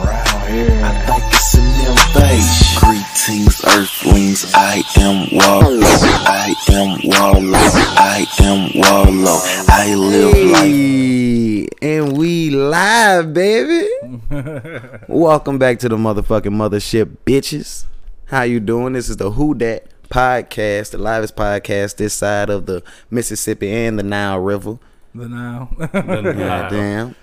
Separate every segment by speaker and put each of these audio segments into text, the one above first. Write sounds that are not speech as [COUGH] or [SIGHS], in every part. Speaker 1: I think it's an invasion.
Speaker 2: Greetings, earthlings. I am Wallow. I am Wallow. I am Wallow. I live life.
Speaker 3: Hey, and we live, baby. Welcome back to the motherfucking mothership, bitches. How you doing? This is the Who Dat podcast, the livest podcast this side of the Mississippi and the Nile River.
Speaker 4: The now. [LAUGHS]
Speaker 3: Goddamn.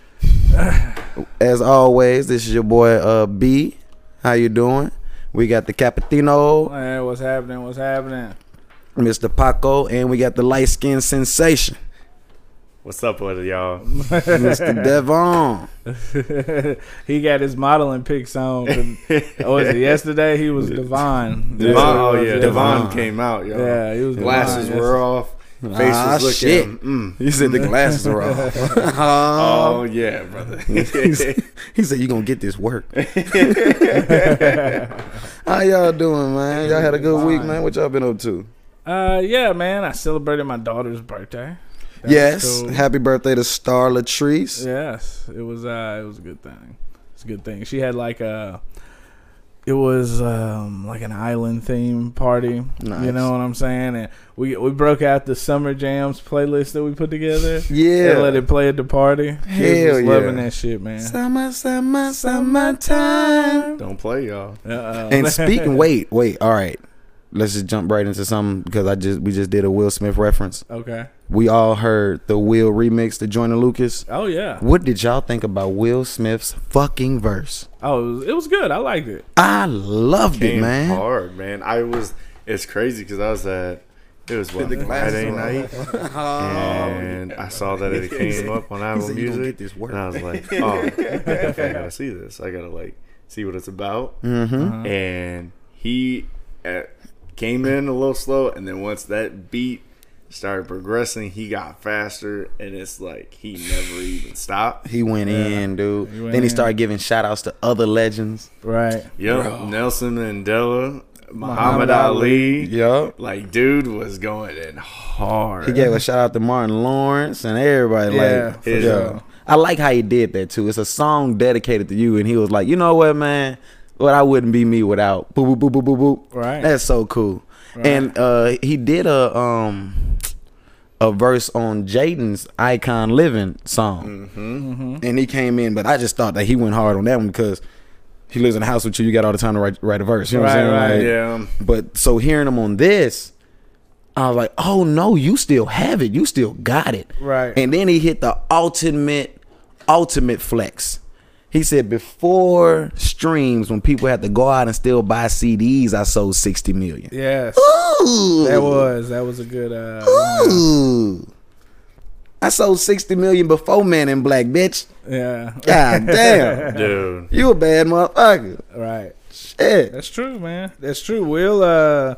Speaker 3: As always, this is your boy uh, B. How you doing? We got the Capitino,
Speaker 4: hey, what's happening? What's happening? [LAUGHS]
Speaker 3: Mr. Paco, and we got the light skinned sensation,
Speaker 5: What's up with it, y'all?
Speaker 3: Mr. Devon.
Speaker 4: he got his modeling pics on. from-
Speaker 5: [LAUGHS]
Speaker 4: oh, was it yesterday? He was Devon.
Speaker 5: Devon, oh yeah,
Speaker 4: Yeah.
Speaker 5: Devon came out, y'all.
Speaker 4: Yeah, he was
Speaker 5: Glasses
Speaker 4: Devon.
Speaker 5: were off. Face
Speaker 3: Ah,
Speaker 5: was
Speaker 3: shit. Um,
Speaker 5: looking. Mm.
Speaker 3: You said the glasses are off.
Speaker 5: Oh
Speaker 3: [LAUGHS]
Speaker 5: yeah, brother.
Speaker 3: he said, he said, "You gonna get this work." How y'all doing, man? Y'all had a good week, man. What y'all been up to?
Speaker 4: [LAUGHS] Uh, yeah, man. I celebrated my daughter's birthday. That was
Speaker 3: yes,
Speaker 4: cool.
Speaker 3: happy birthday to Star Latrice.
Speaker 4: Yes, it was. Uh, it was a good thing. It's a good thing. She had like a. It was um, like an island theme party. You
Speaker 3: Nice.
Speaker 4: know what I'm saying? And we we broke out the summer jams playlist that we put together.
Speaker 3: Yeah.
Speaker 4: and let it play at the party. Kids
Speaker 3: Hell
Speaker 4: was
Speaker 3: yeah.
Speaker 4: loving that shit, man.
Speaker 3: Summer, summer, summertime.
Speaker 5: [LAUGHS] Don't play, y'all.
Speaker 4: Uh-uh.
Speaker 3: And
Speaker 4: [LAUGHS]
Speaker 3: speaking, wait, wait, all right. Let's just jump right into something because I just we just did a Will Smith reference.
Speaker 4: okay.
Speaker 3: We all heard the Will remix to Joyner Lucas.
Speaker 4: Oh yeah.
Speaker 3: What did y'all think about Will Smith's fucking verse?
Speaker 4: Oh, it was, it was good. I liked it.
Speaker 3: I loved it,
Speaker 5: Came
Speaker 3: man.
Speaker 5: hard, man. I was. It's crazy because I was at. It was what, Friday night,
Speaker 3: [LAUGHS]
Speaker 5: and I saw that it came up on Apple
Speaker 3: Oh, said, "You gonna get
Speaker 5: Music,
Speaker 3: this work."
Speaker 5: and I was
Speaker 3: [LAUGHS]
Speaker 5: like, "Oh, I definitely gotta see this. I gotta like see what it's about."
Speaker 3: Mm.
Speaker 5: Mm-hmm. And he uh, came in a little slow, and then once that beat started progressing, he got faster, and it's like he never even stopped.
Speaker 3: He went in, dude.
Speaker 4: he went
Speaker 3: then he
Speaker 4: in.
Speaker 3: started giving shout outs to other legends.
Speaker 4: Right.
Speaker 5: Yep, Nelson Mandela, Muhammad,
Speaker 4: Muhammad
Speaker 5: Ali.
Speaker 3: Yup.
Speaker 5: Like, dude was going in hard.
Speaker 3: He gave a shout out to Martin Lawrence and everybody.
Speaker 4: Yeah,
Speaker 3: like,
Speaker 4: for
Speaker 3: yeah.
Speaker 5: sure.
Speaker 3: I like how he did that too. It's a song dedicated to you, and he was like, you know what, man? What I wouldn't be me without boop boop boop boop boop boop.
Speaker 4: Right.
Speaker 3: That's so cool. And uh, he did a um a verse on Jaden's Icon Living song,
Speaker 4: Mm-hmm.
Speaker 3: and he came in, but I just thought that he went hard on that one because he lives in a house with you. You got all the time to write write a verse. You know what I'm
Speaker 4: Right,
Speaker 3: saying?
Speaker 4: right,
Speaker 3: Like,
Speaker 5: Yeah.
Speaker 3: But so hearing him on this, I was like, oh no, you still have it. You still got it.
Speaker 4: Right.
Speaker 3: And then he hit the ultimate, ultimate flex. He said, before streams, when people had to go out and still buy CDs, I sold 60 million.
Speaker 4: Yes.
Speaker 3: Ooh.
Speaker 4: That was that was a good. Uh,
Speaker 3: Ooh. I sold 60 million before Man in Black, bitch.
Speaker 4: yeah. [LAUGHS]
Speaker 3: God damn.
Speaker 5: Dude.
Speaker 3: You a bad motherfucker.
Speaker 4: Right.
Speaker 3: Shit.
Speaker 4: That's true, man. That's true. Will uh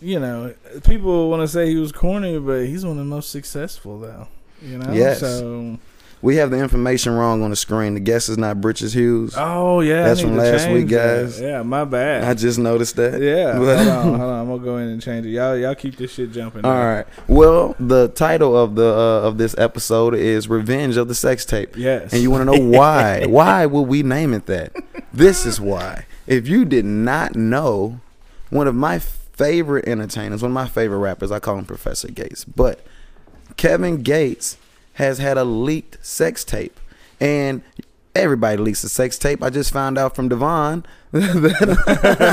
Speaker 4: you know, people want to say he was corny, but he's one of the most successful though. You know?
Speaker 3: Yes.
Speaker 4: So
Speaker 3: We have the information wrong on the screen. The guess is not Britches Hughes.
Speaker 4: Oh yeah. I
Speaker 3: That's
Speaker 4: need
Speaker 3: from
Speaker 4: to
Speaker 3: last
Speaker 4: change
Speaker 3: week,
Speaker 4: that.
Speaker 3: guys.
Speaker 4: Yeah, my
Speaker 3: I
Speaker 4: bad.
Speaker 3: just noticed that. [LAUGHS]
Speaker 4: yeah. Hold
Speaker 3: But-
Speaker 4: on, hold on. I'm gonna go in and change it. Y'all y'all keep this shit jumping.
Speaker 3: All right. Well, the title of the uh, of this episode is "Revenge of the Sex Tape."
Speaker 4: Yes.
Speaker 3: And you want to know why? why would we name it that? This is why. If you did not know, one of my favorite entertainers, one of my favorite rappers, I call him Professor Gates, but Kevin Gates has had a leaked sex tape, and everybody leaks a sex tape. I just found out from Devon [LAUGHS]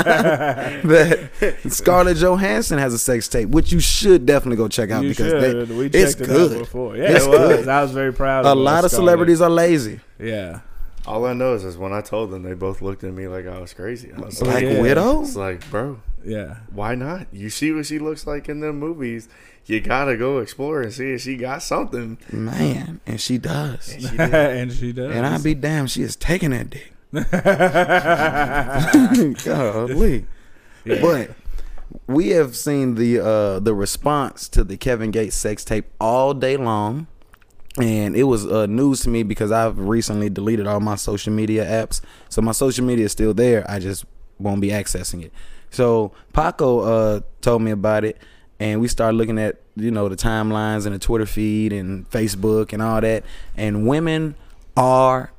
Speaker 3: that, that Scarlett Johansson has a sex tape, which you should definitely go check out
Speaker 4: You
Speaker 3: because
Speaker 4: should.
Speaker 3: they,
Speaker 4: we checked
Speaker 3: it's
Speaker 4: it out
Speaker 3: good.
Speaker 4: before. Yeah,
Speaker 3: It's
Speaker 4: it was.
Speaker 3: good.
Speaker 4: I was very proud.
Speaker 3: A
Speaker 4: of
Speaker 3: lot of
Speaker 4: Scarlett.
Speaker 3: celebrities are lazy.
Speaker 4: Yeah.
Speaker 5: All I know is, is when I told them, they both looked at me like I was crazy. I was
Speaker 3: Black
Speaker 5: like,
Speaker 4: yeah.
Speaker 3: Widow.
Speaker 5: it's like, bro,
Speaker 4: Yeah.
Speaker 5: why not? You see what she looks like in them movies. You gotta go explore and see if she got something.
Speaker 3: Man, and she does.
Speaker 4: [LAUGHS]
Speaker 5: She did.
Speaker 4: and she does.
Speaker 3: And
Speaker 4: [LAUGHS]
Speaker 3: I be damned, she is taking that dick.
Speaker 4: I
Speaker 3: [LAUGHS] Golly. But we have seen the uh, the response to the Kevin Gates sex tape all day long. And it was uh, news to me because I've recently deleted all my social media apps. So my social media is still there. I just won't be accessing it. So Paco uh, told me about it. And we started looking at, you know, the timelines and the Twitter feed and Facebook and all that. And women are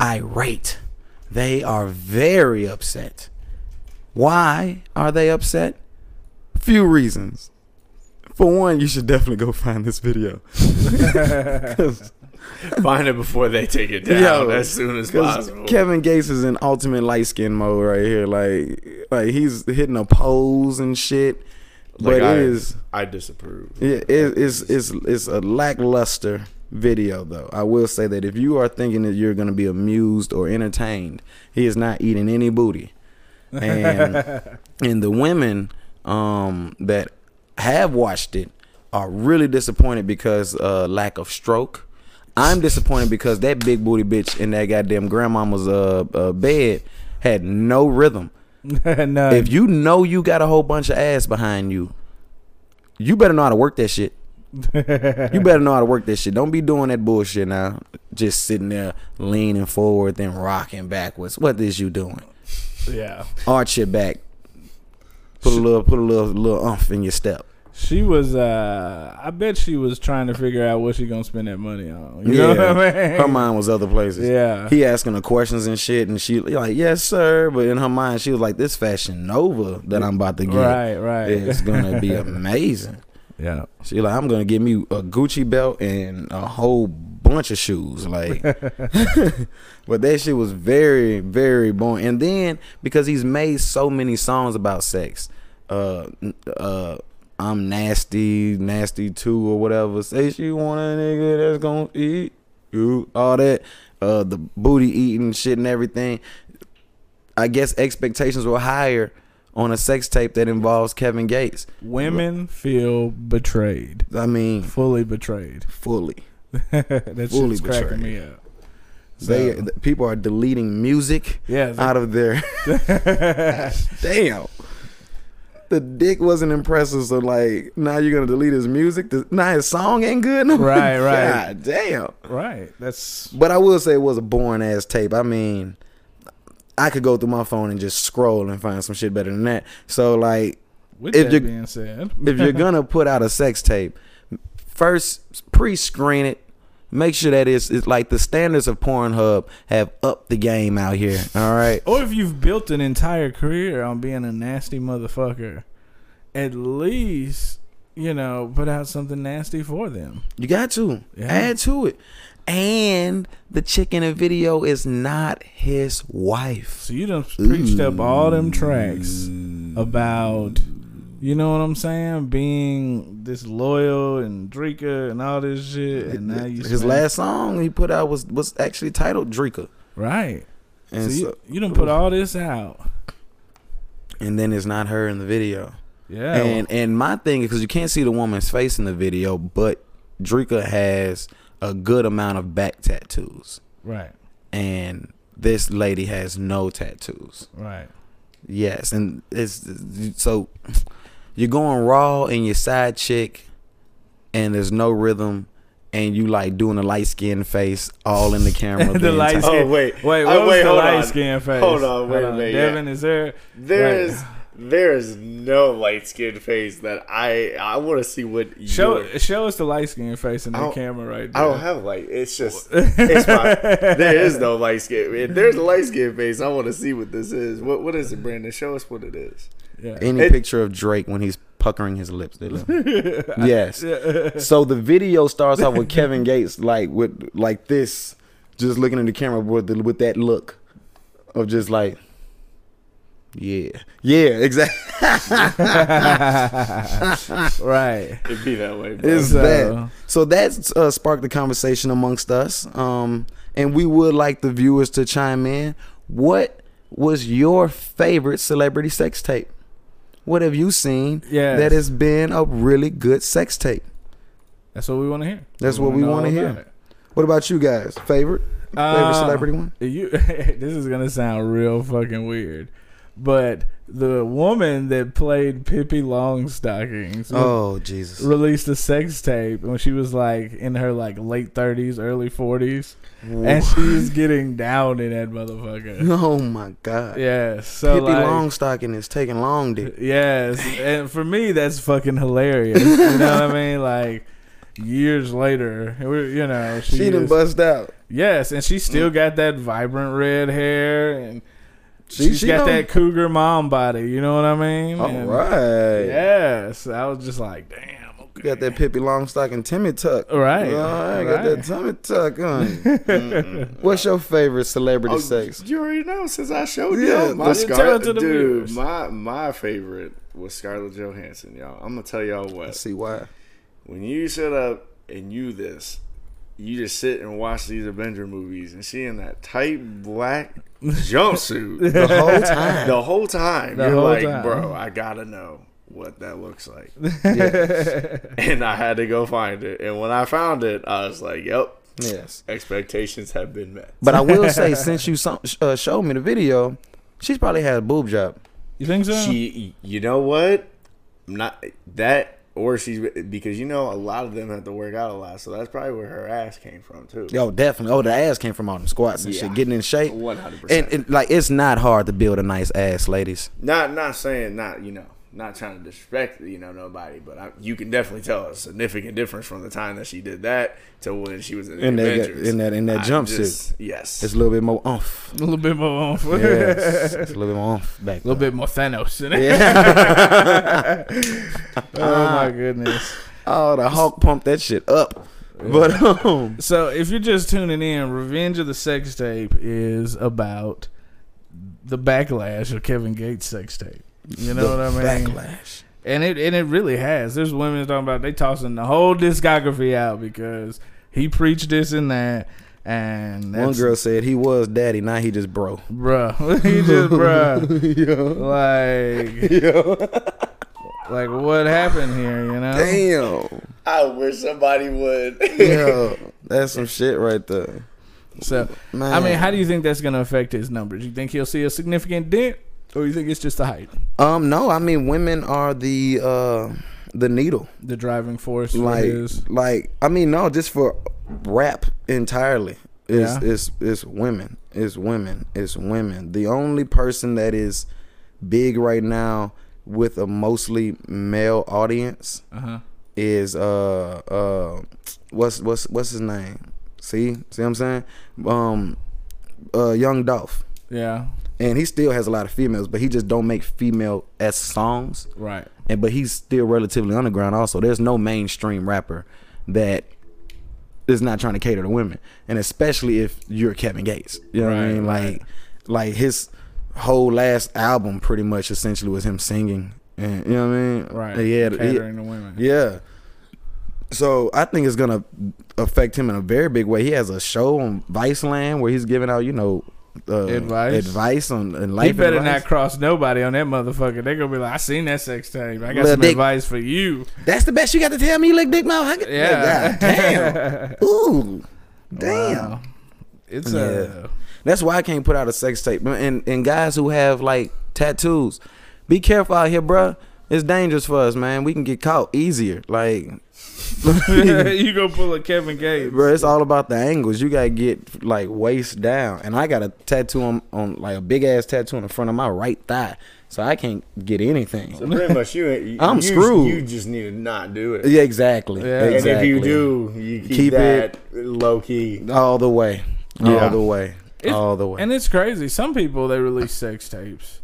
Speaker 3: irate They are very upset. Why are they upset? Few reasons. For one, you should definitely go find this
Speaker 5: [LAUGHS]
Speaker 3: video.
Speaker 5: Find it before they take it down
Speaker 3: Yo,
Speaker 5: as soon as
Speaker 3: 'Cause
Speaker 5: possible.
Speaker 3: Kevin Gates is in ultimate light skin mode right here. Like, like he's hitting a pose and shit.
Speaker 5: like
Speaker 3: but
Speaker 5: I,
Speaker 3: it is,
Speaker 5: I disapprove.
Speaker 3: yeah, it, it's it's it's a lackluster video though. I will say that if you are thinking that you're gonna be amused or entertained, he is not eating any booty. And and the women um that have watched it are really disappointed because uh lack of stroke. I'm disappointed because that big booty bitch in that goddamn grandmama's uh, uh bed had no rhythm.
Speaker 4: no,
Speaker 3: If you know you got a whole bunch of ass behind you, you better know how to work that shit. you better know how to work that shit. Don't be doing that bullshit now. Just sitting there leaning forward, then rocking backwards. What is you doing?
Speaker 4: [LAUGHS] yeah.
Speaker 3: Arch your back. Put a little, put a little, little umph in your step.
Speaker 4: She was. uh I bet she was trying to figure out what she gonna spend that money on. You know what I mean?
Speaker 3: her mind was other places.
Speaker 4: Yeah.
Speaker 3: he asking her questions and shit, and she like, "Yes, sir," but in her mind, she was like, "This fashion nova that I'm about to get
Speaker 4: Right. Right.
Speaker 3: is gonna be amazing."
Speaker 4: yeah.
Speaker 3: She like, I'm gonna give me a Gucci belt and a whole bunch of shoes. Like [LAUGHS] But that shit was very, very boring. And then because he's made so many songs about sex, uh uh I'm nasty, nasty too, or whatever. Say she want a nigga that's gonna eat you, all that, uh, the booty eating shit and everything. I guess expectations were higher on a sex tape that involves Kevin Gates.
Speaker 4: Women feel betrayed,
Speaker 3: I mean,
Speaker 4: fully betrayed. [LAUGHS]
Speaker 3: fully.
Speaker 4: that
Speaker 3: Fully
Speaker 4: shit's cracking
Speaker 3: betrayed.
Speaker 4: me up.
Speaker 3: They
Speaker 4: So-
Speaker 3: th- people are deleting music
Speaker 4: Yeah. they-
Speaker 3: out of their
Speaker 4: [LAUGHS]
Speaker 3: damn. The dick wasn't impressive, so like now you're gonna delete his music. The, now his song ain't good. No,
Speaker 4: Right, right.
Speaker 3: [LAUGHS] God damn.
Speaker 4: [LAUGHS] right. That's
Speaker 3: But I will say it was a boring ass tape. I mean, I could go through my phone and just scroll and find some shit better than that. So like,
Speaker 4: with
Speaker 3: If
Speaker 4: that
Speaker 3: you-
Speaker 4: being said.
Speaker 3: if
Speaker 4: [LAUGHS]
Speaker 3: you're gonna put out a sex tape, first pre-screen it. Make sure that it's, it's like the standards of Pornhub have upped the game out here. All right.
Speaker 4: Or if you've built an entire career on being a nasty motherfucker, at least you know put out something nasty for them.
Speaker 3: You got to
Speaker 4: Yeah.
Speaker 3: add to it. And the chick in the video is not his wife. Mm.
Speaker 4: So you done preached up all them tracks about, you know what I'm saying, being disloyal and drinker and all this shit. And now you
Speaker 3: his
Speaker 4: spend-
Speaker 3: last song he put out was was actually titled Drinker.
Speaker 4: right. So
Speaker 3: And
Speaker 4: you,
Speaker 3: so-
Speaker 4: you done put all this out.
Speaker 3: and then it's not her in the video.
Speaker 4: Yeah.
Speaker 3: And and my thing is because you can't see the woman's face in the video, but Drika has a good amount of back tattoos,
Speaker 4: right.
Speaker 3: and this lady has no tattoos.
Speaker 4: Right.
Speaker 3: Yes, and it's so you're going raw and your side chick, and there's no rhythm, and you like doing a light skinned face all in the camera.
Speaker 4: [LAUGHS] the
Speaker 3: entire-
Speaker 4: light
Speaker 5: Oh,
Speaker 4: skin.
Speaker 5: wait.
Speaker 4: wait,
Speaker 5: Uh,
Speaker 4: what was
Speaker 5: wait,
Speaker 4: the
Speaker 5: hold
Speaker 4: light
Speaker 5: on.
Speaker 4: skin face?
Speaker 5: Hold on, wait a minute, yeah.
Speaker 4: Devin, is there?
Speaker 5: There
Speaker 4: Right.
Speaker 5: is there is no light skinned face that I I want to see what you
Speaker 4: Show show us the light skin face in
Speaker 5: I
Speaker 4: that
Speaker 5: don't-
Speaker 4: camera right
Speaker 5: I
Speaker 4: there.
Speaker 5: don't have light. It's just it's [LAUGHS] my,
Speaker 4: [LAUGHS]
Speaker 5: there is no light skin. If there's a light skin face, I want to see what this is. What what is it, Brandon? Show us what it is.
Speaker 4: Yeah.
Speaker 3: Any
Speaker 5: It-
Speaker 3: picture of Drake when he's puckering his lips. They
Speaker 4: [LAUGHS]
Speaker 3: love it. [LAUGHS] yes. So the video starts off with Kevin Gates like with like this, just looking in the camera with the, with that look of just like, yeah, yeah, exactly.
Speaker 4: [LAUGHS] Right.
Speaker 5: It'd be that way. bro.
Speaker 3: is
Speaker 4: So-
Speaker 3: that so that's uh, sparked the conversation amongst us um and we would like the viewers to chime in what was your favorite celebrity sex tape what have you seen
Speaker 4: Yes.
Speaker 3: that has been a really good sex tape
Speaker 4: That's what we want to hear.
Speaker 3: That's what we
Speaker 4: wanna know
Speaker 3: wanna hear.
Speaker 4: about it.
Speaker 3: what about you guys favorite favorite
Speaker 4: Uh,
Speaker 3: celebrity one
Speaker 4: You, [LAUGHS] this is gonna sound real fucking weird, but the woman that played Pippi Longstockings
Speaker 3: oh jesus
Speaker 4: released a sex tape when she was like in her like late thirties, early forties, and she's getting down in that motherfucker.
Speaker 3: [LAUGHS] oh my god
Speaker 4: Yeah, so
Speaker 3: Pippi
Speaker 4: like,
Speaker 3: Longstocking is taking long dick.
Speaker 4: Yes, and for me that's fucking hilarious. You know what I mean? Like, years later. It was- You know, she,
Speaker 3: She done Mm.
Speaker 4: is-
Speaker 3: bust out.
Speaker 4: Yes, and she still got that vibrant red hair, and
Speaker 3: She-
Speaker 4: she,
Speaker 3: she
Speaker 4: has got
Speaker 3: done-
Speaker 4: that cougar mom body. You know what I mean?
Speaker 3: All
Speaker 4: And-
Speaker 3: right.
Speaker 4: Yes, I was just like, damn. Okay.
Speaker 3: Got that Pippi Longstocking tummy tuck.
Speaker 4: Right.
Speaker 3: All right, got
Speaker 4: Right.
Speaker 3: that tummy tuck on. [LAUGHS] Mm-mm. What's your favorite celebrity
Speaker 5: Oh,
Speaker 3: sex?
Speaker 5: You already know since I showed
Speaker 3: Yeah,
Speaker 5: you. My
Speaker 4: let's tell it to the
Speaker 5: dude,
Speaker 4: viewers.
Speaker 5: my my favorite was Scarlett Johansson, y'all. I'm gonna tell y'all
Speaker 3: Let's
Speaker 5: what.
Speaker 3: see why.
Speaker 5: When you shut up and you this, you just sit and watch these Avenger movies, and she in that tight black
Speaker 3: [LAUGHS]
Speaker 5: jumpsuit
Speaker 3: The whole time.
Speaker 5: the whole time.
Speaker 4: The
Speaker 5: You're
Speaker 4: whole
Speaker 5: like,
Speaker 4: time.
Speaker 5: bro, I gotta know what that
Speaker 3: [LAUGHS]
Speaker 5: looks like. and I had to go find it. And when I found it, I was like, yep,
Speaker 3: yes.
Speaker 5: expectations have been met.
Speaker 3: But I will [LAUGHS] say, since you so- uh, showed me the video, she's probably had a boob job.
Speaker 4: You think so?
Speaker 5: She, you know what? I'm not that, or she's because you know a lot of them have to work out a lot, so that's probably where her ass came from too.
Speaker 3: Yo, definitely. Oh, the ass came from all them squats and
Speaker 5: Yeah.
Speaker 3: shit, getting in shape.
Speaker 5: 100%.
Speaker 3: And, and like, it's not hard to build a nice ass, ladies.
Speaker 5: Not, not saying not, you know. Not trying to disrespect you know nobody, but I, you can definitely tell a significant difference from the time that she did that to when she was in, the
Speaker 3: In that-
Speaker 5: Avengers.
Speaker 3: in that- in that
Speaker 5: I
Speaker 3: jumpsuit.
Speaker 5: just- yes,
Speaker 3: It's a little bit more oomph.
Speaker 4: a little bit more.
Speaker 3: [LAUGHS]
Speaker 4: Off.
Speaker 3: Yes, it's a little bit more oomph back.
Speaker 4: A little bit more Thanos in it. [LAUGHS]
Speaker 3: [LAUGHS]
Speaker 4: oh
Speaker 3: Uh-huh.
Speaker 4: my goodness.
Speaker 3: Oh, the Hulk pumped that shit up. But um,
Speaker 4: So if you're just tuning in, Revenge of the Sex Tape is about the backlash of Kevin Gates' sex tape. You know what I mean?
Speaker 3: backlash.
Speaker 4: And it and it really has. There's women talking about they tossing the whole discography out because he preached this and that and
Speaker 3: One
Speaker 4: that's,
Speaker 3: girl said he was daddy, now he just [LAUGHS] bro.
Speaker 4: bruh. [LAUGHS] he just bruh. Like Like what happened here, you know?
Speaker 3: Damn.
Speaker 5: I wish somebody would. [LAUGHS]
Speaker 3: Yo, [LAUGHS] that's some shit right there.
Speaker 4: So
Speaker 3: Man.
Speaker 4: I mean, how do you think that's gonna affect his numbers? You think he'll see a significant dent? Or you think it's just the hype?
Speaker 3: Um, no, I mean women are the uh the needle.
Speaker 4: The driving force for
Speaker 3: Like
Speaker 4: his
Speaker 3: like I mean no, just for rap entirely. It's
Speaker 4: Yeah.
Speaker 3: it's it's women. It's women. It's women. The only person that is big right now with a mostly male audience
Speaker 4: uh-huh.
Speaker 3: is uh uh what's what's what's his name? See? See what I'm saying? Um uh Young Dolph.
Speaker 4: Yeah.
Speaker 3: And he still has a lot of females, but he just don't make female s songs.
Speaker 4: Right.
Speaker 3: And but he's still relatively underground also. There's no mainstream rapper that is not trying to cater to women. And especially if you're Kevin Gates. You know what I
Speaker 4: Right,
Speaker 3: mean? Like like his whole last album pretty much essentially was him singing. And you know what I mean?
Speaker 4: Right.
Speaker 3: He had, he-
Speaker 4: catering to women.
Speaker 3: yeah. So I think it's gonna affect him in a very big way. He has a show on Viceland where he's giving out, you know, uh,
Speaker 4: Advice?
Speaker 3: advice on and life.
Speaker 4: He better
Speaker 3: advice.
Speaker 4: not cross nobody on that motherfucker. They're gonna be like, I seen that sex tape. I got
Speaker 3: Lil
Speaker 4: some
Speaker 3: Dick.
Speaker 4: advice for you.
Speaker 3: That's the best you got to tell me. You lick dick mouth. I could-
Speaker 4: Yeah.
Speaker 3: God
Speaker 4: [LAUGHS]
Speaker 3: damn. Ooh. Damn.
Speaker 4: Wow. It's
Speaker 3: Yeah.
Speaker 4: a
Speaker 3: That's why I can't put out a sex tape. And and guys who have like tattoos, be careful out here, bruh. It's dangerous for us, man. We can get caught easier.
Speaker 4: [LAUGHS]
Speaker 3: Like, [LAUGHS]
Speaker 4: uh, you gonna pull a Kevin Gates.
Speaker 3: Bro, it's all about the angles. You gotta get like waist down, and I got a tattoo on, on like a big ass tattoo on the front of my right thigh, so I can't get anything.
Speaker 5: So pretty much, you, you
Speaker 3: I'm
Speaker 5: you-
Speaker 3: screwed.
Speaker 5: You just need to not do it.
Speaker 3: yeah, exactly.
Speaker 4: Yeah.
Speaker 3: exactly.
Speaker 5: And if you do, you keep,
Speaker 3: Keep
Speaker 5: that low key.
Speaker 3: all the way,
Speaker 5: Yeah.
Speaker 3: all the way,
Speaker 4: It's-
Speaker 3: all the way.
Speaker 4: And it's crazy. Some people they release sex tapes,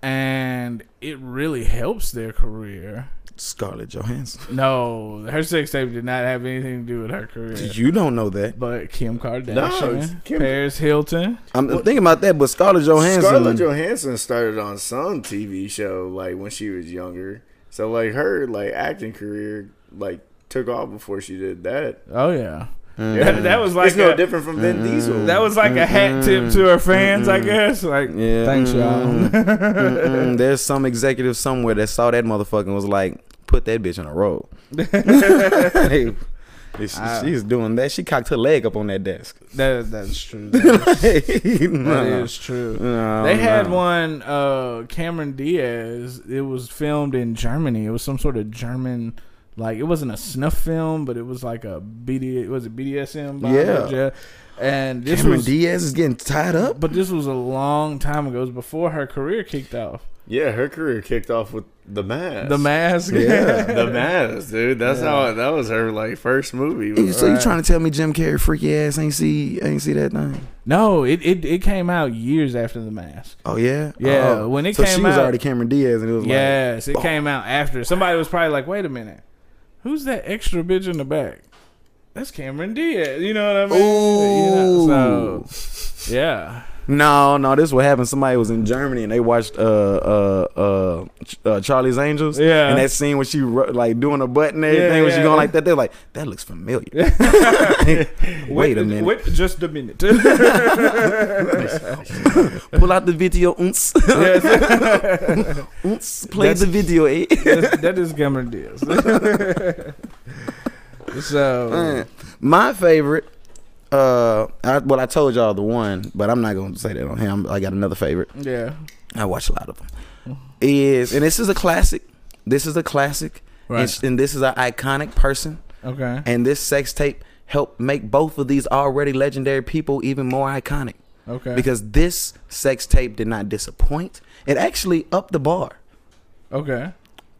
Speaker 4: and it really helps their career.
Speaker 3: Scarlett Johansson.
Speaker 4: No, her sex tape did not have anything to do with her career.
Speaker 3: You don't know that.
Speaker 4: But Kim Kardashian,
Speaker 5: it's Kim-
Speaker 4: Paris Hilton.
Speaker 3: I'm thinking about that, but Scarlett Johansson.
Speaker 5: Scarlett Johansson started on some TV show like when she was younger. So like her like acting career like took off before she did that.
Speaker 4: Oh yeah, [LAUGHS] that, that was like
Speaker 5: it's no
Speaker 4: a-
Speaker 5: different from Vin Diesel.
Speaker 4: That was like a hat tip to her fans, I guess. Like,
Speaker 3: Yeah.
Speaker 4: thanks, [LAUGHS] y'all.
Speaker 3: Mm-mm. There's some executive somewhere that saw that motherfucker and was like, put that bitch on a roll. Hey, she- she's doing that. She cocked her leg up on that desk. [LAUGHS]
Speaker 4: that, that's true. [LAUGHS] That is- that
Speaker 3: No.
Speaker 4: is true.
Speaker 3: No,
Speaker 4: They had
Speaker 3: no.
Speaker 4: one, uh, Cameron Diaz. It was filmed in Germany. It was some sort of German, like it wasn't a snuff film, but it was like a BD. Was it BDSM?
Speaker 3: Yeah.
Speaker 4: bondage, And this
Speaker 3: Cameron
Speaker 4: was,
Speaker 3: Diaz is getting tied up.
Speaker 4: but this was a long time ago. It was before her career kicked off.
Speaker 5: Yeah, her career kicked off with the mask.
Speaker 4: The mask.
Speaker 3: Yeah.
Speaker 5: [LAUGHS] The mask, dude. That's how that was her like first movie.
Speaker 3: You-
Speaker 5: was-
Speaker 3: So you trying to tell me Jim Carrey freaky ass ain't see ain't see that thing?
Speaker 4: [LAUGHS] no, it, it it came out years after the mask.
Speaker 3: Oh yeah,
Speaker 4: Yeah,
Speaker 3: Oh.
Speaker 4: when it
Speaker 3: so
Speaker 4: came
Speaker 3: she was
Speaker 4: out-
Speaker 3: already Cameron Diaz, and it was like
Speaker 4: yes, it came out after. Somebody was probably like, "Wait a minute, who's that extra bitch in the back?" That's Cameron Diaz. You know what I mean? You know, so, yeah.
Speaker 3: no, no. This is what happened. Somebody was in Germany and they watched uh uh uh, Ch- uh Charlie's Angels.
Speaker 4: Yeah.
Speaker 3: and that scene when she ru- like doing her butt and everything when she
Speaker 4: yeah.
Speaker 3: going like that, they're like that looks familiar. [LAUGHS] Wait a minute,
Speaker 4: Wait just a minute. [LAUGHS] yes.
Speaker 3: pull out the video, oons, oons, play
Speaker 4: That's-
Speaker 3: the video. Eh?
Speaker 4: That's- that is Cameron Diaz. [LAUGHS] so
Speaker 3: Man, My favorite, uh, I, well, I told y'all the one, but I'm not gonna say that on him. I got another favorite.
Speaker 4: yeah,
Speaker 3: I watch a lot of them. Is and this is a classic. This is a classic,
Speaker 4: Right.
Speaker 3: and, and this is an iconic person.
Speaker 4: okay,
Speaker 3: And this sex tape helped make both of these already legendary people even more iconic
Speaker 4: okay,
Speaker 3: because this sex tape did not disappoint. It actually upped the bar.
Speaker 4: okay.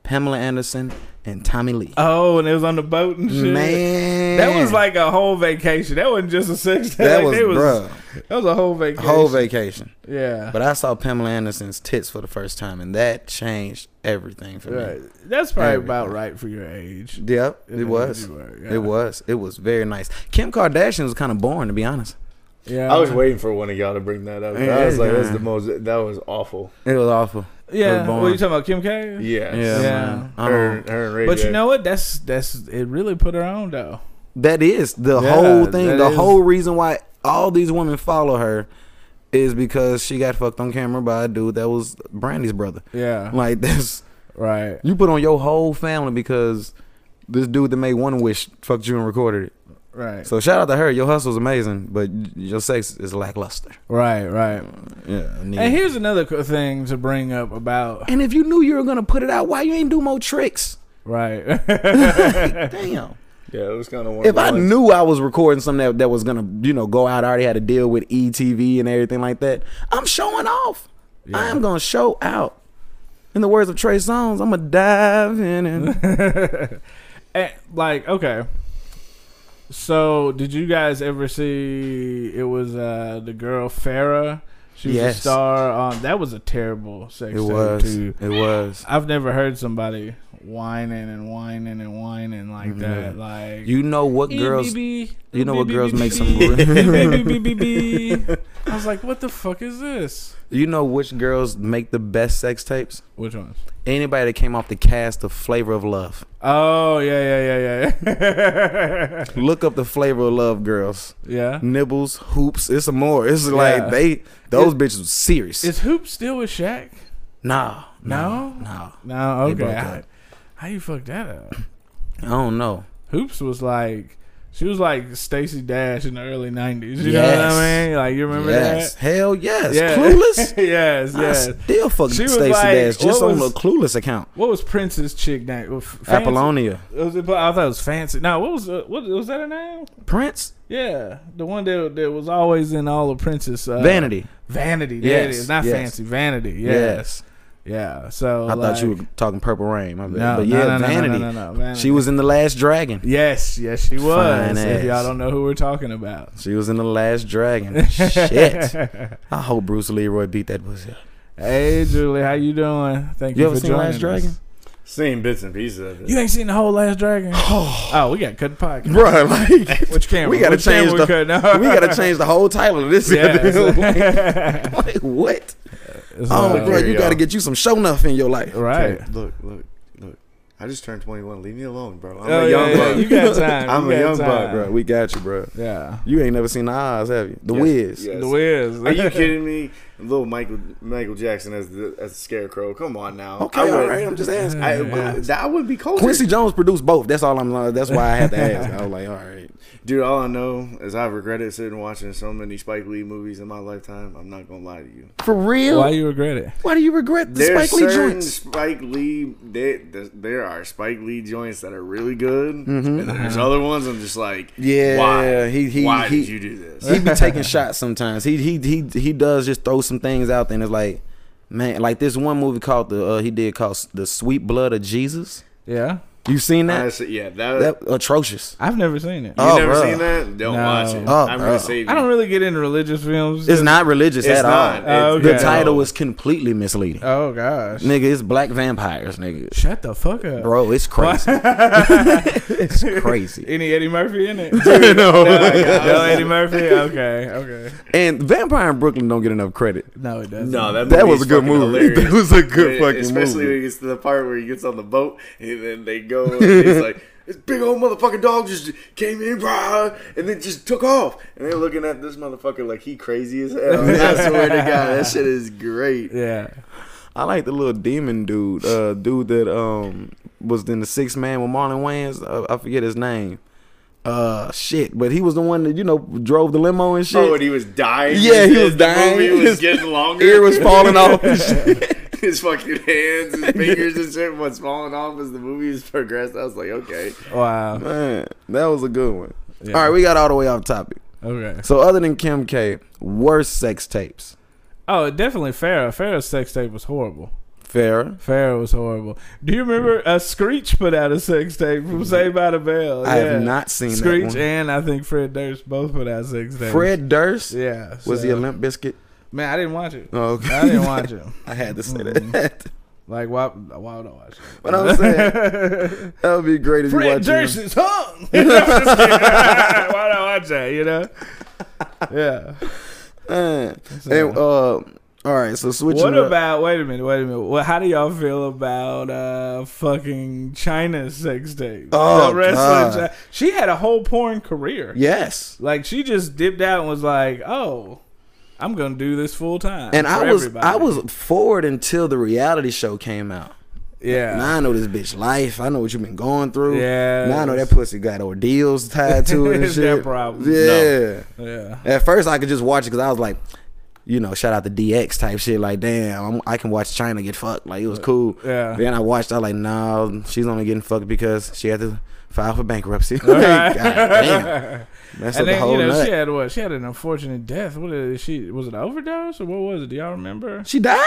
Speaker 3: Pamela Anderson and Tommy Lee.
Speaker 4: Oh, and it was on the boat and shit.
Speaker 3: Man,
Speaker 4: That was like a whole vacation. That wasn't just a six day.
Speaker 3: that
Speaker 4: Like,
Speaker 3: was,
Speaker 4: they
Speaker 3: bruh,
Speaker 4: That was a whole vacation.
Speaker 3: whole vacation.
Speaker 4: Yeah.
Speaker 3: But I saw Pamela Anderson's tits for the first time, and that changed everything for me.
Speaker 4: Right. That's probably
Speaker 3: Everything.
Speaker 4: about right for your age.
Speaker 3: Yep,
Speaker 4: Yeah,
Speaker 3: it was.
Speaker 4: you were, yeah.
Speaker 3: It was. It was very nice. Kim Kardashian was kind of boring, to be honest.
Speaker 4: Yeah.
Speaker 5: I was waiting for one of y'all to bring that up.
Speaker 3: Yeah,
Speaker 5: I was like,
Speaker 3: yeah.
Speaker 5: that's the most. That was awful.
Speaker 3: It was awful. was
Speaker 4: Yeah. What
Speaker 3: born.
Speaker 4: are you talking about, Kim K?
Speaker 5: Yes.
Speaker 4: Yeah.
Speaker 3: man. I
Speaker 5: Her,
Speaker 3: don't-
Speaker 5: her and Ray
Speaker 4: But
Speaker 5: J.
Speaker 4: you know what? That's that's it. Really put her on though.
Speaker 3: that is the
Speaker 4: Yeah,
Speaker 3: whole thing.
Speaker 4: that
Speaker 3: The
Speaker 4: is-
Speaker 3: whole reason why all these women follow her is because she got fucked on camera by a dude that was Brandy's brother.
Speaker 4: Yeah.
Speaker 3: Like that's
Speaker 4: Right.
Speaker 3: you put on your whole family because this dude that made One Wish fucked you and recorded it.
Speaker 4: Right.
Speaker 3: So shout out to her. Your hustle's amazing, but your sex is lackluster.
Speaker 4: Right. Right.
Speaker 3: Yeah. I need
Speaker 4: And here's another co- thing to bring up about
Speaker 3: And if you knew you were gonna put it out, why you ain't do more [LAUGHS] tricks?
Speaker 4: right. [LAUGHS]
Speaker 3: Damn.
Speaker 5: yeah, it was kind of one.
Speaker 3: If
Speaker 5: of
Speaker 3: I
Speaker 5: the ones-
Speaker 3: knew I was recording something that, that was gonna, you know, go out, I already had to deal with ETV and everything like that. I'm showing off. I am gonna show out. In the words of Trey Songz, I'm gonna dive in [LAUGHS] and
Speaker 4: And, like okay. So did you guys ever see? It was uh the girl Farah. She was
Speaker 3: Yes.
Speaker 4: a star on. That was a terrible sex
Speaker 3: it
Speaker 4: tape,
Speaker 3: was,
Speaker 4: too.
Speaker 3: it was.
Speaker 4: I've never heard somebody whining and whining and whining like that. Like
Speaker 3: Mm-hmm. You know what
Speaker 4: "Eh,
Speaker 3: girls?
Speaker 4: BB,
Speaker 3: you know
Speaker 4: eh,
Speaker 3: what
Speaker 4: BB,
Speaker 3: girls make some
Speaker 4: BB,
Speaker 3: real-
Speaker 4: eh, BB,
Speaker 3: [LAUGHS]
Speaker 4: BB. I was like, what the fuck is this?
Speaker 3: You know which girls make the best sex tapes?
Speaker 4: Which one?
Speaker 3: Anybody that came off the cast of Flavor of Love.
Speaker 4: Oh yeah yeah yeah [LAUGHS] yeah
Speaker 3: Look up the Flavor of Love girls.
Speaker 4: yeah.
Speaker 3: Nibbles, hoops. It's some more. It's like
Speaker 4: Yeah.
Speaker 3: they those bitches was serious.
Speaker 4: Is Hoop still with Shaq?
Speaker 3: nah,
Speaker 4: No?
Speaker 3: nah.
Speaker 4: No,
Speaker 3: They
Speaker 4: okay.
Speaker 3: broke
Speaker 4: How,
Speaker 3: up.
Speaker 4: how you fuck that up?
Speaker 3: I don't know.
Speaker 4: Hoops was like she was like Stacey Dash in the early nineties. You know what I
Speaker 3: Yes.
Speaker 4: mean? Like you remember
Speaker 3: yes,
Speaker 4: that?
Speaker 3: hell yes.
Speaker 4: Yeah.
Speaker 3: Clueless.
Speaker 4: yes, [LAUGHS] yes.
Speaker 3: I still fucking
Speaker 4: She was
Speaker 3: Stacey
Speaker 4: like,
Speaker 3: Dash just
Speaker 4: what
Speaker 3: on the
Speaker 4: was-
Speaker 3: Clueless account.
Speaker 4: What was Prince's chick name? Oh, F- Fancy?
Speaker 3: Apollonia,
Speaker 4: Was it- I thought it was Fancy. No, what was uh, what was that her name?
Speaker 3: Prince,
Speaker 4: Yeah, the one that that was always in all of Prince's uh,
Speaker 3: Vanity.
Speaker 4: Vanity. There
Speaker 3: Yes,
Speaker 4: it is. Not
Speaker 3: yes.
Speaker 4: Fancy. Vanity.
Speaker 3: Yes,
Speaker 4: Yes. Yeah. So
Speaker 3: I
Speaker 4: like-
Speaker 3: thought you were talking Purple Rain. My bad.
Speaker 4: No,
Speaker 3: but
Speaker 4: no,
Speaker 3: yeah,
Speaker 4: no, no,
Speaker 3: Vanity.
Speaker 4: No, no, no, no, Vanity.
Speaker 3: She was in the Last Dragon.
Speaker 4: Yes, yes, she was.
Speaker 3: Fine
Speaker 4: If y'all
Speaker 3: ass.
Speaker 4: don't know who we're talking about.
Speaker 3: She was in the Last
Speaker 4: [LAUGHS]
Speaker 3: Dragon. Shit. I hope Bruce Leroy beat that
Speaker 4: [LAUGHS]
Speaker 3: pussy.
Speaker 4: Hey, Julie, how you doing? Thank you,
Speaker 3: You ever
Speaker 4: for
Speaker 3: seen Last
Speaker 4: joining
Speaker 3: Dragon?
Speaker 4: us.
Speaker 5: seen bits and pieces of it.
Speaker 4: You ain't seen the whole
Speaker 3: [SIGHS]
Speaker 4: Last Dragon? oh, we got cut podcast.
Speaker 3: Bruh, like
Speaker 4: Which camera?
Speaker 3: We gotta
Speaker 4: Which
Speaker 3: change
Speaker 4: camera
Speaker 3: the-
Speaker 4: we,
Speaker 3: [LAUGHS]
Speaker 4: cutting?
Speaker 3: we gotta
Speaker 4: [LAUGHS]
Speaker 3: change the whole title of this. [LAUGHS]
Speaker 4: Yes.
Speaker 3: like what?
Speaker 4: So-
Speaker 3: Oh,
Speaker 5: Uh,
Speaker 3: bro,
Speaker 5: here
Speaker 3: you
Speaker 5: you
Speaker 3: gotta
Speaker 5: go.
Speaker 3: get you some show enough in your life.
Speaker 4: Right.
Speaker 5: Okay, Look, look, look. I just turned 21. Leave me alone, bro. I'm
Speaker 4: Oh,
Speaker 5: a young
Speaker 4: yeah, yeah,
Speaker 5: buck.
Speaker 4: You
Speaker 3: [LAUGHS]
Speaker 4: got time.
Speaker 5: I'm
Speaker 4: You
Speaker 5: a
Speaker 4: got
Speaker 5: young buck,
Speaker 4: time.
Speaker 3: Bro, we got you, bro.
Speaker 4: Yeah.
Speaker 3: You ain't never seen the eyes, have you? The
Speaker 5: Yes,
Speaker 3: Wiz.
Speaker 5: yes.
Speaker 4: The Wiz.
Speaker 5: Are you kidding me? little Michael Michael Jackson as the as the scarecrow. Come on now.
Speaker 3: Okay, all right. I'm just asking.
Speaker 5: I, that would be cool.
Speaker 3: Quincy Jones produced both. That's all I'm. uh, That's why I had to ask. I was like, all right.
Speaker 5: Dude, all I know is I've regretted sitting watching so many Spike Lee movies in my lifetime. I'm not gonna lie to you.
Speaker 3: For real?
Speaker 4: [LAUGHS] Why
Speaker 3: Why,
Speaker 4: you regret it?
Speaker 3: do you regret the
Speaker 5: There's
Speaker 3: Spike Lee
Speaker 5: certain
Speaker 3: joints?
Speaker 5: Spike Lee, there, there's- there are Spike Lee joints that are really good, and then there's other ones I'm just like,
Speaker 3: Mm-hmm. Yeah,
Speaker 5: why?
Speaker 3: he- he-
Speaker 5: why
Speaker 3: he-
Speaker 5: did you do this?
Speaker 3: he be taking shots sometimes. He he he he does just throw some things out there and it's like, man, like this one movie called the uh, he did called the Sweet Blood of Jesus.
Speaker 4: Yeah,
Speaker 3: You seen that?
Speaker 5: Honestly, yeah, that,
Speaker 3: That atrocious.
Speaker 4: I've never seen it.
Speaker 3: Oh,
Speaker 5: you never
Speaker 3: bruh.
Speaker 5: seen that? Don't
Speaker 4: No.
Speaker 5: watch it.
Speaker 3: Oh,
Speaker 5: I'm
Speaker 3: bruh.
Speaker 5: gonna save
Speaker 4: I
Speaker 5: you.
Speaker 4: don't really get into religious films.
Speaker 3: It's not religious
Speaker 5: It's
Speaker 3: at
Speaker 5: not. Uh,
Speaker 3: all.
Speaker 4: Oh,
Speaker 5: It's-
Speaker 3: The
Speaker 4: okay.
Speaker 3: title is completely misleading.
Speaker 4: Oh gosh.
Speaker 3: Nigga, it's black vampires, nigga.
Speaker 4: Shut the fuck up,
Speaker 3: Bro, it's crazy.
Speaker 4: [LAUGHS]
Speaker 3: it's
Speaker 5: [LAUGHS]
Speaker 3: crazy.
Speaker 4: Any Eddie Murphy in
Speaker 3: [LAUGHS]
Speaker 4: it? no [LAUGHS]
Speaker 5: no,
Speaker 4: Eddie Murphy. Okay, okay.
Speaker 3: And Vampire in Brooklyn don't get enough credit.
Speaker 4: No, it doesn't.
Speaker 5: No, that,
Speaker 3: That
Speaker 5: movie
Speaker 3: was
Speaker 5: is
Speaker 3: a good
Speaker 5: fucking
Speaker 3: movie. [LAUGHS] That
Speaker 5: hilarious.
Speaker 3: was a good fucking
Speaker 5: Especially
Speaker 3: movie.
Speaker 5: when he gets to the part where he gets on the boat and then they go and he's like, [LAUGHS] this big old motherfucking dog just came in, brah, and then just took off. And they're looking at this motherfucker like he crazy
Speaker 3: [LAUGHS]
Speaker 5: as hell. I swear to God, that shit is great.
Speaker 4: Yeah.
Speaker 3: I like the little demon dude, uh, dude that um was in the Six Man with Marlon Wayans. I, I forget his name. Uh, shit, but he was the one that you know drove the limo and shit.
Speaker 5: Oh, and he was dying.
Speaker 3: [LAUGHS] yeah, he
Speaker 5: as
Speaker 3: was
Speaker 5: the
Speaker 3: dying.
Speaker 5: Movie
Speaker 3: [LAUGHS]
Speaker 5: was
Speaker 3: his
Speaker 5: getting longer.
Speaker 3: Ear was falling off. and shit.
Speaker 5: [LAUGHS] his fucking hands,
Speaker 3: [LAUGHS]
Speaker 5: his fingers, and shit was falling off as the movie progressed. I was like, okay.
Speaker 4: Wow.
Speaker 3: Man, that was a good one.
Speaker 4: Yeah.
Speaker 3: All right, we got all the way off topic.
Speaker 4: Okay.
Speaker 3: So other than Kim K, worst sex tapes.
Speaker 4: Oh, definitely Farrah. Farrah's sex tape was horrible.
Speaker 3: Farrah.
Speaker 4: Farrah was horrible. Do you remember uh, Screech put out a sex tape from Saved by the Bell?
Speaker 3: I
Speaker 4: Yeah.
Speaker 3: have not seen
Speaker 4: Screech
Speaker 3: that one.
Speaker 4: and I think Fred Durst both put out sex tapes.
Speaker 3: Fred Durst
Speaker 4: yeah,
Speaker 3: was
Speaker 4: so-
Speaker 3: the Olymp Biscuit.
Speaker 4: man? I didn't watch it.
Speaker 3: Oh, okay.
Speaker 4: I didn't watch it.
Speaker 3: [LAUGHS] I had to say
Speaker 4: Mm.
Speaker 3: that.
Speaker 4: Like why? Why would I watch it?
Speaker 3: [LAUGHS] but I'm saying [LAUGHS] that would be great if you
Speaker 4: Fred
Speaker 3: watch
Speaker 4: Durst is hung. You know, [LAUGHS] I'm just kidding. [LAUGHS] why would I watch that? You know? Yeah.
Speaker 3: Uh, and, uh, all right, so switching.
Speaker 4: What
Speaker 3: up-
Speaker 4: about? Wait a minute. Wait a minute. What, how do y'all feel about uh fucking China's sex tape?
Speaker 3: Oh,
Speaker 4: The wrestler
Speaker 3: God.
Speaker 4: Chi- she had a whole porn career.
Speaker 3: Yes,
Speaker 4: Like she just dipped out and was like, "Oh, I'm gonna do this full time."
Speaker 3: and
Speaker 4: for
Speaker 3: I was
Speaker 4: everybody.
Speaker 3: I was forward until the reality show came out.
Speaker 4: yeah.
Speaker 3: Now I know this bitch life. I know what you've been going through.
Speaker 4: Yes.
Speaker 3: Now I know that pussy got ordeals tied to
Speaker 4: [LAUGHS]
Speaker 3: it and
Speaker 4: It's
Speaker 3: shit.
Speaker 4: their problem.
Speaker 3: Yeah.
Speaker 4: yeah.
Speaker 3: At first, I could just watch it because I was like, you know, shout out to DX type shit. Like, damn, I'm, I can watch China get fucked. Like, it was cool.
Speaker 4: Yeah.
Speaker 3: Then I watched. I was like, nah, she's only getting fucked because she had to file for bankruptcy. [LAUGHS] like, God
Speaker 4: Right. [LAUGHS]
Speaker 3: damn. That's
Speaker 4: And
Speaker 3: the
Speaker 4: then
Speaker 3: whole
Speaker 4: you know
Speaker 3: nut.
Speaker 4: she had what? She had an unfortunate death. What is she? Was it an overdose or what was it? Do y'all remember?
Speaker 3: she died.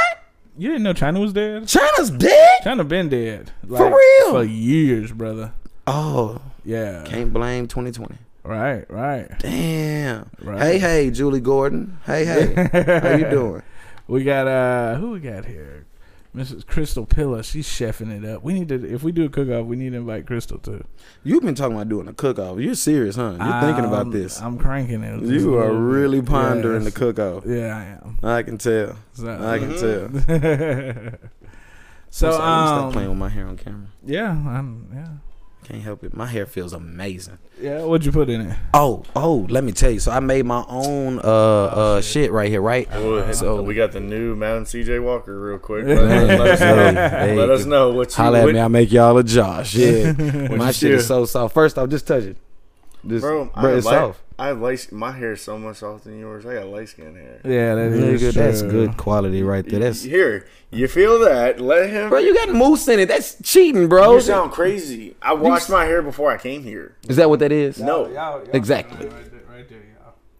Speaker 4: You didn't know China was dead.
Speaker 3: China's dead.
Speaker 4: China been dead like,
Speaker 3: real?
Speaker 4: for years, brother.
Speaker 3: Oh,
Speaker 4: Yeah.
Speaker 3: can't blame 2020.
Speaker 4: Right. Right.
Speaker 3: Damn.
Speaker 4: Right.
Speaker 3: Hey, hey, Julie Gordon. Hey,
Speaker 4: [LAUGHS]
Speaker 3: hey, how you doing?
Speaker 4: We got uh who we got here? Mrs. Crystal Pillar, she's chefing it up. We need to if we do a cook off, we need to invite Crystal too.
Speaker 3: You've been talking about doing a cook-off. You're serious, huh? You're thinking about
Speaker 4: I'm-
Speaker 3: this.
Speaker 4: I'm cranking it.
Speaker 3: you are really pondering
Speaker 4: Yes.
Speaker 3: the cook-off.
Speaker 4: Yeah, I am.
Speaker 3: I can tell. I
Speaker 4: So, uh-huh.
Speaker 3: can tell.
Speaker 4: [LAUGHS] so
Speaker 3: I'm sorry, let me stop playing
Speaker 4: um,
Speaker 3: with my hair on camera.
Speaker 4: yeah, I'm, yeah,
Speaker 3: Can't help it. My hair feels amazing.
Speaker 4: yeah. What'd you put in it?
Speaker 3: Oh, oh, let me tell you. So I made my own uh uh shit, right here, right?
Speaker 5: so
Speaker 3: so
Speaker 5: we got the new Mountain CJ Walker real
Speaker 3: [LAUGHS]
Speaker 5: quick. Let,
Speaker 3: Hey,
Speaker 5: let us, know.
Speaker 3: hey.
Speaker 5: let us know what you
Speaker 3: holla at
Speaker 5: what-
Speaker 3: me, I make y'all a Josh.
Speaker 5: [LAUGHS]
Speaker 3: Yeah. my
Speaker 5: you
Speaker 3: shit
Speaker 5: do?
Speaker 3: is so soft. First off, just touch it. Just,
Speaker 5: Bro,
Speaker 3: bro,
Speaker 5: I have
Speaker 3: it's
Speaker 5: light,
Speaker 3: soft.
Speaker 5: I have light. My hair is so much softer than yours. I got light skin hair.
Speaker 4: Yeah, that is
Speaker 3: Nigga, that's
Speaker 4: true.
Speaker 3: good quality right there. That's
Speaker 5: Here, you feel that? Let him.
Speaker 3: Bro, you got moose in it. That's cheating, bro.
Speaker 5: you sound crazy. I washed my hair before I came here.
Speaker 3: Is that what that is?
Speaker 5: No,
Speaker 3: Exactly. Oh.
Speaker 4: Right there, right there,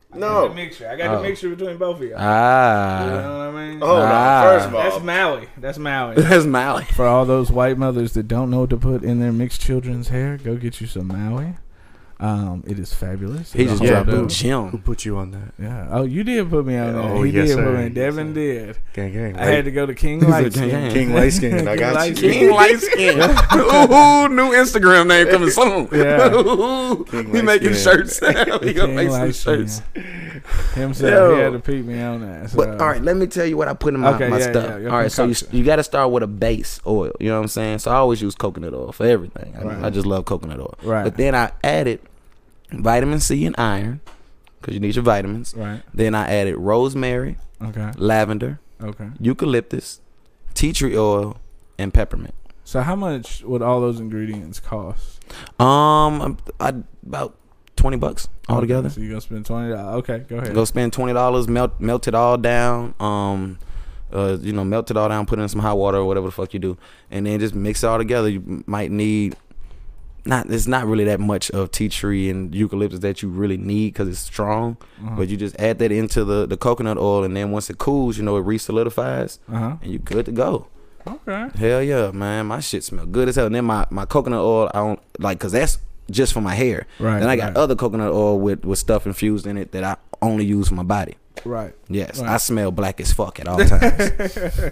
Speaker 4: y'all.
Speaker 5: no.
Speaker 4: The mixture. I got the mixture between both of y'all. you
Speaker 3: Ah.
Speaker 4: know what I mean?
Speaker 5: Hold
Speaker 3: Ah.
Speaker 5: on. First of
Speaker 4: That's
Speaker 5: all,
Speaker 4: Maui. That's
Speaker 3: [LAUGHS]
Speaker 4: Maui.
Speaker 3: That's Maui.
Speaker 4: [LAUGHS] For all those white mothers that don't know what to put in their mixed children's hair, go get you some Maui. Um, it is fabulous.
Speaker 3: He
Speaker 4: It
Speaker 3: just
Speaker 4: holds
Speaker 3: dropped
Speaker 4: up.
Speaker 3: a gem.
Speaker 5: put you on that?
Speaker 4: Yeah. Oh, you did put me on there.
Speaker 5: Oh,
Speaker 4: he
Speaker 5: yes,
Speaker 4: did put
Speaker 5: sir.
Speaker 4: me.
Speaker 5: Yes,
Speaker 4: Devin did.
Speaker 5: Gang, gang.
Speaker 4: I had to go to King Light Skin.
Speaker 5: King
Speaker 4: [LAUGHS]
Speaker 5: light skin. I
Speaker 4: King
Speaker 5: got
Speaker 4: light
Speaker 5: you.
Speaker 3: [LAUGHS]
Speaker 4: skin.
Speaker 3: King Light Skin. [LAUGHS] Ooh, new Instagram name coming soon. [LAUGHS]
Speaker 4: Yeah.
Speaker 3: Ooh,
Speaker 5: King
Speaker 3: we
Speaker 5: Light
Speaker 3: making
Speaker 5: Skin.
Speaker 3: shirts. [LAUGHS] we gonna
Speaker 4: King
Speaker 3: make some
Speaker 4: Light Skin.
Speaker 3: shirts.
Speaker 4: Himself,
Speaker 3: Yo.
Speaker 4: he had to peep me on that. So.
Speaker 3: But all right, let me tell you what I put in my,
Speaker 4: Okay,
Speaker 3: my
Speaker 4: yeah,
Speaker 3: stuff.
Speaker 4: yeah, your
Speaker 3: all right, so you,
Speaker 4: concoction.
Speaker 3: you got to start with a base oil. You know what I'm saying? So I always use coconut oil for everything. I,
Speaker 4: Right.
Speaker 3: I just love coconut oil.
Speaker 4: Right.
Speaker 3: But then I added vitamin C and iron. because you need your vitamins.
Speaker 4: Right.
Speaker 3: Then I added rosemary,
Speaker 4: Okay.
Speaker 3: lavender,
Speaker 4: Okay.
Speaker 3: eucalyptus, tea tree oil, and peppermint.
Speaker 4: So how much would all those ingredients cost
Speaker 3: Um, I, I- about twenty bucks altogether.
Speaker 4: So you gonna spend twenty dollars? Okay, go ahead.
Speaker 3: Go spend twenty dollars, melt melt it all down. Um, uh, you know, melt it all down, put it in some hot water or whatever the fuck you do, and then just mix it all together. You m- might need not it's not really that much of tea tree and eucalyptus that you really need because it's strong. But you just add that into the the coconut oil, and then once it cools, you know, it re-solidifies,
Speaker 4: Uh
Speaker 3: and you good to go.
Speaker 4: huh. Okay.
Speaker 3: Hell yeah, man. My shit smell good as hell. And then my, my coconut oil, I don't like because that's just for my hair.
Speaker 4: Right,
Speaker 3: Then I got
Speaker 4: right.
Speaker 3: other coconut oil with, with stuff infused in it that I only use for my body.
Speaker 4: Right.
Speaker 3: Yes,
Speaker 4: Right.
Speaker 3: I smell black as fuck at all times.
Speaker 4: [LAUGHS]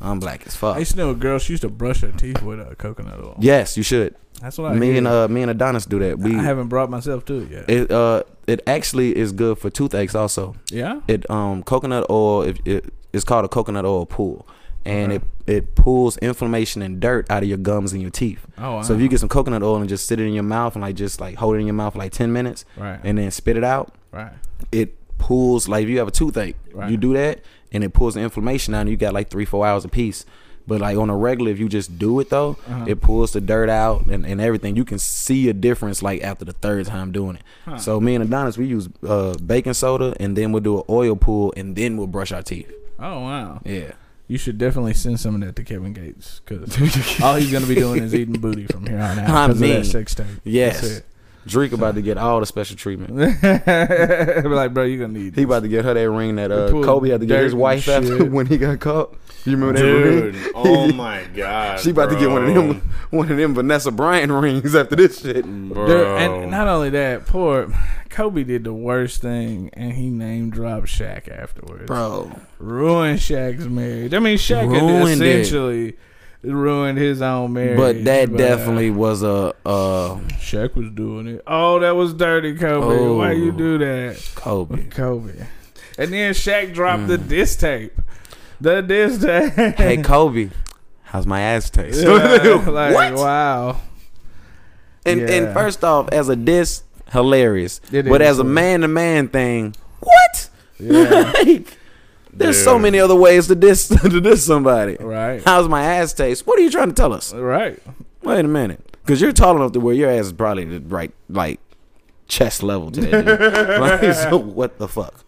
Speaker 3: I'm black as
Speaker 4: I
Speaker 3: fuck.
Speaker 4: used to know a girl. She used to brush her teeth with uh, coconut oil.
Speaker 3: Yes, you should.
Speaker 4: That's what I.
Speaker 3: me
Speaker 4: hear.
Speaker 3: and uh me and Adonis do that. We
Speaker 4: I haven't brought myself to it yet.
Speaker 3: it uh it actually is good for toothaches also.
Speaker 4: yeah.
Speaker 3: It um coconut oil if it, it's called a coconut oil pool. And it it pulls inflammation and dirt out of your gums and your teeth.
Speaker 4: Oh. Wow.
Speaker 3: So if you get some coconut oil and just sit it in your mouth and like just like hold it in your mouth for like ten minutes
Speaker 4: Right.
Speaker 3: and then spit it out,
Speaker 4: right.
Speaker 3: it pulls like if you have a toothache,
Speaker 4: Right.
Speaker 3: you do that and it pulls the inflammation out and you got like three, four hours apiece. But like on a regular, if you just do it though,
Speaker 4: Uh-huh.
Speaker 3: it pulls the dirt out and, and everything. You can see a difference like after the third time doing it. So me and Adonis, we use uh, baking soda and then we'll do an oil pool and then we'll brush our teeth.
Speaker 4: Oh wow.
Speaker 3: Yeah.
Speaker 4: You should definitely send some of that to Kevin Gates
Speaker 3: [LAUGHS]
Speaker 4: because all he's gonna be doing is eating booty from here on out.
Speaker 3: I
Speaker 4: 'cause of
Speaker 3: mean,
Speaker 4: that sex tape. That's
Speaker 3: Yes.
Speaker 4: it. [LAUGHS]
Speaker 3: Drake about to get all the special treatment.
Speaker 4: Be like, bro, you're gonna need.
Speaker 3: He about to get her that ring that uh,
Speaker 4: Pull
Speaker 3: Kobe had to get
Speaker 4: dirt
Speaker 3: his wife
Speaker 4: and
Speaker 3: after [LAUGHS]
Speaker 4: shit.
Speaker 3: when he got caught. You remember [LAUGHS]
Speaker 5: Dude,
Speaker 3: that ring?
Speaker 5: oh my god.
Speaker 3: she about to get one of them, one of them Vanessa Bryant rings after this shit.
Speaker 5: Bro.
Speaker 4: There- and not only that, poor Kobe did the worst thing, and he name dropped Shaq afterwards.
Speaker 3: Bro,
Speaker 4: ruined Shaq's marriage. I mean, Shaq had
Speaker 3: Ruined it.
Speaker 4: essentially ruined his own marriage.
Speaker 3: but that
Speaker 4: but, uh,
Speaker 3: definitely was a uh,
Speaker 4: Shaq was doing it. Oh, that was dirty, Kobe.
Speaker 3: Oh.
Speaker 4: Why you do that,
Speaker 3: Kobe.
Speaker 4: Kobe? And then Shaq dropped the diss tape. The diss tape.
Speaker 3: Hmm. hey Kobe, how's my ass taste?
Speaker 4: [LAUGHS] Yeah,
Speaker 3: [LAUGHS]
Speaker 4: like,
Speaker 3: What?
Speaker 4: Wow.
Speaker 3: and and
Speaker 4: yeah.
Speaker 3: first off, as a diss, hilarious.
Speaker 4: It
Speaker 3: but
Speaker 4: is,
Speaker 3: as a
Speaker 4: yeah.
Speaker 3: man to man thing, what?
Speaker 4: Yeah.
Speaker 3: [LAUGHS] Like, there's so
Speaker 5: Dude.
Speaker 3: many other ways to diss [LAUGHS] to diss somebody.
Speaker 4: right.
Speaker 3: How's my ass taste? What are you trying to tell us?
Speaker 4: Right.
Speaker 3: Wait a minute, because you're tall enough to where your ass is probably the right, like chest level to that. dude. [LAUGHS] Like, so what the fuck?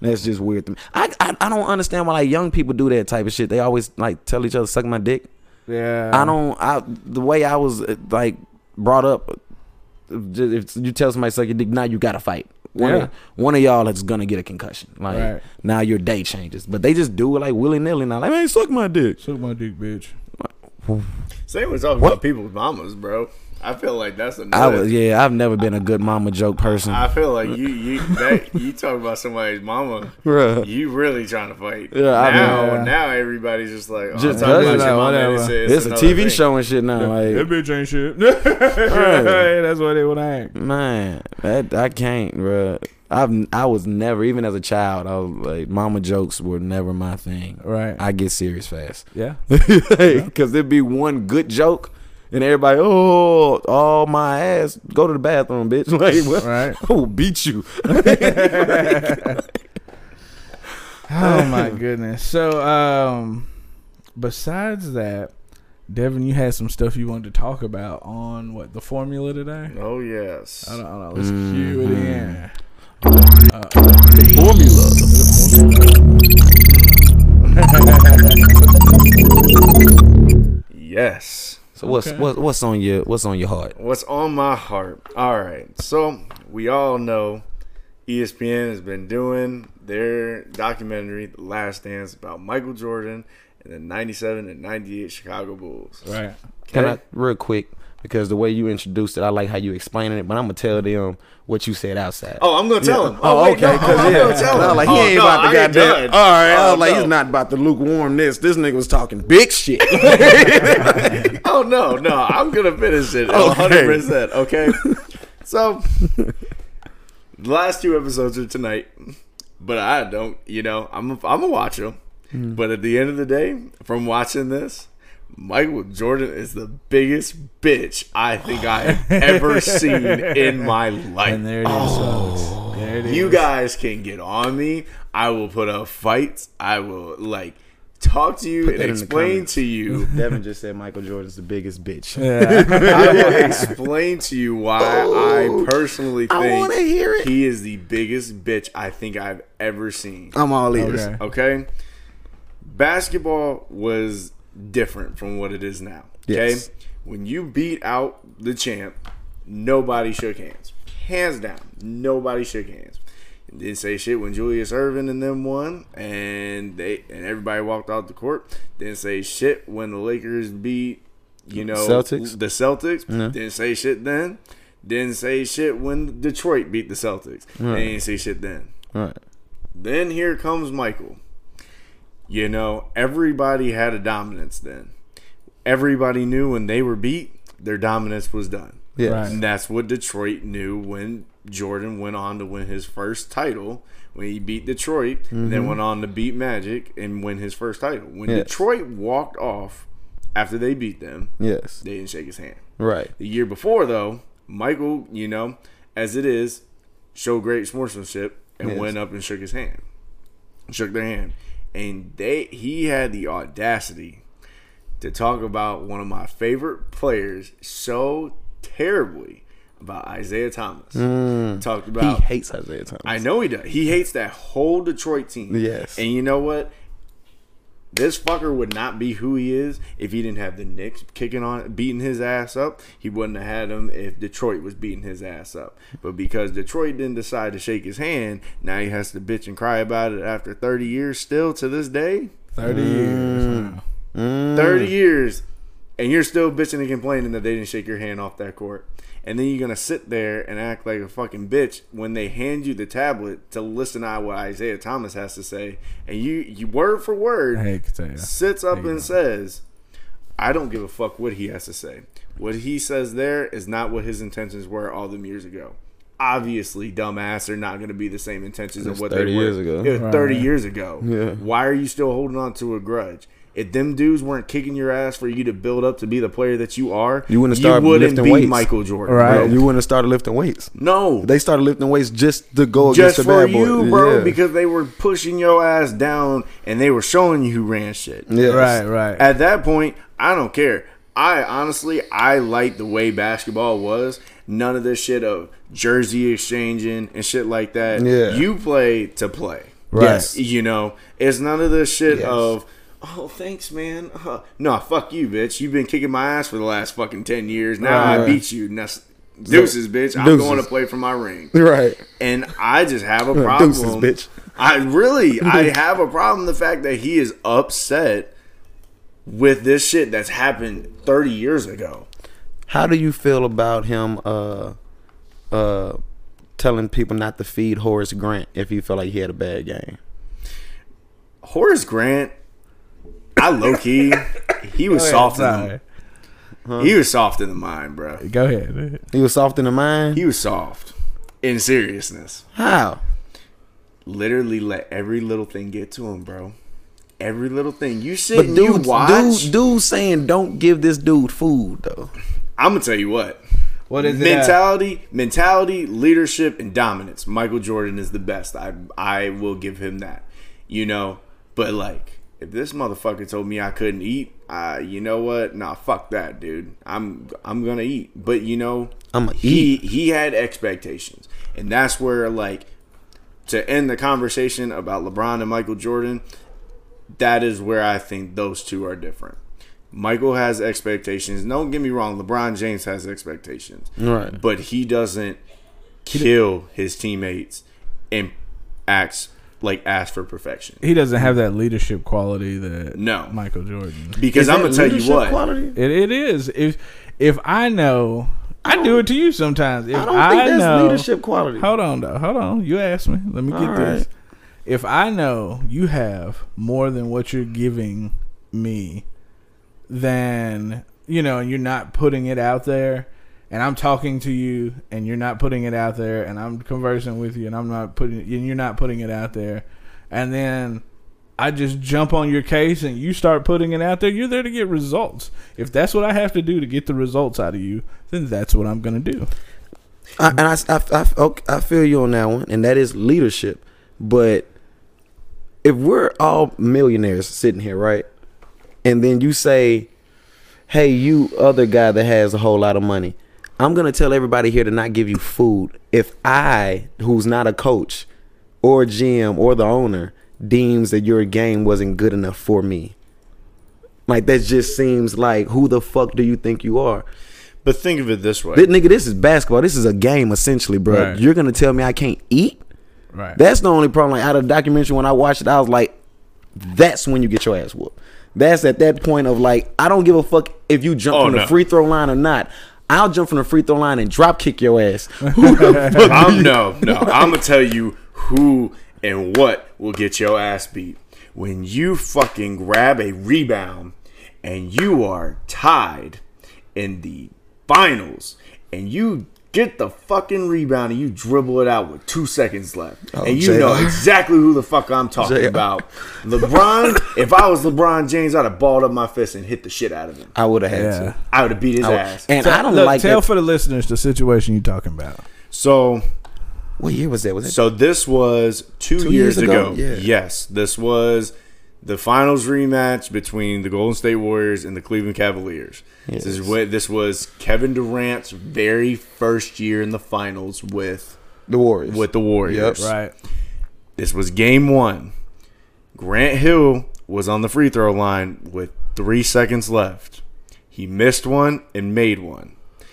Speaker 3: That's just weird to me. I, I I don't understand why like young people do that type of shit. They always like tell each other suck my dick.
Speaker 4: Yeah.
Speaker 3: I don't. I the way I was uh, like brought up. uh, ju- If you tell somebody suck your dick, now you got to fight. One,
Speaker 4: Yeah.
Speaker 3: of, one of y'all is gonna get a concussion. Like
Speaker 4: Right.
Speaker 3: now your day changes. But they just do it like willy nilly. Now like man, suck my dick.
Speaker 4: Suck my dick, bitch.
Speaker 5: Same with talking
Speaker 3: What?
Speaker 5: about people's mamas, bro. I feel like that's
Speaker 3: I
Speaker 5: another.
Speaker 3: was yeah. I've never been a good mama joke person.
Speaker 5: I feel like you you that you talk about somebody's mama,
Speaker 3: Bruh.
Speaker 5: you really trying to fight.
Speaker 3: Yeah, I
Speaker 5: now
Speaker 4: mean-
Speaker 5: now everybody's just like oh,
Speaker 3: Just
Speaker 5: just talking
Speaker 3: does
Speaker 5: about
Speaker 3: it,
Speaker 4: like,
Speaker 5: your mama. and
Speaker 4: whatever.
Speaker 5: say
Speaker 3: It's a
Speaker 5: another
Speaker 3: TV
Speaker 5: thing.
Speaker 3: show and shit now.
Speaker 4: That
Speaker 3: Like,
Speaker 4: bitch ain't shit. [LAUGHS] Hey, that's what they would ain't.
Speaker 3: man, that I can't, bro. I've I was never, even as a child, I was like, mama jokes were never my thing.
Speaker 4: Right.
Speaker 3: I get serious fast [LAUGHS]
Speaker 4: yeah.
Speaker 3: because there'd be one good joke. And everybody, oh, all my ass, go to the bathroom, bitch. [LAUGHS] Like, what?
Speaker 4: Right.
Speaker 3: I will beat you.
Speaker 4: Oh my goodness. So um besides that, Devin, you had some stuff you wanted to talk about on what, the formula today?
Speaker 5: Oh yes.
Speaker 4: I don't, I don't know. Let's cue it in.
Speaker 5: Yes.
Speaker 3: So what's
Speaker 4: Okay.
Speaker 3: what's what's on your what's on your heart?
Speaker 5: What's on my heart? All right. So we all know E ESPN has been doing their documentary, The Last Dance, about Michael Jordan and the 97 and 98 Chicago Bulls.
Speaker 4: [LAUGHS] Right.
Speaker 3: Can I
Speaker 5: Okay.
Speaker 3: real quick because the way you introduced it, I like how you explaining it, but I'm gonna tell them what you said outside.
Speaker 5: Oh, I'm gonna tell him.
Speaker 3: Oh,
Speaker 5: wait,
Speaker 3: okay.
Speaker 5: no,
Speaker 3: Cause
Speaker 5: [LAUGHS] I'm
Speaker 3: yeah,
Speaker 5: gonna tell
Speaker 3: I was
Speaker 5: him.
Speaker 3: like he
Speaker 5: Oh,
Speaker 3: ain't
Speaker 5: no,
Speaker 3: about
Speaker 5: I
Speaker 3: to
Speaker 5: ain't
Speaker 3: goddamn.
Speaker 5: done.
Speaker 3: All right, I
Speaker 5: Oh,
Speaker 3: was like
Speaker 5: no.
Speaker 3: he's not about to lukewarm this. This nigga was talking big shit. [LAUGHS]
Speaker 5: [LAUGHS] Oh no, no, I'm gonna finish it.
Speaker 3: Okay.
Speaker 5: 100.
Speaker 3: [LAUGHS]
Speaker 5: percent Okay. So, the last two episodes are tonight, but I don't. You know, I'm i I'm gonna watch them.
Speaker 3: Hmm.
Speaker 5: But at the end of the day, from watching this, Michael Jordan is the
Speaker 3: [LAUGHS]
Speaker 5: biggest bitch I think I have ever seen in my life.
Speaker 4: And there it is. There
Speaker 5: [LAUGHS]
Speaker 4: it is.
Speaker 5: You guys can get on me. I will put up fights. I will like talk to you and
Speaker 3: that in the
Speaker 5: explain
Speaker 3: comments.
Speaker 5: to
Speaker 3: [LAUGHS]
Speaker 5: you.
Speaker 3: Devin just said Michael Jordan's the biggest bitch.
Speaker 4: Yeah.
Speaker 3: [LAUGHS]
Speaker 5: I will explain to you why I personally
Speaker 3: I
Speaker 5: think
Speaker 3: wanna hear it.
Speaker 5: he is the biggest bitch I think I've ever seen.
Speaker 3: I'm all ears.
Speaker 4: Okay.
Speaker 5: Okay. Basketball was different from what it is now. Okay.
Speaker 3: Yes.
Speaker 5: When you beat out the champ, nobody shook hands. Hands down, nobody shook hands. Didn't say shit when Julius Irvin and them won, and they and everybody walked out the court. Didn't say shit when the Lakers beat, you know,
Speaker 3: Celtics?
Speaker 5: the Celtics. Didn't say shit then. Didn't say shit when Detroit beat the Celtics. They didn't say shit then.
Speaker 3: Right.
Speaker 5: Then here comes Michael. You know, everybody had a dominance then. Everybody knew when they were beat, their dominance was done.
Speaker 3: Yes.
Speaker 4: Right.
Speaker 5: And that's what Detroit knew when Jordan went on to win his first title when he beat Detroit, and then went on to beat Magic and win his first title. When
Speaker 3: Yes.
Speaker 5: Detroit walked off after they beat them,
Speaker 3: Yes.
Speaker 5: they didn't shake his hand.
Speaker 3: Right.
Speaker 5: The year before, though, Michael, you know, as it is, showed great sportsmanship and
Speaker 3: Yes.
Speaker 5: went up and shook his hand, shook their hand, and they he had the audacity to talk about one of my favorite players so terribly about Isaiah Thomas.
Speaker 3: Mm.
Speaker 5: Talked
Speaker 3: He
Speaker 5: about
Speaker 3: hates Isaiah Thomas.
Speaker 5: I know he does. He hates that whole Detroit team.
Speaker 3: Yes.
Speaker 5: And you know what? This fucker would not be who he is if he didn't have the Knicks kicking on, beating his ass up. He wouldn't have had him if Detroit was beating his ass up. But because Detroit didn't decide to shake his hand, now he has to bitch and cry about it after 30 years still to this day.
Speaker 4: 30 years. Wow.
Speaker 5: 30 years and you're still bitching and complaining that they didn't shake your hand off that court. And then you're going to sit there and act like a fucking bitch when they hand you the tablet to listen to what Isaiah Thomas has to say. And you, you word for word,
Speaker 4: I hate Katea.
Speaker 5: sits up and says, I don't give a fuck what he has to say. What he says there is not what his intentions were all them years ago. Obviously, dumbass are not going to be the same intentions of
Speaker 3: That's
Speaker 5: what
Speaker 3: 30
Speaker 5: they were
Speaker 3: years ago.
Speaker 5: Yeah,
Speaker 4: Right,
Speaker 5: Thirty
Speaker 4: right.
Speaker 5: years ago.
Speaker 3: Yeah.
Speaker 5: Why are you still holding on to a grudge? If them dudes weren't kicking your ass for you to build up to be the player that you are,
Speaker 3: You wouldn't start lifting
Speaker 5: be
Speaker 3: weights.
Speaker 5: Michael Jordan.
Speaker 4: Right.
Speaker 5: bro.
Speaker 3: Bro, you wouldn't have started lifting weights.
Speaker 5: no,
Speaker 3: They started lifting weights just to go
Speaker 5: just
Speaker 3: against the
Speaker 5: for
Speaker 3: bad boy.
Speaker 5: you, bro,
Speaker 3: Yeah.
Speaker 5: because they were pushing your ass down and they were showing you who ran shit.
Speaker 3: Yes.
Speaker 4: Right, right.
Speaker 5: At that point, I don't care. I honestly, I like the way basketball was. None of this shit of jersey exchanging and shit like that.
Speaker 3: Yeah.
Speaker 5: You play to play.
Speaker 4: Right.
Speaker 3: Yes.
Speaker 5: You know, it's none of this shit
Speaker 3: Yes.
Speaker 5: of, oh, thanks, man. Uh, no, fuck you, bitch. You've been kicking my ass for the last fucking 10 years. Now I
Speaker 3: Right.
Speaker 5: beat you. Now, deuces, bitch. I'm
Speaker 3: Deuces.
Speaker 5: going to play for
Speaker 3: [LAUGHS]
Speaker 5: my ring
Speaker 3: [LAUGHS] Right.
Speaker 5: and I just have a
Speaker 3: [LAUGHS]
Speaker 5: problem.
Speaker 3: deuces, bitch.
Speaker 5: I really, I
Speaker 3: [LAUGHS]
Speaker 5: have a problem. The fact that he is upset with this shit that's happened 30 years ago.
Speaker 3: How do you feel about him uh uh telling people not to feed Horace Grant if you feel like he had a bad game?
Speaker 5: Horace Grant, I
Speaker 3: [LAUGHS]
Speaker 5: low key, he
Speaker 3: Oh,
Speaker 5: was soft. In
Speaker 4: Sorry.
Speaker 5: the, He was soft in the mind, bro.
Speaker 4: Go ahead.
Speaker 3: He was soft in the mind.
Speaker 5: He was soft in seriousness.
Speaker 3: How?
Speaker 5: Literally, let every little thing get to him, bro. Every little thing you sit
Speaker 3: But
Speaker 5: and you
Speaker 3: dude,
Speaker 5: watch.
Speaker 3: dude, dude saying don't give this dude food though.
Speaker 5: I'm gonna tell you what.
Speaker 4: What is it at?
Speaker 5: mentality, mentality, leadership, and dominance. Michael Jordan is the best. I I will give him that. You know, but like, if this motherfucker told me I couldn't eat, uh, you know what? Nah, fuck that, dude. I'm I'm gonna eat. But you know,
Speaker 3: I'ma
Speaker 5: he he had expectations, and that's where like to end the conversation about LeBron and Michael Jordan. That is where I think those two are different. Michael has expectations. Don't get me wrong, LeBron James has expectations.
Speaker 3: Right.
Speaker 5: But he doesn't kill his teammates and acts like ask for perfection.
Speaker 4: He doesn't have that leadership quality that
Speaker 5: No.
Speaker 4: Michael Jordan.
Speaker 5: Because I'm gonna
Speaker 3: Is that
Speaker 5: tell you
Speaker 3: leadership
Speaker 5: what.
Speaker 3: quality?
Speaker 4: It, it is. If if I know, I do it to you sometimes. If
Speaker 3: I don't think that's
Speaker 4: know,
Speaker 3: leadership quality.
Speaker 4: Hold on, though. Hold on. You asked me. Let me get
Speaker 3: All
Speaker 4: this.
Speaker 3: right.
Speaker 4: If I know you have more than what you're giving me, then you know you're not putting it out there. And I'm talking to you, and you're not putting it out there. And I'm conversing with you, and I'm not putting, and you're not putting it out there. And then I just jump on your case and you start putting it out there, you're there to get results. If that's what I have to do to get the results out of you, then that's what I'm going to do.
Speaker 3: I, and I, I, I, ok- I feel you on that one, and that is leadership. But if we're all millionaires sitting here, right, and then you say, "Hey, you other guy that has a whole lot of money," I'm gonna tell everybody here to not give you food if I, who's not a coach or GM or the owner, deems that your game wasn't good enough for me. Like that just seems like who the fuck do you think you are?
Speaker 5: But think of it this way.
Speaker 3: This, nigga, this is basketball. This is a game essentially, bro.
Speaker 4: Right.
Speaker 3: You're gonna tell me I can't eat?
Speaker 4: Right.
Speaker 3: That's the only problem. Like out of the documentary, when I watched it, I was like, that's when you get your ass whooped. That's at that point of like, I don't give a fuck if you jump
Speaker 5: Oh,
Speaker 3: from the
Speaker 5: no.
Speaker 3: free throw line or not. I'll jump from the free throw line and drop kick your ass. [LAUGHS] Who the fuck?
Speaker 5: [LAUGHS] I'm no, no. I'm gonna tell you who and what will get your ass beat when you fucking grab a rebound and you are tied in the finals and you get the fucking rebound and you dribble it out with two seconds left
Speaker 3: Oh,
Speaker 5: and you know
Speaker 3: JR.
Speaker 5: exactly who the fuck I'm talking
Speaker 3: JR.
Speaker 5: about. LeBron. if I was LeBron James, I'd have balled up my fist and hit the shit out of him.
Speaker 3: I would have had
Speaker 4: Yeah.
Speaker 3: to.
Speaker 5: I would have beat his
Speaker 3: I would-
Speaker 5: ass.
Speaker 3: and I don't
Speaker 4: Look,
Speaker 3: like
Speaker 4: tell
Speaker 3: that.
Speaker 4: for the listeners the situation you're talking about.
Speaker 5: so
Speaker 3: what year was that? Was that
Speaker 5: So this was two,
Speaker 3: years
Speaker 5: years,
Speaker 3: ago,
Speaker 5: ago.
Speaker 3: yeah.
Speaker 5: Yes, this was the finals rematch between the Golden State Warriors and the Cleveland Cavaliers. This is
Speaker 3: Yes.
Speaker 5: what this was Kevin Durant's very first year in the finals with
Speaker 3: the Warriors?
Speaker 5: with the Warriors.
Speaker 4: Right.
Speaker 5: This was game 1. Grant Hill was on the free throw line with 3 seconds left. He missed one and made one.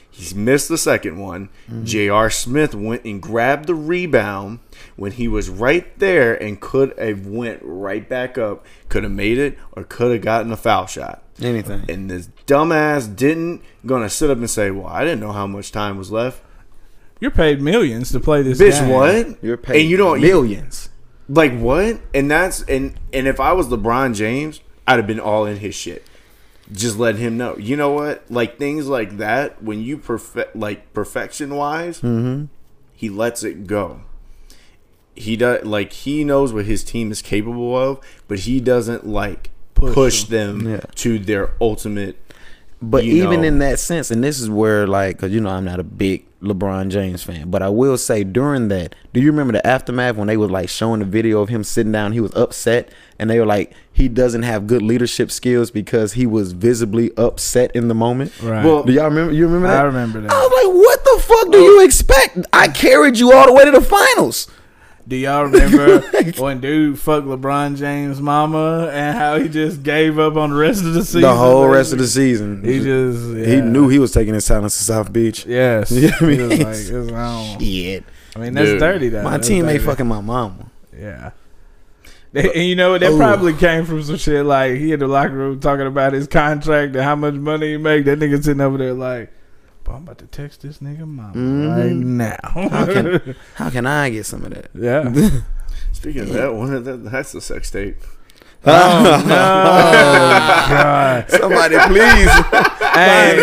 Speaker 5: He's missed the second one. J.R. Smith went and grabbed the rebound when he was right there and could have went right back up, could have made it, or could have gotten a foul shot.
Speaker 3: Anything.
Speaker 5: And this dumbass didn't gonna sit up and say, "Well, I didn't know how much time was left."
Speaker 4: You're paid millions to play this
Speaker 5: Bitch,
Speaker 4: game.
Speaker 5: what?
Speaker 3: You're paid
Speaker 5: and you don't you-
Speaker 3: 1000000s
Speaker 5: like what? And that's and and if I was LeBron James, I'd have been all in his shit. Just let him know. You know what? Like things like that, when you perfect, like perfection wise, he lets it go. He does like he knows what his team is capable of, but he doesn't like push, them,
Speaker 3: Yeah.
Speaker 5: to their ultimate.
Speaker 3: But
Speaker 5: you
Speaker 3: even
Speaker 5: know.
Speaker 3: in that sense, and this is where, like, because you know, I'm not a big LeBron James fan, but I will say during that, do you remember the aftermath when they were like showing the video of him sitting down? He was upset, and they were like, he doesn't have good leadership skills because he was visibly upset in the moment.
Speaker 4: Right.
Speaker 5: Well,
Speaker 3: Do y'all remember? You remember that?
Speaker 4: I remember that.
Speaker 3: I was like, what the fuck do you expect? I carried you all the way to the finals.
Speaker 4: Do y'all
Speaker 3: [LAUGHS]
Speaker 4: remember when dude fucked LeBron James' mama and how he just gave up on the rest of the season?
Speaker 3: The whole rest of the season.
Speaker 4: He just yeah.
Speaker 3: He knew he was taking his talents to South Beach. [LAUGHS]
Speaker 4: Yes.
Speaker 3: You know what I
Speaker 4: He
Speaker 3: mean?
Speaker 4: was like, it's, I, don't-
Speaker 3: Shit.
Speaker 4: I mean, that's
Speaker 5: Dude.
Speaker 4: dirty. That
Speaker 3: My
Speaker 4: that's
Speaker 3: teammate
Speaker 4: dirty.
Speaker 3: fucking my mama.
Speaker 4: Yeah. They, and you know what? That
Speaker 3: Ooh.
Speaker 4: probably came from some shit like he in the locker room talking about his contract and how much money he make. That nigga sitting over there like, "But I'm about to text this nigga mama right
Speaker 3: Mm-hmm.
Speaker 4: now."
Speaker 3: How
Speaker 4: [LAUGHS]
Speaker 3: [LAUGHS] can, how can I get some of that?
Speaker 4: yeah.
Speaker 5: Speaking of that one, that, that's the sex tape.
Speaker 3: Oh,
Speaker 4: God.
Speaker 3: [LAUGHS] Somebody please.
Speaker 4: Hey,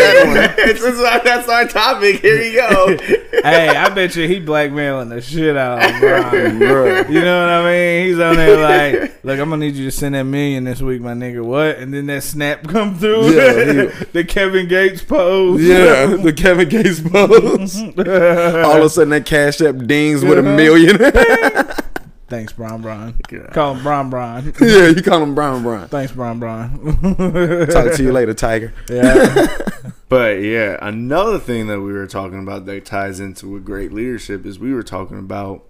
Speaker 5: [LAUGHS] that's, our, that's our topic. Here we go.
Speaker 4: hey, I bet you he blackmailing the shit out of LeBron.
Speaker 3: [LAUGHS] Bruh.
Speaker 4: You know what I mean? He's on there like, look, I'm gonna need you to send that million this week, my nigga. What? And then that snap [LAUGHS] come through,
Speaker 3: Yeah, he-
Speaker 4: [LAUGHS] the Kevin Gates pose.
Speaker 3: Yeah, the Kevin Gates pose. [LAUGHS] All of a sudden, that Cash App dings with a [LAUGHS] million.
Speaker 4: Thanks, Bron Bron.
Speaker 5: [LAUGHS] God.
Speaker 4: Call him Bron Bron.
Speaker 3: yeah, you call him Brown Brown.
Speaker 4: Thanks, Bron Bron.
Speaker 3: Talk to you later, Tiger.
Speaker 4: [LAUGHS] yeah. [LAUGHS]
Speaker 5: But yeah, another thing that we were talking about that ties into with great leadership is we were talking about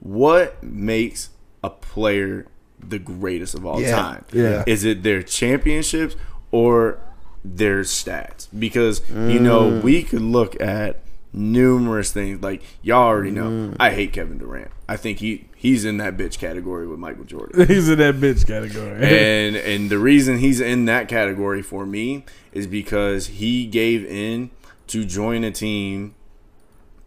Speaker 5: what makes a player the greatest of all
Speaker 3: Yeah.
Speaker 5: time.
Speaker 4: Yeah.
Speaker 5: Is it their championships or their stats? Because you know, we could look at numerous things like y'all already know. I hate Kevin Durant. I think he he's in that bitch category with Michael Jordan.
Speaker 4: He's in that bitch category.
Speaker 5: and and the reason he's in that category for me is because he gave in to join a team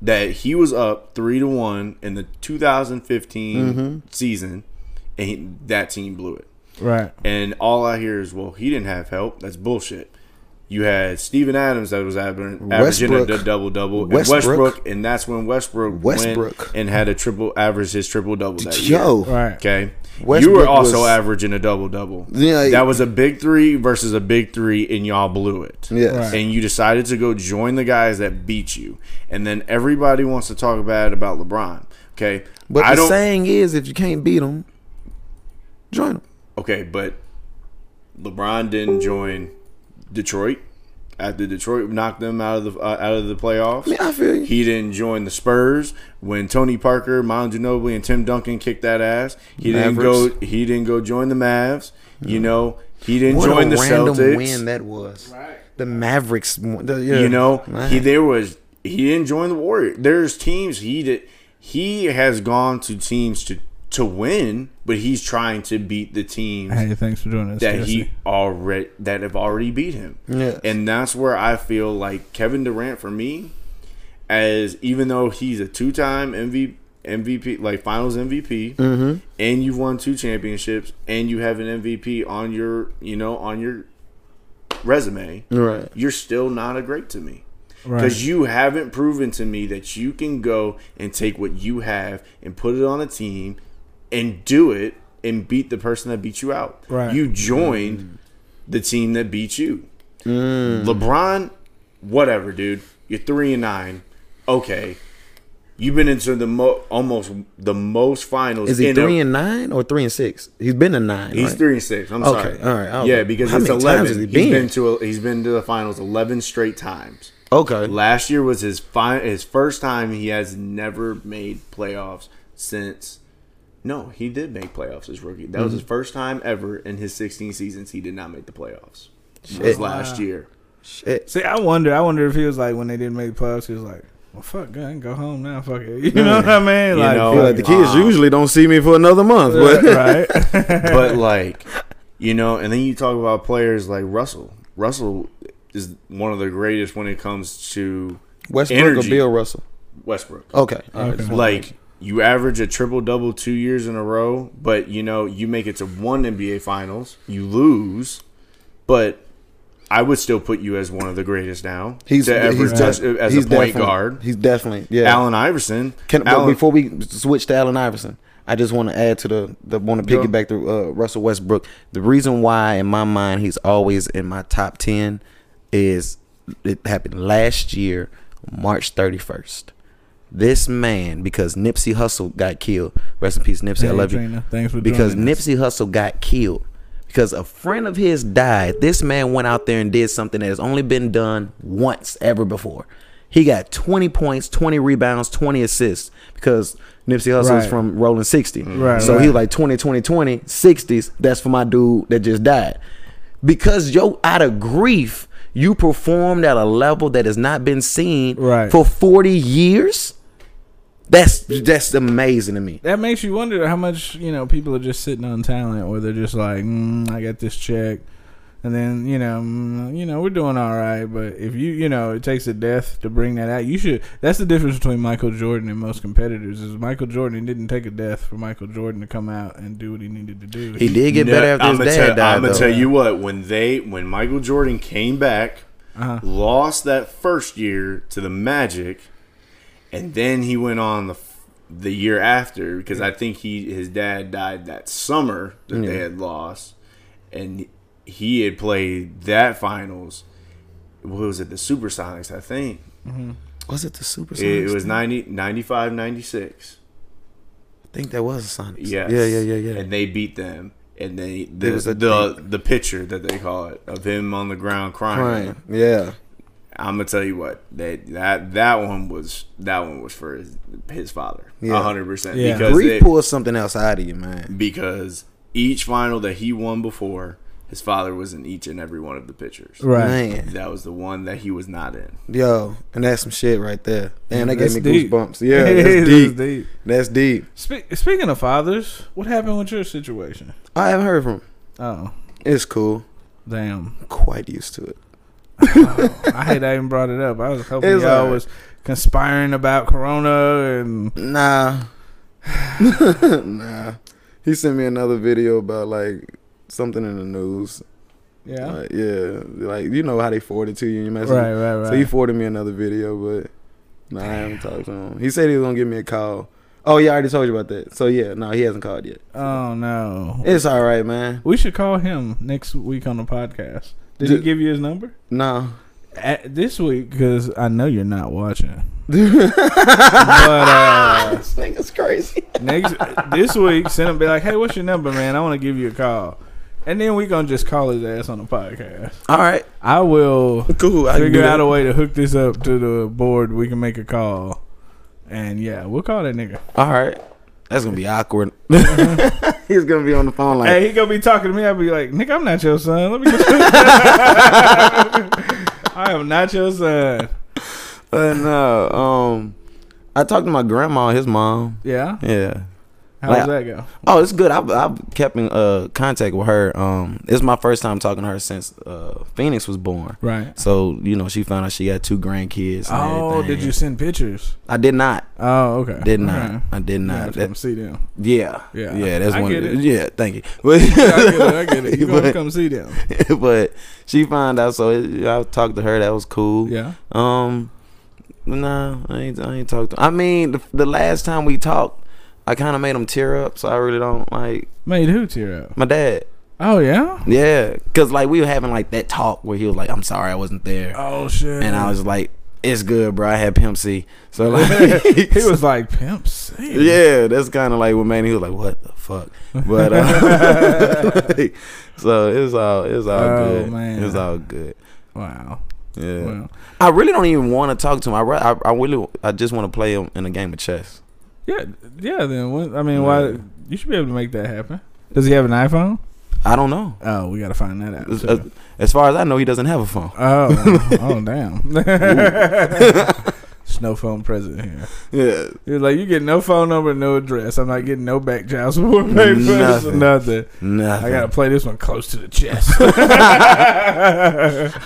Speaker 5: that he was up three to one in the 2015
Speaker 3: Mm-hmm.
Speaker 5: season, and he, that team blew it.
Speaker 4: right.
Speaker 5: And all I hear is, well, he didn't have help. That's bullshit. You had Steven Adams that was aver- averaging a
Speaker 3: Westbrook.
Speaker 5: double double, and
Speaker 3: Westbrook.
Speaker 5: Westbrook. and that's when Westbrook, went
Speaker 3: Westbrook.
Speaker 5: and had a triple average his triple double that year.
Speaker 3: Yo.
Speaker 4: Right.
Speaker 5: Okay.
Speaker 3: Westbrook
Speaker 5: you were also
Speaker 3: was-
Speaker 5: averaging a double double.
Speaker 3: Yeah, like-
Speaker 5: that was a big three versus a big three, and y'all blew it.
Speaker 3: Yes.
Speaker 4: Right.
Speaker 5: and you decided to go join the guys that beat you, and then everybody wants to talk bad about LeBron. Okay,
Speaker 3: But
Speaker 5: I
Speaker 3: the
Speaker 5: don't.
Speaker 3: saying is, if you can't beat them, join them.
Speaker 5: okay, but LeBron didn't join Detroit after Detroit knocked them out of the uh, out of the playoffs.
Speaker 3: I feel you.
Speaker 5: He didn't join the Spurs when Tony Parker, Manu Ginobili, and Tim Duncan kicked that ass. He
Speaker 3: Mavericks.
Speaker 5: didn't go. He didn't go join the Mavs. You know, he didn't
Speaker 3: What
Speaker 5: join
Speaker 3: a
Speaker 5: the
Speaker 3: random
Speaker 5: Celtics.
Speaker 3: win that was. The Mavericks. won- the- yeah.
Speaker 5: You know,
Speaker 3: Man.
Speaker 5: he there was he didn't join the Warriors. There's teams he did. He has gone to teams to to win, but he's trying to beat the teams
Speaker 4: Hey, thanks for doing this.
Speaker 5: that
Speaker 4: Jesse.
Speaker 5: he already that have already beat him.
Speaker 3: Yes.
Speaker 5: And that's where I feel like Kevin Durant for me, as even though he's a two time MVP MVP like Finals MVP, and you've won two championships, and you have an MVP on your you know on your resume,
Speaker 3: Right.
Speaker 5: you're still not a great to me.
Speaker 4: Right.
Speaker 5: Because you haven't proven to me that you can go and take what you have and put it on a team and do it and beat the person that beat you out.
Speaker 4: Right.
Speaker 5: You joined the team that beat you.
Speaker 3: Mm.
Speaker 5: LeBron, whatever, dude. You're three and nine. Okay. You've been into the mo- almost the most finals.
Speaker 3: Is he
Speaker 5: in a-
Speaker 3: three and nine or three and six? He's been a nine.
Speaker 5: uh, He's
Speaker 3: right?
Speaker 5: three and six. I'm
Speaker 3: Okay,
Speaker 5: sorry.
Speaker 3: all right. I was
Speaker 5: Yeah,
Speaker 3: like,
Speaker 5: because
Speaker 3: how
Speaker 5: it's
Speaker 3: many times
Speaker 5: eleven.
Speaker 3: has he
Speaker 5: He's
Speaker 3: been?
Speaker 5: been to a, he's been to the finals eleven straight times.
Speaker 3: Okay.
Speaker 5: Last year was his fi- his first time he has never made playoffs since. No, he did make playoffs as rookie. That was
Speaker 3: Mm-hmm.
Speaker 5: his first time ever in his 16 seasons he did not make the playoffs. It was
Speaker 3: Shit.
Speaker 5: last year.
Speaker 3: Shit.
Speaker 4: See, I wonder. I wonder if he was like when they didn't make the playoffs. He was like, "Well, fuck, I can go home now. Fuck it." [LAUGHS] You know what I mean?
Speaker 5: Mm. You
Speaker 4: Like,
Speaker 5: know,
Speaker 3: Feel like the kids
Speaker 5: Wow.
Speaker 3: usually don't see me for another month, but
Speaker 4: [LAUGHS] right?
Speaker 5: [LAUGHS] but like, you know, and then you talk about players like Russell. Russell is one of the greatest when it comes to
Speaker 3: [LAUGHS] Westbrook
Speaker 5: Energy.
Speaker 3: or Bill Russell?
Speaker 5: Westbrook.
Speaker 3: Okay. All right.
Speaker 5: like you average a triple double two years in a row, but you know you make it to one NBA Finals, you lose, but I would still put you as one of the greatest now.
Speaker 3: He's
Speaker 5: to ever
Speaker 3: he's
Speaker 5: touch
Speaker 3: def-
Speaker 5: as
Speaker 3: he's
Speaker 5: a point
Speaker 3: definitely-
Speaker 5: guard.
Speaker 3: He's definitely yeah.
Speaker 5: Allen Iverson.
Speaker 3: Can, but
Speaker 5: Allen-
Speaker 3: before we switch to Allen Iverson, I just want to add to the the want to piggyback to uh, Russell Westbrook. The reason why, in my mind, he's always in my top ten is it happened last year, March thirty first. This man, because Nipsey Hussle got killed. Rest in peace, Nipsey. I
Speaker 4: Hey,
Speaker 3: love you.
Speaker 4: Trina, thanks for
Speaker 3: because
Speaker 4: joining us.
Speaker 3: Nipsey Hussle got killed because a friend of his died. This man went out there and did something that has only been done once ever before. He got 20 points, 20 rebounds, 20 assists because Nipsey Hussle was
Speaker 4: Right.
Speaker 3: from Rolling 60.
Speaker 4: Right,
Speaker 3: so he
Speaker 4: right.
Speaker 3: was like 20, 20, 20, 60s. That's for my dude that just died. Because yo, out of grief, you performed at a level that has not been seen
Speaker 4: Right.
Speaker 3: for 40 years. That's that's amazing to me.
Speaker 4: that makes you wonder how much you know people are just sitting on talent, or they're just like, mm, "I got this check," and then you know, mm, you know, we're doing all right. But if you, you know, it takes a death to bring that out. You should. That's the difference between Michael Jordan and most competitors. Is Michael Jordan didn't take a death for Michael Jordan to come out and do what he needed to do.
Speaker 3: He did get better after his dad died.
Speaker 5: I'm gonna
Speaker 3: though.
Speaker 5: tell you what when they when Michael Jordan came back, lost that first year to the Magic, and then he went on the f- the year after because I think he his dad died that summer that they had lost, and he had played that finals. What was it? The Supersonics, I think.
Speaker 3: Was it the Super
Speaker 5: It,
Speaker 3: Sonics?
Speaker 5: it was 90, 95, 96.
Speaker 3: I think that was the Sonics.
Speaker 5: Yes.
Speaker 3: Yeah, yeah, yeah, yeah.
Speaker 5: And they beat them. And they the
Speaker 3: It was a
Speaker 5: the, the picture that they call it of him on the ground crying.
Speaker 3: Right. Yeah.
Speaker 5: I'm gonna tell you what that that that one was that one was for his, his father.
Speaker 3: Yeah.
Speaker 5: hundred percent.
Speaker 4: Yeah.
Speaker 5: Because
Speaker 3: Grief
Speaker 5: they-
Speaker 3: pulls something else out of you, man.
Speaker 5: because each final that he won before, his father was in each and every one of the pictures.
Speaker 4: right.
Speaker 3: Man,
Speaker 5: That was the one that he was not in.
Speaker 3: yo, and that's some shit right there. Damn, that gave
Speaker 4: That's
Speaker 3: me
Speaker 4: deep.
Speaker 3: goosebumps. [LAUGHS] Yeah,
Speaker 4: [LAUGHS] It
Speaker 3: that's
Speaker 4: is
Speaker 3: deep. That's deep.
Speaker 4: Spe- speaking of fathers, what happened with your situation?
Speaker 3: I haven't heard from. Him.
Speaker 4: Oh,
Speaker 3: It's cool.
Speaker 4: damn.
Speaker 3: Quite used to it.
Speaker 4: I hate I even brought it up. I was hoping
Speaker 3: It's
Speaker 4: y'all
Speaker 3: alright.
Speaker 4: was conspiring about Corona and
Speaker 3: Nah. [LAUGHS] nah. He sent me another video about like something in the news.
Speaker 4: yeah,
Speaker 3: Like, yeah, like you know how they forward it to you in your message.
Speaker 4: right, right, right.
Speaker 3: So he forwarded me another video, but nah, I haven't talked to him. He said he was gonna give me a call. Oh yeah, I already told you about that. So yeah, no, he hasn't called yet.
Speaker 4: Oh no.
Speaker 3: It's all right, man.
Speaker 4: We should call him next week on the podcast. Did he
Speaker 3: Dude.
Speaker 4: give you his number?
Speaker 3: No,
Speaker 4: At this week, because I know you're
Speaker 3: [LAUGHS]
Speaker 4: not watching. but uh,
Speaker 3: this nigga's crazy.
Speaker 4: next this week, send him be like, "Hey, what's your number, man? I want to give you a call." And then we gonna just call his ass on the podcast.
Speaker 3: [LAUGHS] All right,
Speaker 4: I will
Speaker 3: cool. I can do
Speaker 4: figure
Speaker 3: that.
Speaker 4: out a way to hook this up to the board. We can make a call, and yeah, we'll call that nigga.
Speaker 3: All right, that's gonna be
Speaker 4: [LAUGHS]
Speaker 3: awkward. He's gonna be on the phone like,
Speaker 4: Hey, he gonna be talking to me. I'll be like, "Nigga, I'm not your son. Let me."
Speaker 3: [LAUGHS]
Speaker 4: Get [LAUGHS] I am not your son.
Speaker 3: uh, no. Um, I talked to my grandma, and his mom.
Speaker 4: Yeah.
Speaker 3: Yeah.
Speaker 4: How does
Speaker 3: Like-
Speaker 4: that go?
Speaker 3: Oh, it's good. I've, I've kept in uh, contact with her. Um, it's my first time talking to her since uh, Phoenix was born.
Speaker 4: Right.
Speaker 3: So you know, she found out she got two grandkids. and
Speaker 4: Oh,
Speaker 3: everything.
Speaker 4: did you send pictures?
Speaker 3: I did not.
Speaker 4: Oh, okay.
Speaker 3: Did not.
Speaker 4: Okay.
Speaker 3: I did
Speaker 4: Yeah,
Speaker 3: not.
Speaker 4: I
Speaker 3: That-
Speaker 4: come see
Speaker 3: [LAUGHS]
Speaker 4: them.
Speaker 3: Yeah.
Speaker 4: Yeah.
Speaker 3: Yeah, that's
Speaker 4: I
Speaker 3: one
Speaker 4: get
Speaker 3: of
Speaker 4: it.
Speaker 3: the, Yeah, thank you.
Speaker 4: [LAUGHS] Yeah, I get it. I get
Speaker 3: [LAUGHS]
Speaker 4: it. You gonna
Speaker 3: But-
Speaker 4: come see them?
Speaker 3: But, [LAUGHS] but she found out so it, I talked to her, that was cool.
Speaker 4: Yeah.
Speaker 3: Um nah, I ain't I ain't talked to I mean the, the last time we talked, I kind of made him tear up, so I really don't like
Speaker 4: Made who tear up?
Speaker 3: my dad.
Speaker 4: Oh yeah.
Speaker 3: Yeah, cuz like we were having like that talk where he was like I'm sorry I wasn't there.
Speaker 4: Oh shit.
Speaker 3: And I was like it's good, bro. I had Pimp C. So like
Speaker 4: [LAUGHS]
Speaker 5: [LAUGHS]
Speaker 4: he was like pimp C.
Speaker 3: [LAUGHS] Yeah, that's kind of like what man. He was like, "What the fuck?" But uh, [LAUGHS] like, so it was all it was all
Speaker 4: Oh,
Speaker 3: good.
Speaker 4: man.
Speaker 3: It was all good.
Speaker 4: Wow.
Speaker 3: Yeah,
Speaker 4: Well.
Speaker 3: I really don't even want to talk to him. I, re- I I really I just want to play him in a game of chess.
Speaker 4: Yeah. Yeah. Then what, I mean, why? You should be able to make that happen. Does he have an iPhone?
Speaker 3: I don't know.
Speaker 4: Oh, we gotta find that out.
Speaker 3: As,
Speaker 4: too.
Speaker 3: as- as far as I know, he doesn't have a phone.
Speaker 4: Oh, [LAUGHS] oh damn. [LAUGHS] Snow phone president here.
Speaker 3: Yeah,
Speaker 4: He was like, you get no phone number, no address. I'm not getting no back child support papers,
Speaker 3: Nothing.
Speaker 4: nothing. nothing.
Speaker 3: nothing.
Speaker 4: I gotta play this one close to the chest.
Speaker 3: [LAUGHS]
Speaker 4: [LAUGHS]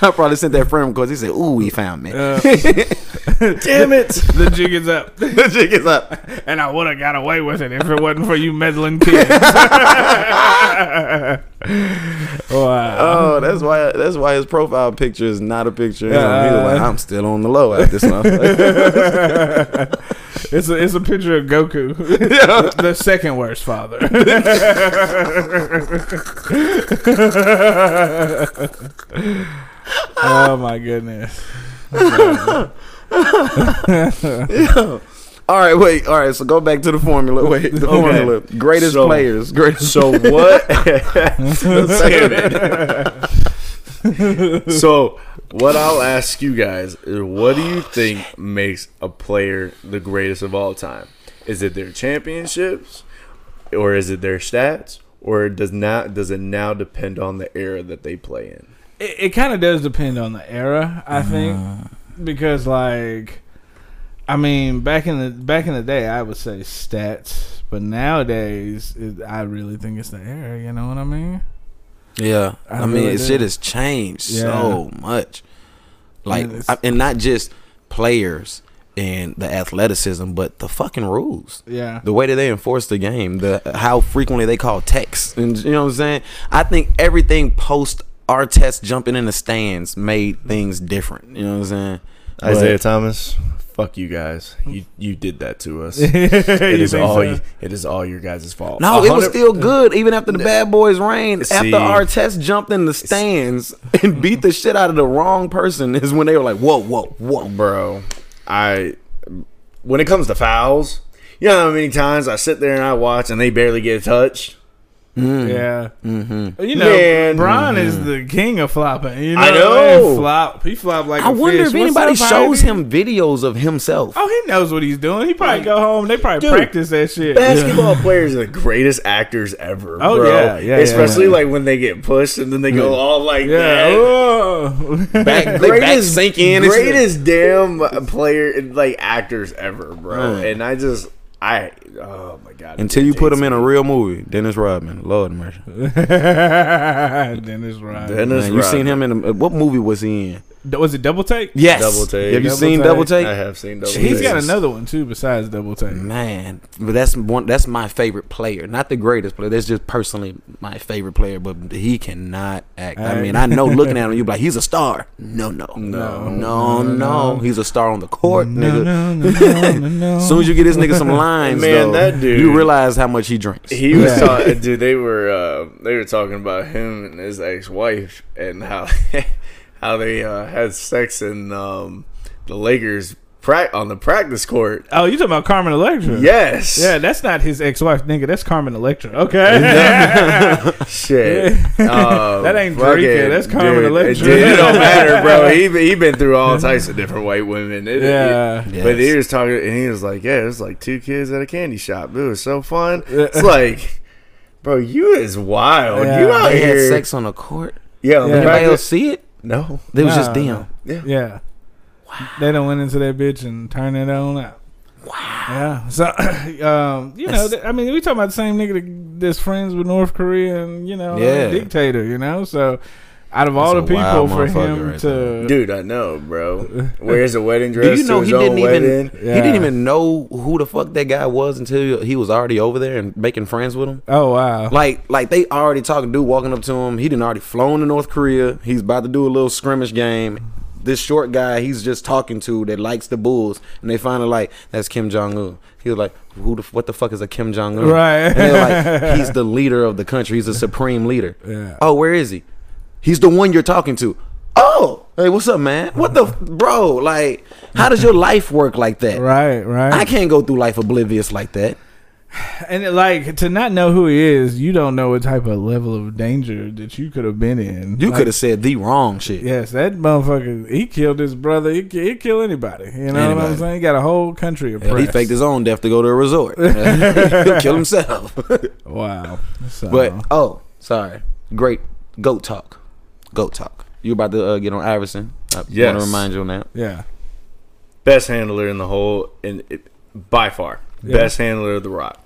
Speaker 4: Uh,
Speaker 3: I probably sent that friend because he said, "Ooh, he found
Speaker 4: [LAUGHS]
Speaker 3: me."
Speaker 4: Uh,
Speaker 3: Damn it!
Speaker 4: [LAUGHS] the jig is
Speaker 3: [LAUGHS]
Speaker 4: up,
Speaker 3: the jig is up.
Speaker 4: and I would have got away with it if it wasn't for you meddling kids. [LAUGHS] wow.
Speaker 3: Oh, that's why. That's why his profile picture is not a picture. of him. He was like,
Speaker 4: Uh.
Speaker 3: "I'm still on the low at
Speaker 4: [LAUGHS]
Speaker 3: this one."
Speaker 4: it's a it's a picture of Goku, the second worst father. [LAUGHS] oh my goodness!
Speaker 3: All right, wait. All right, so go back to the formula. Wait, the formula. Greatest
Speaker 5: So-
Speaker 3: players. Greatest. [LAUGHS]
Speaker 5: So [LAUGHS] what? Damn it. so what I'll ask you guys is, what do you think makes a player the greatest of all time? Is it their championships, or is it their stats, or it does not? Does it now depend on the era that they play in?
Speaker 4: It, it kind of does depend on the era, I think, because like, I mean, back in the back in the day, I would say stats, but nowadays, it, I really think it's the era. You know what I mean?
Speaker 3: Yeah,
Speaker 4: I
Speaker 3: I, mean,
Speaker 4: really do.
Speaker 3: shit has changed so much. Like,
Speaker 4: And it's-
Speaker 3: I- and not just players and the athleticism, but the fucking rules.
Speaker 4: Yeah.
Speaker 3: The way that they enforce the game, the how frequently they call texts, and you know what I'm saying. I think everything post our test jumping in the stands made things different. You know what I'm saying.
Speaker 5: Isaiah
Speaker 3: But-
Speaker 5: Thomas, fuck you guys. You you did that to us.
Speaker 4: [LAUGHS] [LAUGHS] You
Speaker 5: it is
Speaker 4: think
Speaker 5: all
Speaker 4: so?
Speaker 5: y- it is all your guys' fault.
Speaker 3: No,
Speaker 5: A
Speaker 3: it was
Speaker 5: hundred-
Speaker 3: still good even after the bad boys reigned.
Speaker 5: See.
Speaker 3: after Artest jumped in the stands and beat the shit out of the wrong person is when they were like, "Whoa, whoa, whoa!"
Speaker 5: bro. I when it comes to fouls, you know how many times I sit there and I watch and they barely get a touch.
Speaker 4: Yeah. Mm-hmm. You know,
Speaker 5: Man.
Speaker 4: Bron is the king of flopping. You know,
Speaker 5: I know.
Speaker 4: Man, flop. He flop like
Speaker 3: I
Speaker 4: a
Speaker 3: wonder
Speaker 4: fish.
Speaker 3: if
Speaker 4: What's
Speaker 3: anybody
Speaker 4: up,
Speaker 3: shows
Speaker 4: Ivy?
Speaker 3: him videos of himself.
Speaker 4: Oh, he knows what he's doing. He probably go home. They probably
Speaker 5: Dude,
Speaker 4: practice that shit.
Speaker 5: Basketball players are the greatest actors ever.
Speaker 4: Oh,
Speaker 5: bro.
Speaker 4: yeah, yeah, yeah,
Speaker 5: Especially
Speaker 4: yeah.
Speaker 5: like when they get pushed and then they go all like
Speaker 4: Yeah.
Speaker 5: that.
Speaker 4: Oh.
Speaker 3: Back, they back
Speaker 5: greatest,
Speaker 3: sink in. and shit.
Speaker 5: greatest damn uh, player like actors ever, bro. And I just I oh my god.
Speaker 3: Until you put him in a real movie, Dennis Rodman. Lord have mercy.
Speaker 4: [LAUGHS] Dennis Rodman.
Speaker 5: Dennis
Speaker 3: Man, you seen
Speaker 5: Rodman.
Speaker 3: him in a, what uh, movie was he in?
Speaker 4: D- Was it double take?
Speaker 3: Yes.
Speaker 5: Double Take.
Speaker 3: Have you
Speaker 4: Double
Speaker 3: seen
Speaker 4: Take.
Speaker 3: Double Take?
Speaker 5: I have seen double.
Speaker 4: He's got
Speaker 5: Takes.
Speaker 4: another one too besides double take.
Speaker 3: Mm-hmm. Man, but that's one. That's my favorite player. Not the greatest player. That's just personally my favorite player. But he cannot act. I
Speaker 4: Aye.
Speaker 3: mean, I know looking at him, you be like, he's a star. No, no, no, no, no. He's a star on the court, nigga. [LAUGHS]
Speaker 4: no, no, no, no, no.
Speaker 3: As soon as you get this nigga
Speaker 4: [LAUGHS]
Speaker 3: some lines,
Speaker 5: Man,
Speaker 3: though,
Speaker 5: that dude-
Speaker 3: you realize how much he drinks.
Speaker 5: He was
Speaker 4: Yeah.
Speaker 5: talking, dude. They were uh, they were talking about him and his ex-wife and how [LAUGHS] how they uh, had sex in um, the Lakers pra- on the practice court.
Speaker 4: oh, you talking about Carmen Electra?
Speaker 5: Yes.
Speaker 4: Yeah, that's not his ex-wife, nigga. That's Carmen Electra. Okay.
Speaker 5: Shit.
Speaker 4: [LAUGHS]
Speaker 5: Um,
Speaker 4: That ain't
Speaker 5: fuck
Speaker 4: Drake,
Speaker 5: it,
Speaker 4: that's Carmen
Speaker 5: dude.
Speaker 4: Electra.
Speaker 5: Dude, it don't matter,
Speaker 4: [LAUGHS]
Speaker 5: bro. He been- he been through all types of different white women. It- it-
Speaker 4: Yeah.
Speaker 3: Yes.
Speaker 5: But he was talking, and he was like, "Yeah, it was like two kids at a candy shop. It was
Speaker 4: [LAUGHS]
Speaker 5: so fun. It's like, bro, you is wild.
Speaker 4: Yeah.
Speaker 5: You out
Speaker 3: They had
Speaker 5: here,
Speaker 3: sex on the court.
Speaker 5: yeah. on the
Speaker 4: Yeah.
Speaker 3: Anybody
Speaker 5: practice-
Speaker 3: else see it?
Speaker 5: No,
Speaker 3: They was just
Speaker 4: Nah.
Speaker 3: them.
Speaker 4: [LAUGHS] yeah. They done went into that bitch and turned it on out. Wow. Yeah. So, [COUGHS] um, you know,
Speaker 3: That's-
Speaker 4: th- I mean, we talking about the same nigga that- that's friends with North Korea and you know,
Speaker 3: Yeah.
Speaker 4: dictator. You know, so out of all the
Speaker 3: That's a
Speaker 4: people
Speaker 3: wild
Speaker 4: for
Speaker 3: motherfucker
Speaker 4: him
Speaker 3: right
Speaker 4: to,
Speaker 5: Dude, I know, bro. Wears a wedding dress
Speaker 3: Do you know
Speaker 5: to his
Speaker 3: he
Speaker 5: own
Speaker 3: didn't even
Speaker 5: wedding.
Speaker 4: Yeah.
Speaker 3: he didn't even know who the fuck that guy was until he was already over there and making friends with him?
Speaker 4: oh wow,
Speaker 3: Like, like they already talking. Dude walking up to him. He didn't already flown to North Korea. He's about to do a little scrimmage game. This short guy, he's just talking to that likes the Bulls, and they finally like that's Kim Jong Un. He was like, "Who the what the fuck is a Kim Jong Un?"
Speaker 4: Right.
Speaker 3: And they're
Speaker 4: [LAUGHS]
Speaker 3: like, "He's the leader of the country. He's the supreme leader."
Speaker 4: Yeah.
Speaker 3: Oh, where is he? He's the one you're talking to. Oh, hey, what's up, man? What the f- bro? Like, how does your life work like that?
Speaker 4: right, right.
Speaker 3: I can't go through life oblivious like that.
Speaker 4: And it, like to not know who he is, you don't know what type of level of danger that you could have been in.
Speaker 3: You
Speaker 4: Like,
Speaker 3: could have said the wrong shit.
Speaker 4: Yes, that motherfucker. He killed his brother. He ki- he kill anybody. You know what I'm
Speaker 3: Anybody.
Speaker 4: saying? He got a whole country of
Speaker 3: Yeah, he faked his own death to go to a [LAUGHS] resort. He'll kill himself. [LAUGHS]
Speaker 4: Wow. So,
Speaker 3: but oh, sorry. Great goat talk. Goat talk. You about to uh, get on Iverson? I want
Speaker 5: Yes.
Speaker 3: to remind you on that.
Speaker 4: yeah,
Speaker 5: Best handler in the whole, and it, by far,
Speaker 4: Yeah.
Speaker 5: best handler of the Rock.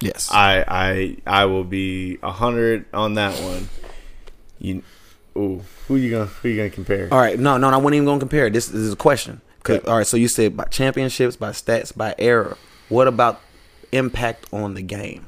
Speaker 3: Yes.
Speaker 5: I I I will be hundred on that one. You, ooh, who you gonna who you gonna compare?
Speaker 3: all right. No, no, I wasn't even gonna compare. This, this is a question. 'Cause- All right. So you said by championships, by stats, by era. What about impact on the game?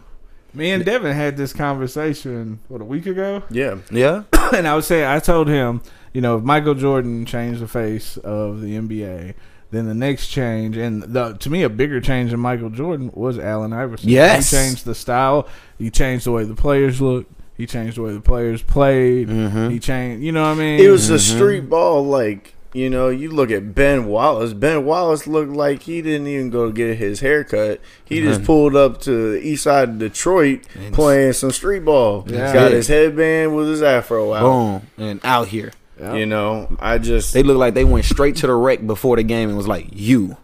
Speaker 4: me and Devin had this conversation what a week ago,
Speaker 5: Yeah,
Speaker 3: [COUGHS] Yeah.
Speaker 4: [LAUGHS] and I was saying I told him, you know, if Michael Jordan changed the face of the NBA. Then the next change, and the, to me, a bigger change than Michael Jordan was Allen Iverson.
Speaker 3: Yes.
Speaker 4: he changed the style. He changed the way the players looked. He changed the way the players played. He changed, you know what I mean?
Speaker 5: it Mm-hmm. was a street ball. Like you know, you look at Ben Wallace. Ben Wallace looked like he didn't even go get his haircut. He just pulled up to the east side of Detroit playing some street ball.
Speaker 4: Yeah.
Speaker 5: Got
Speaker 3: Yeah.
Speaker 5: his headband with his afro out.
Speaker 3: Boom. And out here,
Speaker 5: You know, I just
Speaker 3: they look like they went straight to the wreck before the game and was like, "You,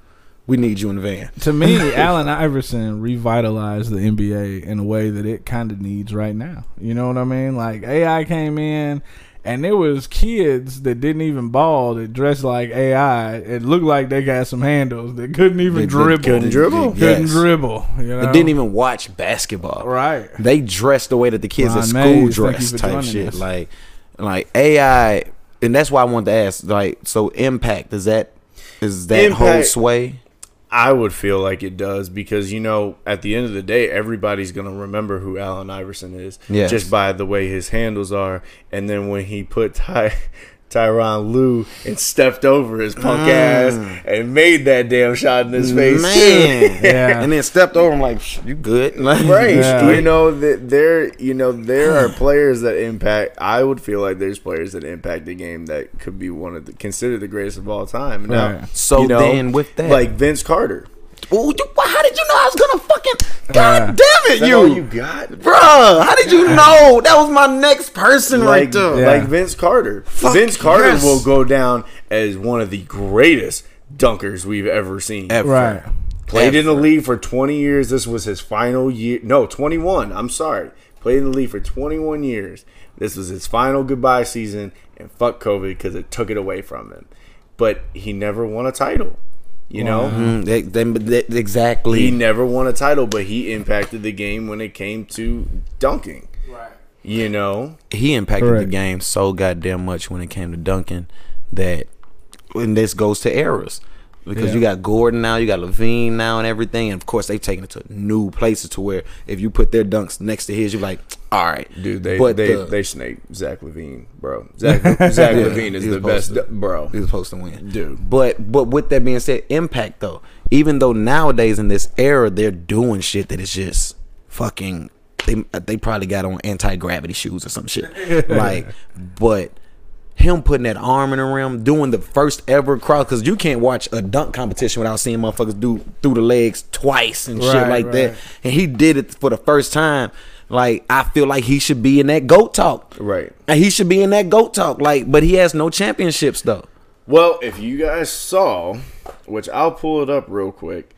Speaker 3: we need you in the van."
Speaker 4: to me, Allen Iverson revitalized the NBA in a way that it kind of needs right now. You know what I mean? Like AI came in, and there was kids that didn't even ball that dressed like AI. It looked like they got some handles that couldn't even
Speaker 3: They- they
Speaker 4: dribble.
Speaker 5: couldn't dribble?
Speaker 4: Couldn't
Speaker 3: Yes.
Speaker 4: dribble. You know?
Speaker 3: They didn't even watch basketball.
Speaker 4: Right.
Speaker 3: They dress the way that the kids
Speaker 4: Ron
Speaker 3: at
Speaker 4: Mays,
Speaker 3: school
Speaker 4: thank
Speaker 3: dress
Speaker 4: you for
Speaker 3: type
Speaker 4: joining
Speaker 3: shit.
Speaker 4: us.
Speaker 3: Like, like AI, and that's why I wanted to ask. Like, so impact is that is that whole
Speaker 5: Impact-
Speaker 3: sway?
Speaker 5: I would feel like it does because you know at the end of the day everybody's going to remember who Allen Iverson is
Speaker 3: Yes.
Speaker 5: just by the way his handles are and then when he put Ty [LAUGHS] Tyron Lou and stepped over his punk
Speaker 3: Ah.
Speaker 5: ass and made that damn shot in his face
Speaker 3: [LAUGHS]
Speaker 5: too.
Speaker 3: Man,
Speaker 4: Yeah.
Speaker 3: and then stepped over. I'm like, "Shh, you good? [LAUGHS] Like,
Speaker 5: Right,
Speaker 4: Yeah.
Speaker 5: you know that there, you know there are players that impact. I would feel like there's players that impact the game that could be one of the considered the greatest of all time. Now,
Speaker 4: Right.
Speaker 3: So
Speaker 5: you know,
Speaker 3: then with that-
Speaker 5: like Vince Carter,
Speaker 3: Ooh, you, why- how did you know I was gonna fucking? God
Speaker 4: Yeah.
Speaker 3: damn it,
Speaker 5: That's
Speaker 3: you,
Speaker 5: all you got,
Speaker 3: bruh! How did you know that was my next person right
Speaker 5: like,
Speaker 3: there?
Speaker 5: like Vince Carter. Vince Carter
Speaker 3: yes.
Speaker 5: will go down as one of the greatest dunkers we've ever seen.
Speaker 3: Ever.
Speaker 4: Right.
Speaker 5: Played in the league for 20 years. This was his final year. No, 21. I'm sorry. Played in the league for 21 years. This was his final goodbye season, and fuck COVID because it took it away from him. But he never won a title. You know,
Speaker 3: Mm, that- that- that- exactly.
Speaker 5: he never won a title, but he impacted the game when it came to dunking. Right. You know,
Speaker 3: he impacted the
Speaker 4: Correct.
Speaker 3: game so goddamn much when it came to dunking that and this goes to errors because you
Speaker 4: Yeah.
Speaker 3: got Gordon now, you got Levine now, and everything. And of course, they've taken it to new places to where if you put their dunks next to his, you're like, all right,
Speaker 5: Dude, they
Speaker 3: But
Speaker 5: they
Speaker 3: the-
Speaker 5: they snake Zach Levine, bro.
Speaker 3: [LAUGHS]
Speaker 5: Zach, Zach Levine is
Speaker 3: he's
Speaker 5: the best,
Speaker 3: supposed to.
Speaker 5: bro.
Speaker 3: He's supposed to win,
Speaker 5: Dude.
Speaker 3: But but with that being said, impact though. Even though nowadays in this era they're doing shit that is just fucking. They they probably got on anti gravity shoes or some shit. like, but him putting that arm in the rim, doing the first ever cross because you can't watch a dunk competition without seeing motherfuckers do through the legs twice and shit
Speaker 4: Right,
Speaker 3: like
Speaker 4: right.
Speaker 3: that. And he did it for the first time. Like I feel like he should be in that goat talk.
Speaker 5: Right.
Speaker 3: And he should be in that goat talk. Like, but he has no championships though.
Speaker 5: Well, if you guys saw, which I'll pull it up real quick,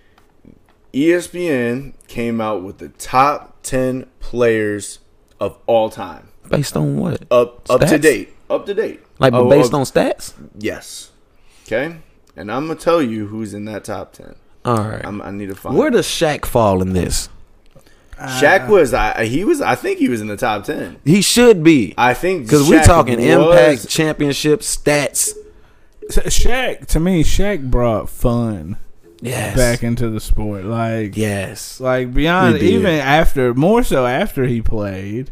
Speaker 5: E ESPN came out with the top 10 players of all time.
Speaker 3: Based on what?
Speaker 5: Up up to
Speaker 3: Stats?
Speaker 5: date. Up to date.
Speaker 3: Like, but
Speaker 5: Oh,
Speaker 3: based
Speaker 5: uh,
Speaker 3: on stats?
Speaker 5: Yes. Okay? And I'm going to tell you who's in that top 10.
Speaker 3: All right.
Speaker 5: I'm, I need to find
Speaker 3: Where uh, does Shaq fall in this?
Speaker 5: Shaq was I he was I think he was in the top 10.
Speaker 3: He should be.
Speaker 5: I think
Speaker 3: Because we're
Speaker 5: Shaq
Speaker 3: talking
Speaker 5: was- [LAUGHS]
Speaker 3: impact, championship, stats.
Speaker 4: Sha- Shaq to me, Shaq brought fun
Speaker 3: Yes.
Speaker 4: back into the sport. Like
Speaker 3: yes.
Speaker 4: like beyond
Speaker 3: He did.
Speaker 4: even after more so after he played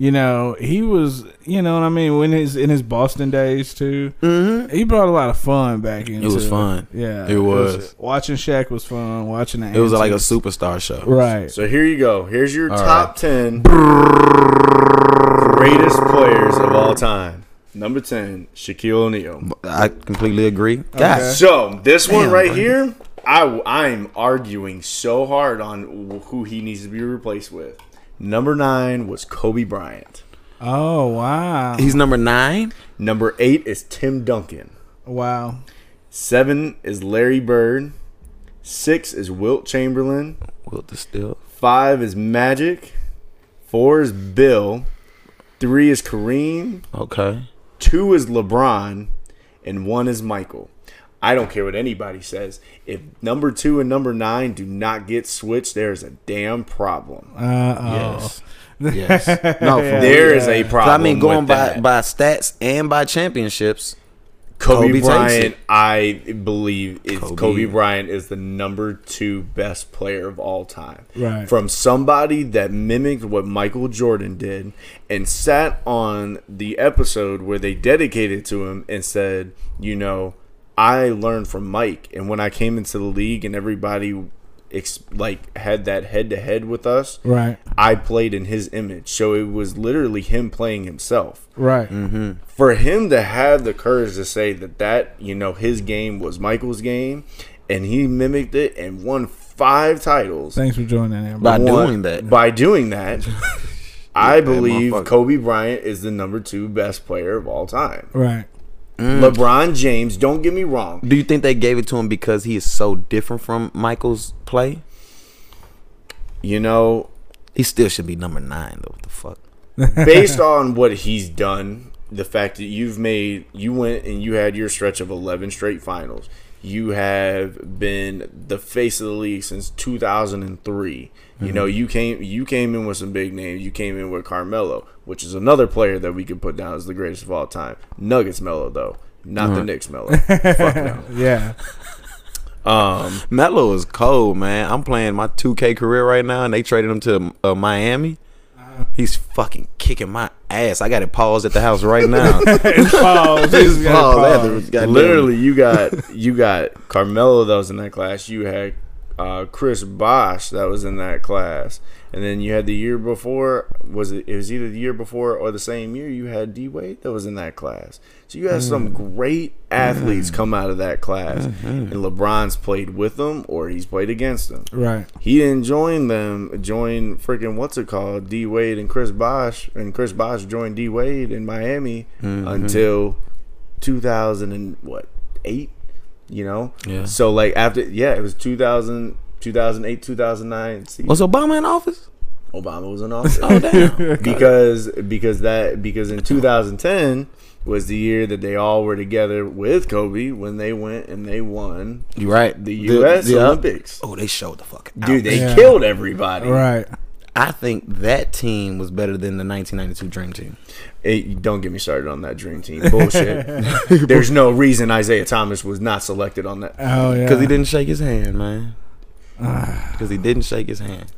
Speaker 4: you know he was you know what i mean when his in his boston days too mm-hmm. he brought a lot of fun back into
Speaker 3: was fun.
Speaker 4: yeah
Speaker 3: It was.
Speaker 4: watching Shaq was fun watching the
Speaker 3: It was like a
Speaker 4: antics.
Speaker 3: superstar show.
Speaker 4: right
Speaker 5: So here you go. Here's your top 10 greatest players of all time. Number 10, Shaquille O'Neal.
Speaker 3: I completely agree. Gosh.
Speaker 5: So this one
Speaker 3: Damn,
Speaker 5: right
Speaker 3: bro.
Speaker 5: here, I I'm arguing so hard on who he needs to be replaced with. Number nine was Kobe Bryant.
Speaker 4: oh wow
Speaker 3: He's number nine.
Speaker 5: Number eight is Tim Duncan.
Speaker 4: wow
Speaker 5: Seven is Larry Bird. Six is Wilt Chamberlain.
Speaker 3: Will Distill.
Speaker 5: Five is Magic. Four is Bill. Three is Kareem.
Speaker 3: Okay.
Speaker 5: Two is LeBron. And one is Michael. I don't care what anybody says. If number two and number nine do not get switched, there's a damn problem.
Speaker 4: uh
Speaker 3: Yes.
Speaker 5: [LAUGHS]
Speaker 3: Yes. No, for real.
Speaker 5: There is a Oh. problem.
Speaker 3: I mean, going
Speaker 5: with
Speaker 3: by,
Speaker 5: that.
Speaker 3: by stats and by championships,
Speaker 5: Kobe,
Speaker 3: Kobe takes
Speaker 5: Bryant,
Speaker 3: it.
Speaker 5: I believe is Kobe.
Speaker 3: Kobe.
Speaker 5: Bryant is the number two best player of all time.
Speaker 4: Right.
Speaker 5: From somebody that mimicked what Michael Jordan did and sat on the episode where they dedicated to him and said, you know, I learned from Mike, and when I came into the league and everybody. Ex- like had that head to head with us
Speaker 4: Right.
Speaker 5: i played in his image so it was literally him playing himself
Speaker 4: right
Speaker 3: Mm-hmm.
Speaker 5: for him to have the courage to say that that you know his game was Michael's game, and he mimicked it and won five titles
Speaker 4: thanks for joining in
Speaker 3: by
Speaker 4: bro.
Speaker 5: Won-
Speaker 3: doing that.
Speaker 5: By
Speaker 3: [LAUGHS]
Speaker 5: doing that, I believe
Speaker 3: motherfucker.
Speaker 5: Kobe Bryant is the number two best player of all time.
Speaker 4: right
Speaker 3: Mm.
Speaker 5: LeBron James, don't get me wrong,
Speaker 3: Do you think they gave it to him because he is so different from Michael's play?
Speaker 5: you know,
Speaker 3: He still should be number nine though. What the fuck?
Speaker 5: based on what he's done, the fact that you've made, you went and you had your stretch of 11 straight finals. You have been the face of the league since 2003. You know, you came you came in with some big names. You came in with Carmelo, which is another player that we could put down as the greatest of all time. Nuggets Mello though, not the Knicks Mello. Fuck no.
Speaker 3: [LAUGHS]
Speaker 4: yeah
Speaker 5: Um,
Speaker 3: Melo is cold, man. I'm playing my 2K career right now, and they traded him to uh, Miami.
Speaker 5: Uh-huh.
Speaker 3: He's fucking kicking my ass. I got it paused at the house right
Speaker 5: [LAUGHS]
Speaker 3: now.
Speaker 4: pause. Just
Speaker 3: Paused.
Speaker 4: gotta
Speaker 3: I had
Speaker 4: pause.
Speaker 3: to- goddamn-
Speaker 5: literally, you got you got Carmelo that was in that class. You had uh, Chris Bosch that was in that class, and then you had the year before was it? It was either the year before or the same year you had D Wade that was in that class. So you had some great athletes come out of that class, and LeBron's played with them or he's played against them.
Speaker 4: right
Speaker 5: He didn't join them. Join freaking what's it called? D Wade and Chris Bosh, and Chris Bosh joined D Wade in Miami until 2000 and what eight? You know.
Speaker 3: Yeah.
Speaker 5: So like after yeah, it was 2000, 2008, 2009. See,
Speaker 3: was Obama in office?
Speaker 5: Obama was in office
Speaker 3: Oh damn.
Speaker 5: [LAUGHS] because because that because in 2010 was the year that they all were together with Kobe when they went and they won
Speaker 3: you right.
Speaker 5: the U.S.
Speaker 3: yeah.
Speaker 5: Olympics.
Speaker 3: Oh, they showed the fuck. out.
Speaker 5: Dude, they
Speaker 4: Yeah.
Speaker 5: killed everybody.
Speaker 4: right
Speaker 3: I think that team was better than the 1992 Dream Team.
Speaker 5: It, don't get me started on that dream team
Speaker 4: [LAUGHS]
Speaker 5: bullshit. There's no reason Isaiah Thomas was not selected on that.
Speaker 4: Oh yeah,
Speaker 3: Because he didn't shake his hand, man. Because he didn't shake his hand.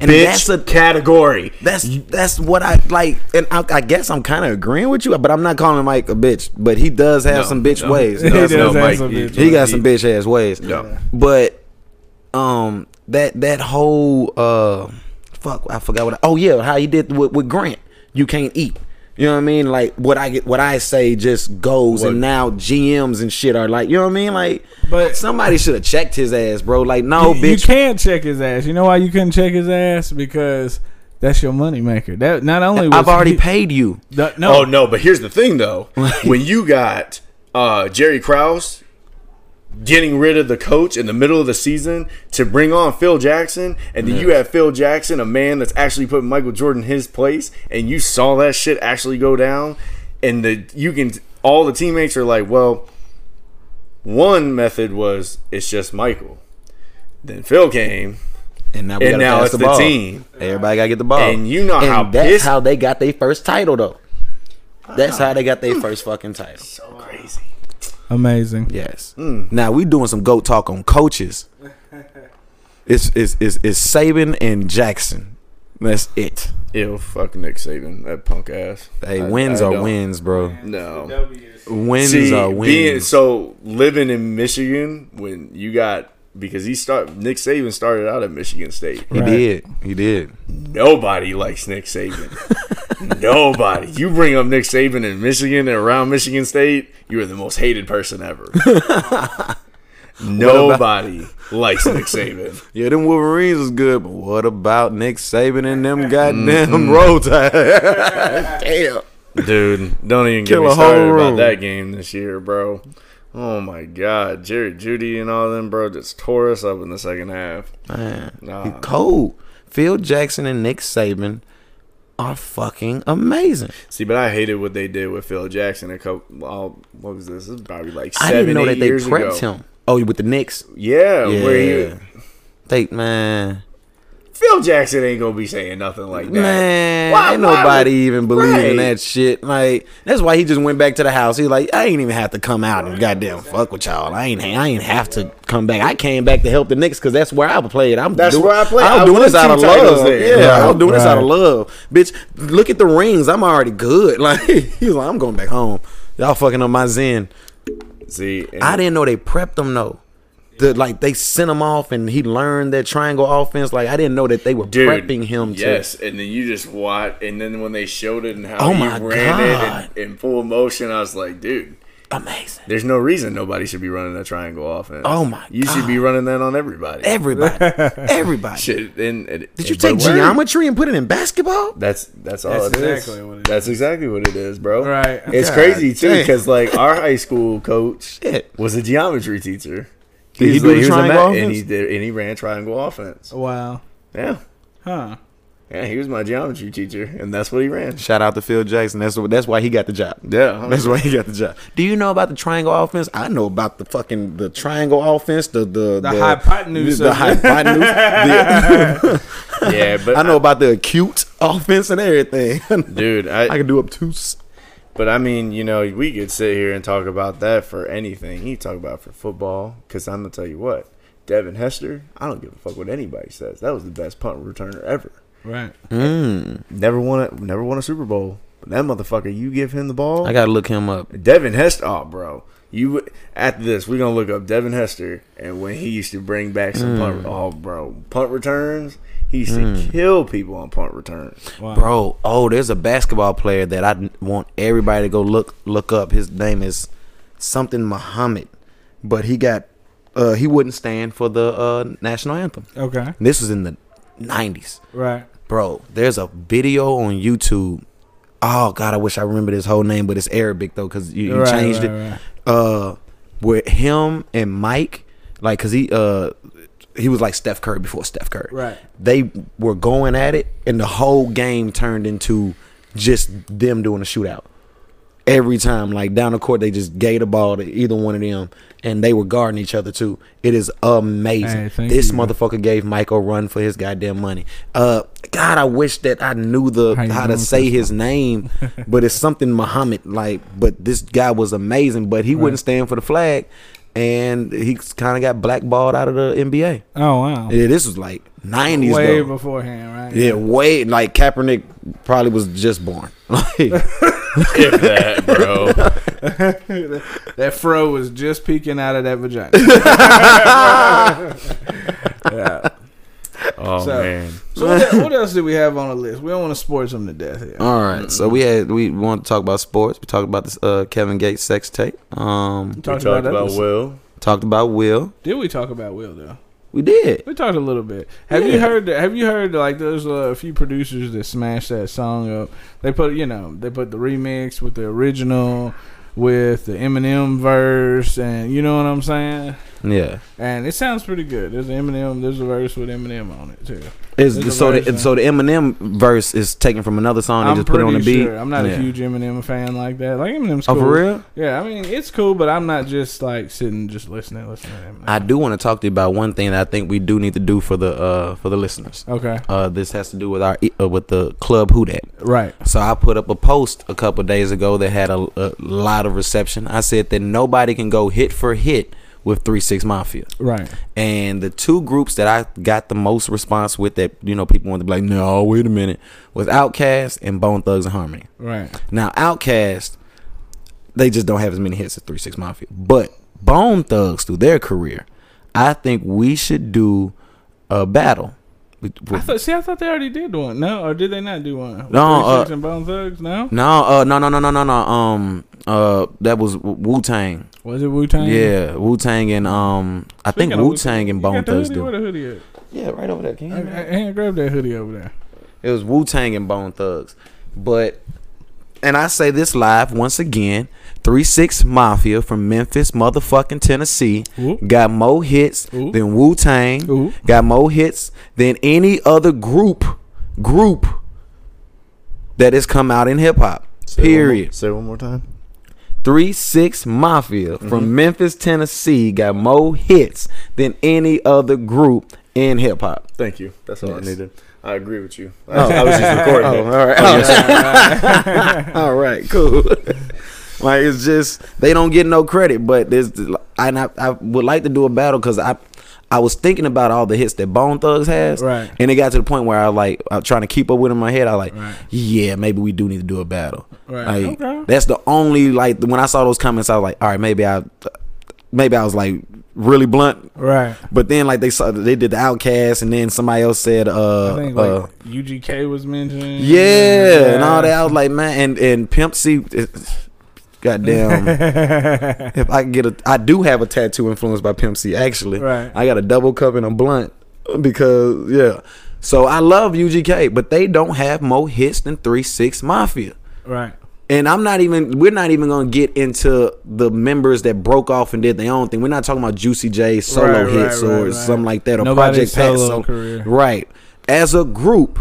Speaker 3: And
Speaker 5: Ah. Bitch
Speaker 3: that's a
Speaker 5: category.
Speaker 3: that's that's what I like, and I, I guess I'm kind of agreeing with you, but I'm not calling Mike a bitch. But he does have some bitch
Speaker 5: no,
Speaker 3: ways.
Speaker 5: No,
Speaker 4: He
Speaker 5: that's
Speaker 4: does
Speaker 5: no,
Speaker 4: have
Speaker 5: Mike.
Speaker 4: some bitch
Speaker 3: he got some bitch ass ways.
Speaker 5: No.
Speaker 3: But um that that whole uh fuck I forgot what I, oh yeah how he did with, with Grant you can't eat you know what I mean like what I get what I say just goes
Speaker 5: What-
Speaker 3: and now GMs and shit are like you know what I mean like
Speaker 4: But-
Speaker 3: somebody should have checked his ass bro like
Speaker 5: Oh,
Speaker 3: no
Speaker 4: you,
Speaker 3: bitch
Speaker 4: You can't check his ass. You know why you couldn't check his ass? Because that's your moneymaker. That not only was
Speaker 3: I've already
Speaker 4: he-
Speaker 3: paid you
Speaker 4: [LAUGHS] the- no,
Speaker 5: [LAUGHS] Oh no, but here's the thing though. when you got uh, Jerry Krause getting rid of the coach in the middle of the season to bring on Phil Jackson, and then you have Phil Jackson, a man that's actually put Michael Jordan in his place, and you saw that shit actually go down, and the you can all the teammates are like, well, one method was it's just Michael. Then Phil came.
Speaker 3: and now we
Speaker 5: And
Speaker 3: gotta
Speaker 5: now
Speaker 3: pass
Speaker 5: it's
Speaker 3: the,
Speaker 5: the
Speaker 3: ball.
Speaker 5: team.
Speaker 3: everybody gotta get the ball
Speaker 5: And you know
Speaker 3: and
Speaker 5: how
Speaker 3: that's
Speaker 5: pissed-
Speaker 3: how they got their first title though that's how they got their first fucking title
Speaker 5: So crazy.
Speaker 4: amazing.
Speaker 3: Yes. Now we doing some goat talk on coaches. It's it's it's, it's Saban and Jackson. That's it.
Speaker 5: Ew, fuck Nick Saban, that punk ass.
Speaker 3: Hey,
Speaker 5: I-
Speaker 3: wins
Speaker 5: I
Speaker 3: are
Speaker 5: don't-
Speaker 3: wins, bro.
Speaker 5: No.
Speaker 3: Wins
Speaker 5: See,
Speaker 3: are wins.
Speaker 5: being so living in Michigan when you got because he start Nick Saban started out at Michigan State.
Speaker 3: he did. He did.
Speaker 5: Nobody likes
Speaker 3: [LAUGHS]
Speaker 5: Nick Saban. Nobody. You bring up Nick Saban in Michigan and around Michigan State, you are the most hated
Speaker 3: [LAUGHS]
Speaker 5: person ever. Nobody likes Nick
Speaker 3: [LAUGHS]
Speaker 5: Saban.
Speaker 3: Yeah, them Wolverines was good, but what about Nick Saban and [LAUGHS] them goddamn road Tide? Mm-hmm. [LAUGHS] Damn.
Speaker 5: Dude, don't even
Speaker 3: Kill
Speaker 5: get
Speaker 3: a whole
Speaker 5: me started
Speaker 3: room.
Speaker 5: about that game this year, bro. Oh my God, Jerry Judy and all them, bro, just tore us up in the second half.
Speaker 3: Man,
Speaker 5: Nah.
Speaker 3: he cold. Phil Jackson and Nick Saban are fucking amazing.
Speaker 5: See, but I hated what they did with Phil Jackson. A couple, oh, what was this? This is probably like
Speaker 3: I
Speaker 5: seven,
Speaker 3: didn't know
Speaker 5: eight
Speaker 3: that they
Speaker 5: years
Speaker 3: prepped
Speaker 5: ago.
Speaker 3: him. Oh, with the Knicks.
Speaker 5: Yeah, where
Speaker 3: Yeah.
Speaker 5: he,
Speaker 3: They man.
Speaker 5: Phil Jackson ain't gonna be saying nothing like that.
Speaker 3: Man,
Speaker 5: Why-
Speaker 3: ain't
Speaker 5: why
Speaker 3: nobody
Speaker 5: would-
Speaker 3: even believe in
Speaker 5: Right.
Speaker 3: that shit. Like that's why he just went back to the house. He's like, I ain't even have to come out and goddamn fuck with y'all. I ain't, I ain't have to come back. I came back to help the Knicks because that's where I played. I'm
Speaker 5: That's
Speaker 3: doing,
Speaker 5: where I played.
Speaker 3: I'm
Speaker 5: I
Speaker 3: doing
Speaker 5: won
Speaker 3: this out
Speaker 5: two
Speaker 3: of
Speaker 5: titles
Speaker 3: love.
Speaker 5: there.
Speaker 3: Yeah, I'm
Speaker 4: Right,
Speaker 3: doing this out of
Speaker 4: right.
Speaker 3: love, bitch. Look at the rings. I'm already good. [LAUGHS] Like he's like, I'm going back home. Y'all fucking up my zen.
Speaker 5: See, and
Speaker 3: I didn't know they prepped him though. The, like they sent him off and he learned that triangle offense. Like I didn't know that they were
Speaker 5: dude,
Speaker 3: prepping him to
Speaker 5: Yes, and then you just watch, and then when they showed it and how
Speaker 3: Oh
Speaker 5: he
Speaker 3: my
Speaker 5: ran
Speaker 3: God.
Speaker 5: it in, in full motion, I was like, dude,
Speaker 3: amazing.
Speaker 5: there's no reason nobody should be running that triangle offense.
Speaker 3: Oh my
Speaker 5: you should be running that on
Speaker 4: [LAUGHS]
Speaker 5: everybody.
Speaker 3: Everybody. Everybody.
Speaker 5: Shit, and, and
Speaker 3: Did you
Speaker 5: but
Speaker 3: take
Speaker 5: where-
Speaker 3: geometry and put it in basketball?
Speaker 5: That's that's all
Speaker 4: That's
Speaker 5: it is.
Speaker 4: exactly what it
Speaker 5: That's exactly what it is, bro.
Speaker 4: Right.
Speaker 5: It's
Speaker 3: God
Speaker 5: crazy too
Speaker 3: damn.
Speaker 5: because like our high school coach
Speaker 3: Shit.
Speaker 5: was a geometry teacher.
Speaker 3: Did he
Speaker 5: He's
Speaker 3: do the
Speaker 5: was a
Speaker 3: triangle
Speaker 5: ma- and
Speaker 3: offense?
Speaker 5: he did, and he ran triangle offense.
Speaker 4: Wow.
Speaker 5: Yeah,
Speaker 4: Huh.
Speaker 5: yeah, he was my geometry teacher, and that's what he ran.
Speaker 3: Shout out to Phil Jackson. That's what, that's why he got the job.
Speaker 5: Yeah,
Speaker 3: [LAUGHS] That's why he got the job. Do you know about the triangle offense? I know about the fucking the triangle offense, the the
Speaker 4: The hypotenuse
Speaker 3: the
Speaker 4: of it.
Speaker 3: hypotenuse.
Speaker 4: [LAUGHS]
Speaker 3: the-
Speaker 5: yeah. But
Speaker 3: I know about the [LAUGHS] acute offense and everything. [LAUGHS]
Speaker 5: dude.
Speaker 3: I
Speaker 5: I,
Speaker 3: can do obtuse.
Speaker 5: but I mean, you know, we could sit here and talk about that for anything. He talk about it for football because I'm gonna tell you what, Devin Hester. I don't give a fuck what anybody says. That was the best punt returner ever.
Speaker 4: Right.
Speaker 5: Never won a never won a Super Bowl. But that motherfucker, you give him the ball.
Speaker 3: I gotta look him up.
Speaker 5: Devin Hester, oh bro. You after this, we're gonna look up Devin Hester and when he used to bring back some punt. Oh, bro, punt returns. He used to kill people on punt [LAUGHS] returns.
Speaker 4: Wow.
Speaker 3: Bro, oh, there's a basketball player that I n- want everybody to go look look up. His name is something Muhammad, but he got uh, he wouldn't stand for the uh, national anthem.
Speaker 4: Okay.
Speaker 3: This was in the '90s,
Speaker 4: Right.
Speaker 3: bro. There's a video on YouTube. Oh God, I wish I remember his whole name, but it's Arabic though, cause you, you
Speaker 4: Right,
Speaker 3: changed
Speaker 4: right,
Speaker 3: it.
Speaker 4: right.
Speaker 3: Uh, with him and Mike, like, cause he uh he was like Steph Curry before Steph Curry
Speaker 4: Right.
Speaker 3: they were going at it, and the whole game turned into just them doing a shootout. every time. Like down the court, they just gave the ball to either one of them, and they were guarding each other too. It is amazing.
Speaker 4: Hey, thank
Speaker 3: this
Speaker 4: you, bro.
Speaker 3: motherfucker gave Mike a run for his goddamn money. Uh, God, I wish that I knew the
Speaker 4: How you
Speaker 3: how to
Speaker 4: doing,
Speaker 3: say his
Speaker 4: [LAUGHS]
Speaker 3: name, but it's something Muhammad. Like, but this guy was amazing, but he wouldn't stand for the flag, and he kind of got blackballed out of the NBA.
Speaker 4: Oh wow.
Speaker 3: Yeah, this was like nineties
Speaker 4: Way
Speaker 3: though.
Speaker 4: beforehand, right?
Speaker 3: Yeah, way like Kaepernick probably was just born. [LAUGHS] Like,
Speaker 5: if that, [LAUGHS] bro.
Speaker 4: [LAUGHS] That fro was just peeking out of that
Speaker 5: [LAUGHS]
Speaker 4: vagina. yeah.
Speaker 5: Oh
Speaker 4: So-
Speaker 5: man,
Speaker 4: So what, what else do we have on the list? We don't want to sports them to death here.
Speaker 5: Uh,
Speaker 3: all right, so we had we want to talk about sports. We talked about this uh, Kevin Gates sex tape. Um,
Speaker 5: we
Speaker 4: Talked
Speaker 5: talked
Speaker 4: about
Speaker 5: about,
Speaker 4: that list.
Speaker 5: Will.
Speaker 3: talked about Will.
Speaker 4: Did we talk about Will though?
Speaker 3: We did.
Speaker 4: We talked a little bit. Have you
Speaker 3: Yeah.
Speaker 4: heard? that- Have you heard like there's a few producers that smashed that song up? They put you know they put the remix with the original, with the Eminem verse, and you know what I'm saying.
Speaker 3: Yeah.
Speaker 4: And it sounds pretty good. There's an Eminem. There's a verse with Eminem on it too.
Speaker 3: Is
Speaker 4: There's a
Speaker 3: so the
Speaker 4: version.
Speaker 3: so the Eminem verse is taken from another song. They
Speaker 4: I'm
Speaker 3: just put it on the
Speaker 4: pretty
Speaker 3: beat.
Speaker 4: sure. I'm not
Speaker 3: Yeah.
Speaker 4: a huge Eminem fan like that. Like Eminem's
Speaker 3: Oh,
Speaker 4: cool.
Speaker 3: for real?
Speaker 4: Yeah, I mean it's cool, but I'm not just like sitting just listening, listening. To Eminem.
Speaker 3: I do want to talk to you about one thing that I think we do need to do for the uh, for the listeners.
Speaker 4: okay,
Speaker 3: Uh, this has to do with our uh, with the club who dat.
Speaker 4: right.
Speaker 3: So I put up a post a couple days ago that had a, a lot of reception. I said that nobody can go hit for hit with Three Six Mafia,
Speaker 4: Right.
Speaker 3: and the two groups that I got the most response with that you know people wanted to be like, no, wait a minute, was Outkast and Bone Thugs and Harmony.
Speaker 4: Right.
Speaker 3: Now Outkast, they just don't have as many hits as Three Six Mafia, but Bone Thugs through their career, I think we should do a battle. with-
Speaker 4: I thought, see, I thought they already did one. No, or did they not do one?
Speaker 3: No,
Speaker 4: 36
Speaker 3: uh,
Speaker 4: and Bone Thugs. No,
Speaker 3: No, uh, no, no, no, no, no, no. Um, uh, that was Wu Tang.
Speaker 4: was it Wu Tang?
Speaker 3: Yeah, Wu Tang and um, I think Wu Tang and Bone Thugs
Speaker 4: Where
Speaker 3: do.
Speaker 4: the hoodie at?
Speaker 3: Yeah, right over there. Can
Speaker 4: Hey, hey, hey, grab that hoodie over there.
Speaker 3: It was Wu Tang and Bone Thugs, but and I say this live once again. Three Six Mafia from Memphis, motherfucking Tennessee,
Speaker 4: Whoop.
Speaker 3: got more hits
Speaker 4: Ooh.
Speaker 3: than Wu Tang.
Speaker 4: Ooh.
Speaker 3: Got more hits than any other group group that has come out in hip hop. Period.
Speaker 5: Say one more time.
Speaker 3: Three Six Mafia from Memphis, Tennessee, got more hits than any other group in hip hop.
Speaker 5: Thank you. That's all
Speaker 3: Yes.
Speaker 5: I needed. I agree with you. I, Oh, I was [LAUGHS] just recording.
Speaker 4: Oh,
Speaker 3: [LAUGHS]
Speaker 5: it.
Speaker 3: all right, Oh,
Speaker 4: [LAUGHS]
Speaker 3: all right, cool. [LAUGHS] like it's just they don't get no credit, but there's and I, I would like to do a battle because I. I was thinking about all the hits that Bone Thugs has,
Speaker 4: Right.
Speaker 3: and it got to the point where I like I'm trying to keep up with it in my head. I like,
Speaker 4: Right.
Speaker 3: yeah, maybe we do need to do a battle.
Speaker 4: Right.
Speaker 3: Like,
Speaker 4: Okay.
Speaker 3: That's the only like when I saw those comments, I was like, all right, maybe I, maybe I was like really blunt,
Speaker 4: Right.
Speaker 3: But then like they saw they did the outcast and then somebody else said uh,
Speaker 4: I think
Speaker 3: uh,
Speaker 4: like UGK was mentioned.
Speaker 3: yeah, and all that I was like man and and Pimp C it-
Speaker 4: [LAUGHS]
Speaker 3: goddamn
Speaker 4: that.
Speaker 3: if I could get a I do have a tattoo influenced by Pimp C actually.
Speaker 4: [LAUGHS] Right.
Speaker 3: I got a double cup and a blunt because yeah. So I love UGK, but they don't have more hits than 3 6 Mafia.
Speaker 4: right.
Speaker 3: And I'm not even. We're not even gonna get into the members that broke off and did their own thing. We're not talking about Juicy J solo
Speaker 4: Right, right,
Speaker 3: hits or
Speaker 4: right, right.
Speaker 3: something like that or
Speaker 4: Nobody's
Speaker 3: Project Pat.
Speaker 4: solo
Speaker 3: So,
Speaker 4: career.
Speaker 3: Right. As a group.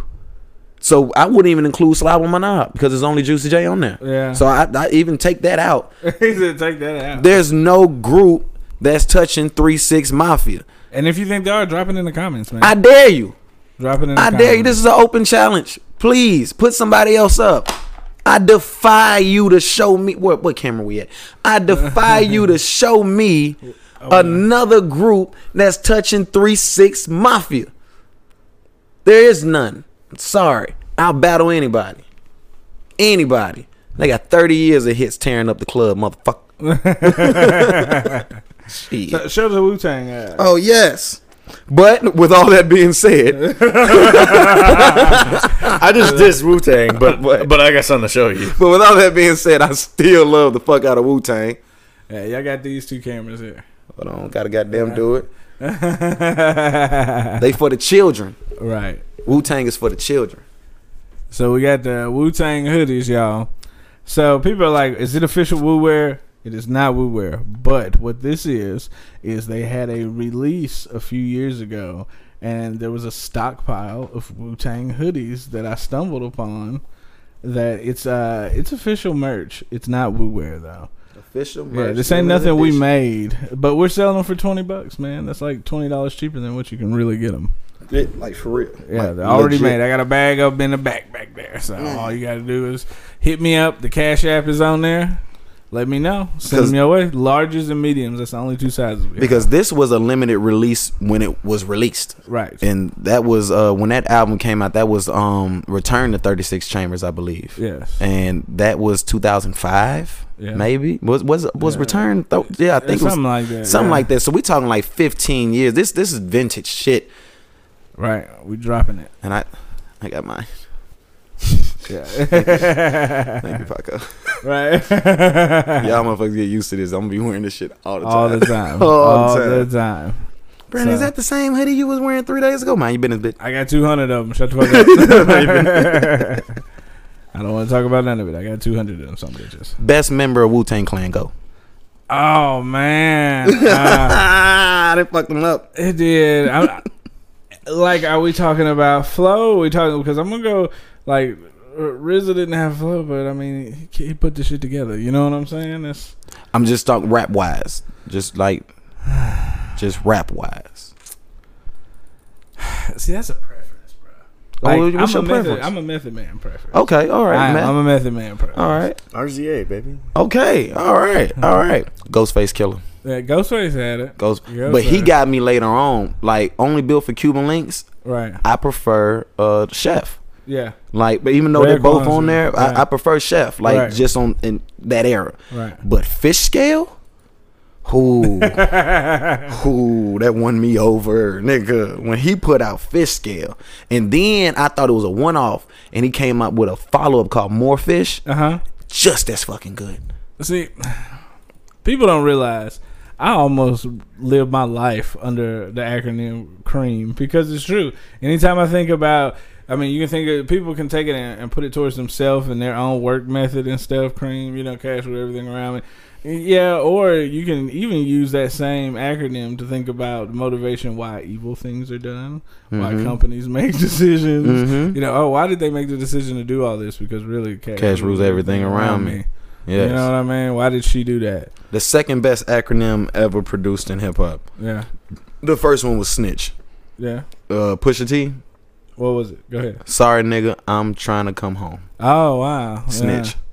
Speaker 3: So I wouldn't even include Slab on my knob because there's only Juicy J on there.
Speaker 4: Yeah.
Speaker 3: So I, I even take that out.
Speaker 4: [LAUGHS] he said, "Take that out."
Speaker 3: There's no group that's touching Three Six Mafia.
Speaker 4: and if you think they are, drop it in the comments, man.
Speaker 3: I dare you.
Speaker 4: drop it in. The
Speaker 3: I
Speaker 4: comments.
Speaker 3: dare you. This is an open challenge. Please put somebody else up. I defy you to show me what what camera we at. I defy you to show me another group that's touching three six mafia. There is none. Sorry, I'll battle anybody. Anybody. They got thirty years of hits tearing up the club, motherfucker. Shit.
Speaker 4: So- show the
Speaker 3: [LAUGHS]
Speaker 4: Wu Tang. Uh,
Speaker 3: Oh yes. But with all that being said,
Speaker 5: I just dissed Wu Tang, but [LAUGHS] but I got something to show you.
Speaker 3: but with all that being said, I still love the fuck out of Wu Tang.
Speaker 4: [LAUGHS] yeah, y'all got these two cameras here.
Speaker 3: Hold on, gotta goddamn do it.
Speaker 4: right. [LAUGHS]
Speaker 3: They for the children. Wu Tang is for the children.
Speaker 4: So we got the Wu Tang hoodies, y'all. So people are like, is it official Wu Wear? It is not Wu Wear. But what this is, is they had a release a few years ago, and there was a stockpile of Wu Tang hoodies that I stumbled upon that it's uh it's official merch. It's not woo wear though.
Speaker 3: Official merch.
Speaker 4: Yeah, this ain't
Speaker 3: limited
Speaker 4: nothing we
Speaker 3: edition.
Speaker 4: made, but we're selling them for twenty bucks, man. That's like twenty dollars cheaper than what you can really get them.
Speaker 6: It- like for real.
Speaker 4: Yeah,
Speaker 6: Like,
Speaker 4: they're already
Speaker 6: legit. Mm.
Speaker 4: made. I got a bag up in the back back there. So all you got to do is hit me up. The Cash App is on there. Let me know. Send
Speaker 3: 'Cause-
Speaker 4: them your way. Larges and mediums. That's the only two sizes. We
Speaker 3: Because this was a limited release when it was released.
Speaker 4: have. right.
Speaker 3: And that was uh when that album came out, that was um Return to 36 Chambers, I believe.
Speaker 4: yes.
Speaker 3: And that was 2005,
Speaker 4: Yeah.
Speaker 3: maybe. Was was was
Speaker 4: Yeah.
Speaker 3: Return th- Yeah, I think it was
Speaker 4: something like that.
Speaker 3: something
Speaker 4: yeah.
Speaker 3: like that. So we talking like 15 years. This this is vintage shit.
Speaker 4: Right. We dropping it.
Speaker 3: And I I got mine.
Speaker 4: Yeah.
Speaker 3: Thank you, Paco.
Speaker 4: right.
Speaker 3: Y'all motherfuckers get used to this. I'm gonna be wearing this shit all the time.
Speaker 4: All the time.
Speaker 3: All the
Speaker 4: All
Speaker 3: time.
Speaker 4: the time.
Speaker 3: Brandon, is that the same hoodie you was wearing three days ago? Mind your business, bitch.
Speaker 4: I got 200 of them. Shut the fuck up. I don't want to talk about none of it. I got 200 of them, some bitches.
Speaker 3: Best member of Wu Tang Clan, go.
Speaker 4: Oh, man. Uh,
Speaker 3: Ah, they fucked them up.
Speaker 4: it did. I'm, like, are we talking about flow? we talking because I'm going to go, like, R- RZA didn't have flow, but I mean, he, he put the shit together. You know what I'm saying? That's,
Speaker 3: I'm just talking rap wise, just like, just rap wise.
Speaker 4: see, that's a preference, bro.
Speaker 3: Oh,
Speaker 4: Like, I'm,
Speaker 3: what's
Speaker 4: a
Speaker 3: your
Speaker 4: method,
Speaker 3: preference?
Speaker 4: I'm a method man preference.
Speaker 3: Okay, all right,
Speaker 4: I am.
Speaker 3: man.
Speaker 4: I'm a method man preference.
Speaker 3: all right,
Speaker 5: RZA, baby.
Speaker 3: okay, all right, all right. Ghostface Killer,
Speaker 4: Yeah, Ghostface had it.
Speaker 3: Ghost,
Speaker 4: Yeah,
Speaker 3: but he
Speaker 4: sir.
Speaker 3: got me later on. Like only built for Cuban links.
Speaker 4: Right.
Speaker 3: I prefer uh Chef.
Speaker 4: Yeah.
Speaker 3: Like, but even though
Speaker 4: Red
Speaker 3: they're both
Speaker 4: Kwanzaa,
Speaker 3: on there,
Speaker 4: right.
Speaker 3: I, I prefer Chef. Like
Speaker 4: Right.
Speaker 3: just on in that era.
Speaker 4: Right.
Speaker 3: But Fish Scale,
Speaker 4: [LAUGHS]
Speaker 3: who, who that won me over, nigga. When he put out Fish Scale, and then I thought it was a one off, and he came up with a follow up called More Fish,
Speaker 4: Uh huh.
Speaker 3: just as fucking good.
Speaker 4: See, people don't realize I almost live my life under the acronym CREAM because it's true. Anytime I think about, I mean, you can think of people can take it and, and put it towards themselves and their own work method and stuff. CREAM, you know, cash with everything around it. Yeah, or you can even use that same acronym to think about motivation why evil things are done,
Speaker 3: Mm-hmm.
Speaker 4: why companies [LAUGHS] make decisions. You know, oh, why did they make the decision to do all this? Because really, cash,
Speaker 3: Cash rules everything around me. Yes.
Speaker 4: you know what I mean? Why did she do that?
Speaker 3: the second best acronym ever produced in hip hop.
Speaker 4: Yeah.
Speaker 3: The first one was Snitch.
Speaker 4: Yeah.
Speaker 3: Uh, Pusha T.
Speaker 4: What was it? Go ahead.
Speaker 3: Sorry, nigga, I'm trying to come home.
Speaker 4: Oh, wow. Yeah.
Speaker 3: Snitch. [LAUGHS]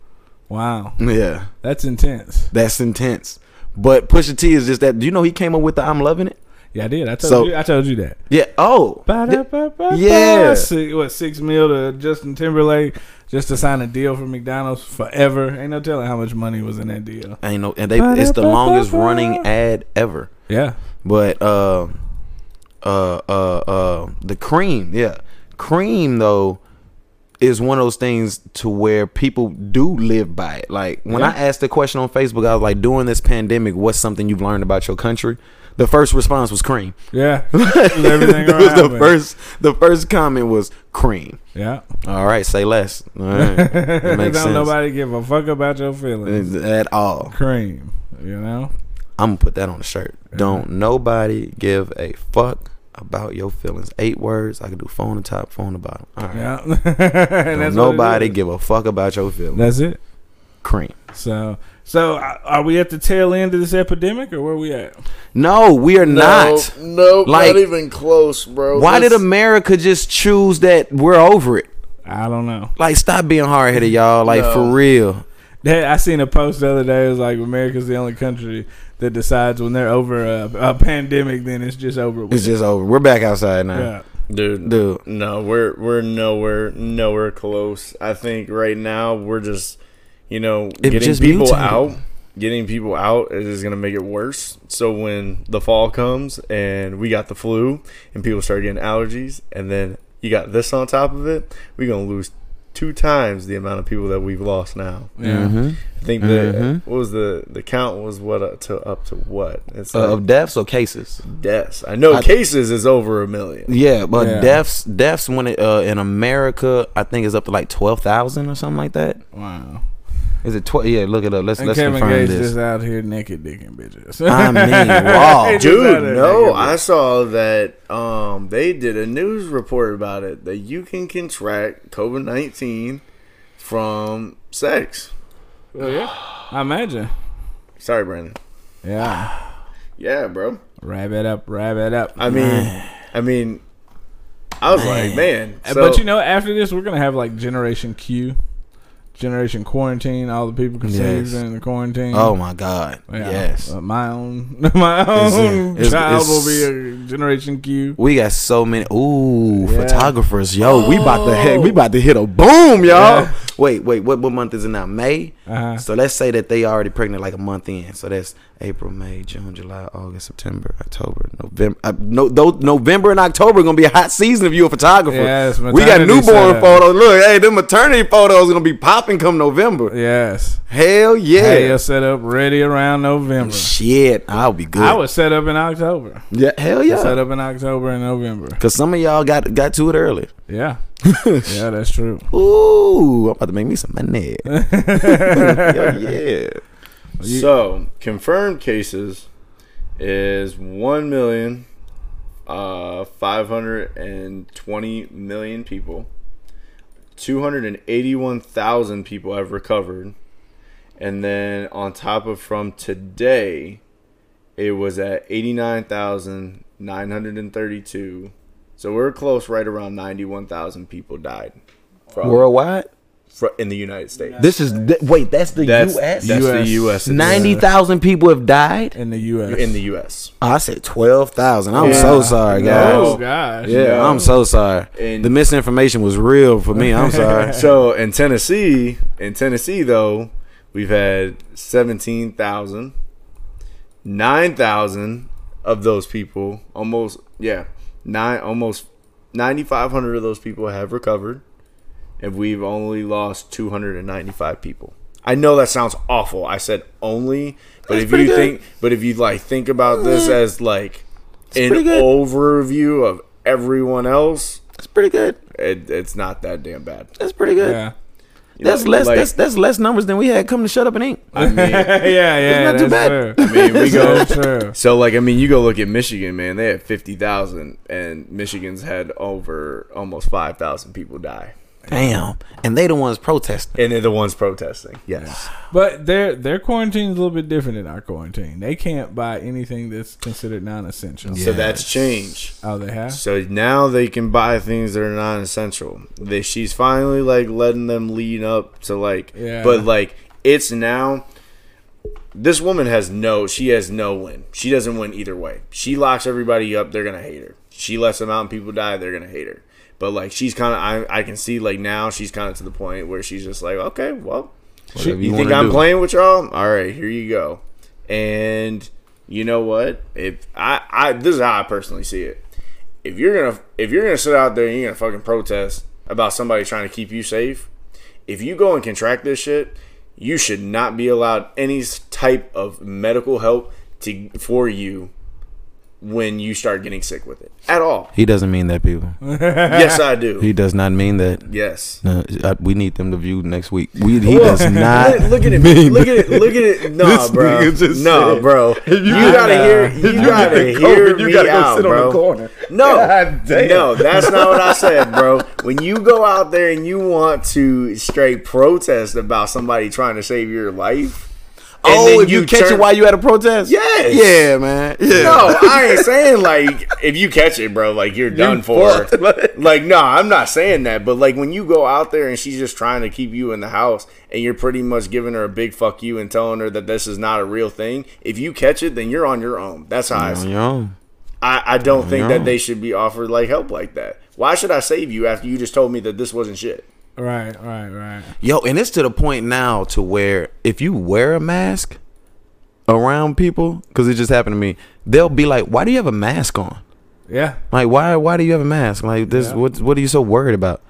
Speaker 4: Wow.
Speaker 3: yeah.
Speaker 4: That's intense.
Speaker 3: That's intense. But Pusha T is just that. Do you know he came up with the "I'm loving it"?
Speaker 4: Yeah, I did. I told
Speaker 3: So-
Speaker 4: you I told you that.
Speaker 3: Yeah. Oh.
Speaker 4: Ba-da-ba-ba-ba.
Speaker 3: Yeah.
Speaker 4: Six, what, six mil to Justin Timberlake just to sign a deal for McDonald's forever. Ain't no telling how much money was in that deal.
Speaker 3: Ain't no, and they it's the longest running ad ever.
Speaker 4: Yeah.
Speaker 3: But uh, uh, uh, uh, the cream, yeah, cream though is one of those things to where people do live by it. Like when I
Speaker 4: Yeah.
Speaker 3: asked the question on Facebook, I was like, during this pandemic, what's something you've learned about your country? The first response was cream. [LAUGHS]
Speaker 4: Yeah. everything
Speaker 3: That was
Speaker 4: around
Speaker 3: the
Speaker 4: me.
Speaker 3: first, the first comment was cream.
Speaker 4: Yeah.
Speaker 3: All right, say
Speaker 4: [LAUGHS]
Speaker 3: less. All right. That
Speaker 4: Don't
Speaker 3: makes sense.
Speaker 4: nobody give a fuck about your feelings.
Speaker 3: At all.
Speaker 4: Cream. You know?
Speaker 3: I'm gonna put that on the shirt. Don't nobody give a fuck about your feelings. Eight words. I can do phone the top, phone the bottom. All right.
Speaker 4: Yeah. [LAUGHS] and that's what it
Speaker 3: Don't nobody
Speaker 4: is.
Speaker 3: give a fuck about your feelings.
Speaker 4: That's it.
Speaker 3: Cream.
Speaker 4: So, so uh, are we at the tail end of this epidemic, or where we at?
Speaker 3: No, we are not.
Speaker 5: No,
Speaker 3: Like-
Speaker 5: not even close, bro.
Speaker 3: Why did
Speaker 5: That's-
Speaker 3: America just choose that we're over it?
Speaker 4: I don't know.
Speaker 3: Like, stop being hard headed, y'all. Like, for
Speaker 5: No.
Speaker 3: real.
Speaker 4: Hey, I seen a post the other day. It was like America's the only country that decides when they're over a, a pandemic, then it's just over. With.
Speaker 3: It's just over. We're back outside now.
Speaker 4: yeah.
Speaker 5: dude?
Speaker 3: Dude.
Speaker 5: No, we're we're nowhere nowhere close. I think right now we're just you know
Speaker 3: It
Speaker 5: getting
Speaker 3: just
Speaker 5: people
Speaker 3: mutated.
Speaker 5: out, getting people out is just gonna make it worse. So when the fall comes and we got the flu and people start getting allergies, and then you got this on top of it, we're gonna lose two times the amount of people that we've lost now.
Speaker 4: Yeah.
Speaker 3: Mm-hmm.
Speaker 5: I think the
Speaker 3: Mhm.
Speaker 5: what was the the count was what up to up to what? It's
Speaker 3: Uh,
Speaker 5: like
Speaker 3: of deaths or cases?
Speaker 5: deaths. I know
Speaker 3: I-
Speaker 5: cases is over a million.
Speaker 3: Yeah, but
Speaker 4: Yeah.
Speaker 3: deaths, deaths when it, uh, in America, I think is up to like twelve thousand or something like that.
Speaker 4: Wow.
Speaker 3: Is it twelve? Yeah, look it up. Let's
Speaker 4: And
Speaker 3: let's
Speaker 4: Kevin
Speaker 3: confirm
Speaker 4: Gates
Speaker 3: this.
Speaker 4: [LAUGHS] just out here naked dicking bitches.
Speaker 3: I mean, wow.
Speaker 4: He just out there
Speaker 5: Dude, no,
Speaker 4: naked
Speaker 5: I
Speaker 4: dick.
Speaker 5: saw that um they did a news report about it that you can contract COVID nineteen from sex.
Speaker 6: Oh yeah.
Speaker 4: I [LAUGHS] imagine.
Speaker 5: Sorry, Brandon.
Speaker 4: Yeah.
Speaker 5: Yeah, bro.
Speaker 4: Wrap it up. Wrap it up.
Speaker 5: I mean, I mean, I was like, man. So,
Speaker 4: Uh, but you know, after this, we're gonna have like Generation Q, Generation Quarantine, all the people conceived
Speaker 3: Yes.
Speaker 4: in the quarantine.
Speaker 3: Oh my God.
Speaker 4: Yeah.
Speaker 3: Yes.
Speaker 4: Uh, my own, [LAUGHS] my own
Speaker 3: it's-
Speaker 4: child
Speaker 3: it's-
Speaker 4: will be a Generation Q.
Speaker 3: We got so many. Ooh,
Speaker 4: Yeah. Oh.
Speaker 3: photographers, yo! We about to hit. We about to hit a boom, y'all.
Speaker 4: Yeah.
Speaker 3: Wait, wait. What what month is it now? May.
Speaker 4: Uh-huh.
Speaker 3: So let's say that they already pregnant like a month in. So that's April, May, June, July, August, September, October, November. Uh, no, tho- November and October gonna be a hot season if you're a photographer.
Speaker 4: Yes,
Speaker 3: we got
Speaker 4: maternity
Speaker 3: newborn
Speaker 4: setup.
Speaker 3: photos. Look, hey, them maternity photos gonna be popping come November.
Speaker 4: Yes.
Speaker 3: Hell yeah.
Speaker 4: Hey, you're set up ready around November.
Speaker 3: Shit, I'll be good.
Speaker 4: I was set up in October.
Speaker 3: yeah, hell
Speaker 4: Set
Speaker 3: yeah.
Speaker 4: up in October and November.
Speaker 3: Cause some of y'all got got to it early.
Speaker 4: [LAUGHS] Yeah. yeah, that's [LAUGHS] true.
Speaker 3: Ooh, I'm about to make me some
Speaker 4: [LAUGHS]
Speaker 3: money. Hell yeah.
Speaker 5: so confirmed cases is one million uh five hundred and twenty million people. Two hundred and eighty-one thousand people have recovered, and then on top of from today, it was at eighty-nine thousand nine hundred and thirty-two. So we're close, right around ninety-one thousand people died from,
Speaker 3: Worldwide?
Speaker 5: fro- in the United States.
Speaker 3: This is th- wait, that's the
Speaker 5: That's,
Speaker 3: US?
Speaker 5: that's
Speaker 4: US.
Speaker 5: the U.S.
Speaker 3: Ninety thousand people have died.
Speaker 4: In the U.S.
Speaker 5: in the U.S.
Speaker 3: Oh, I said twelve thousand. I'm so sorry, guys.
Speaker 4: Oh, gosh.
Speaker 3: Yeah, I'm so sorry.
Speaker 5: And-
Speaker 3: the misinformation was real for me. I'm
Speaker 4: [LAUGHS]
Speaker 3: sorry.
Speaker 5: [LAUGHS] So in Tennessee, in Tennessee though, we've had 17,000, 9,000 of those people, almost yeah, nine almost 9,500 of those people have recovered, and we've only lost 295 people. I know that sounds awful. I said only, but if you think, but if you like think about this as like an
Speaker 3: pretty good.
Speaker 5: overview of everyone else,
Speaker 3: That's pretty good.
Speaker 5: it, it's not that damn bad.
Speaker 3: That's pretty good.
Speaker 4: Yeah.
Speaker 5: You
Speaker 3: That's
Speaker 5: know,
Speaker 3: less.
Speaker 5: like,
Speaker 3: that's that's less numbers than we had. Come to shut up and ink.
Speaker 5: I mean,
Speaker 4: yeah, yeah.
Speaker 3: It's not too
Speaker 4: that's
Speaker 5: [LAUGHS] I mean, we go.
Speaker 4: True. true.
Speaker 5: So like, I mean, you go look at Michigan, man. They had fifty thousand, and Michigan's had over almost five thousand people die,
Speaker 3: Damn. And they the ones protesting.
Speaker 5: and they're the ones protesting. Yes,
Speaker 4: But their their quarantine is a little bit different than our quarantine. They can't buy anything that's considered non-essential.
Speaker 5: so that's change.
Speaker 4: Oh, they have.
Speaker 5: So now they can buy things that are non-essential. They, she's finally like letting them lead up to like,
Speaker 4: Yeah.
Speaker 5: but like it's now. This woman has no. She has no win. She doesn't win either way. She locks everybody up. They're gonna hate her. She lets them out and people die. They're gonna hate her. But like she's kind of. I I can see like now she's kind of to the point where she's just like, okay, well,
Speaker 3: Whatever
Speaker 5: you think
Speaker 3: wanna
Speaker 5: I'm
Speaker 3: do.
Speaker 5: playing with y'all? All right, here you go. And you know what? If I, I this is how I personally see it. If you're gonna if you're gonna sit out there and you're gonna fucking protest about somebody trying to keep you safe, if you go and contract this shit, you should not be allowed any s- type of medical help to for you when you start getting sick with it at all.
Speaker 3: He doesn't mean that, people.
Speaker 5: yes, I do.
Speaker 3: He does not mean that.
Speaker 5: Yes.
Speaker 3: No, I, we need them to view next week. We, he
Speaker 5: Well,
Speaker 3: [LAUGHS] does not.
Speaker 5: look, look at it. Look at it. Look at it. [LAUGHS] No,
Speaker 3: This
Speaker 5: bro.
Speaker 3: nigga just
Speaker 5: no,
Speaker 3: said,
Speaker 5: [LAUGHS] bro. you, gotta hear. You, gotta hear me out, bro. [LAUGHS] No, no, that's not [LAUGHS] what I said, bro. When you go out there and you want to straight protest about somebody trying to save your life, and
Speaker 3: oh,
Speaker 5: then
Speaker 3: if you, catch
Speaker 5: turn-
Speaker 3: it while you at a protest?
Speaker 5: Yes.
Speaker 3: Yeah, man. Yeah.
Speaker 5: No, I ain't saying like if you catch it, bro, like you're done for. like, no, I'm not saying that. But like when you go out there and she's just trying to keep you in the house and you're pretty much giving her a big fuck you and telling her that this is not a real thing, if you catch it, then you're on your own. That's how I
Speaker 3: On
Speaker 5: see it.
Speaker 3: your own.
Speaker 5: I, I don't think that they should be offered like help like that. Why should I save you after you just told me that this wasn't shit?
Speaker 4: Right, right, right.
Speaker 3: Yo, and it's to the point now to where if you wear a mask around people, because it just happened to me, they'll be like, "Why do you have a mask on?
Speaker 4: Yeah.
Speaker 3: Like, why? Why do you have a mask? Like, this?
Speaker 4: Yeah.
Speaker 3: What? What are you so worried about?"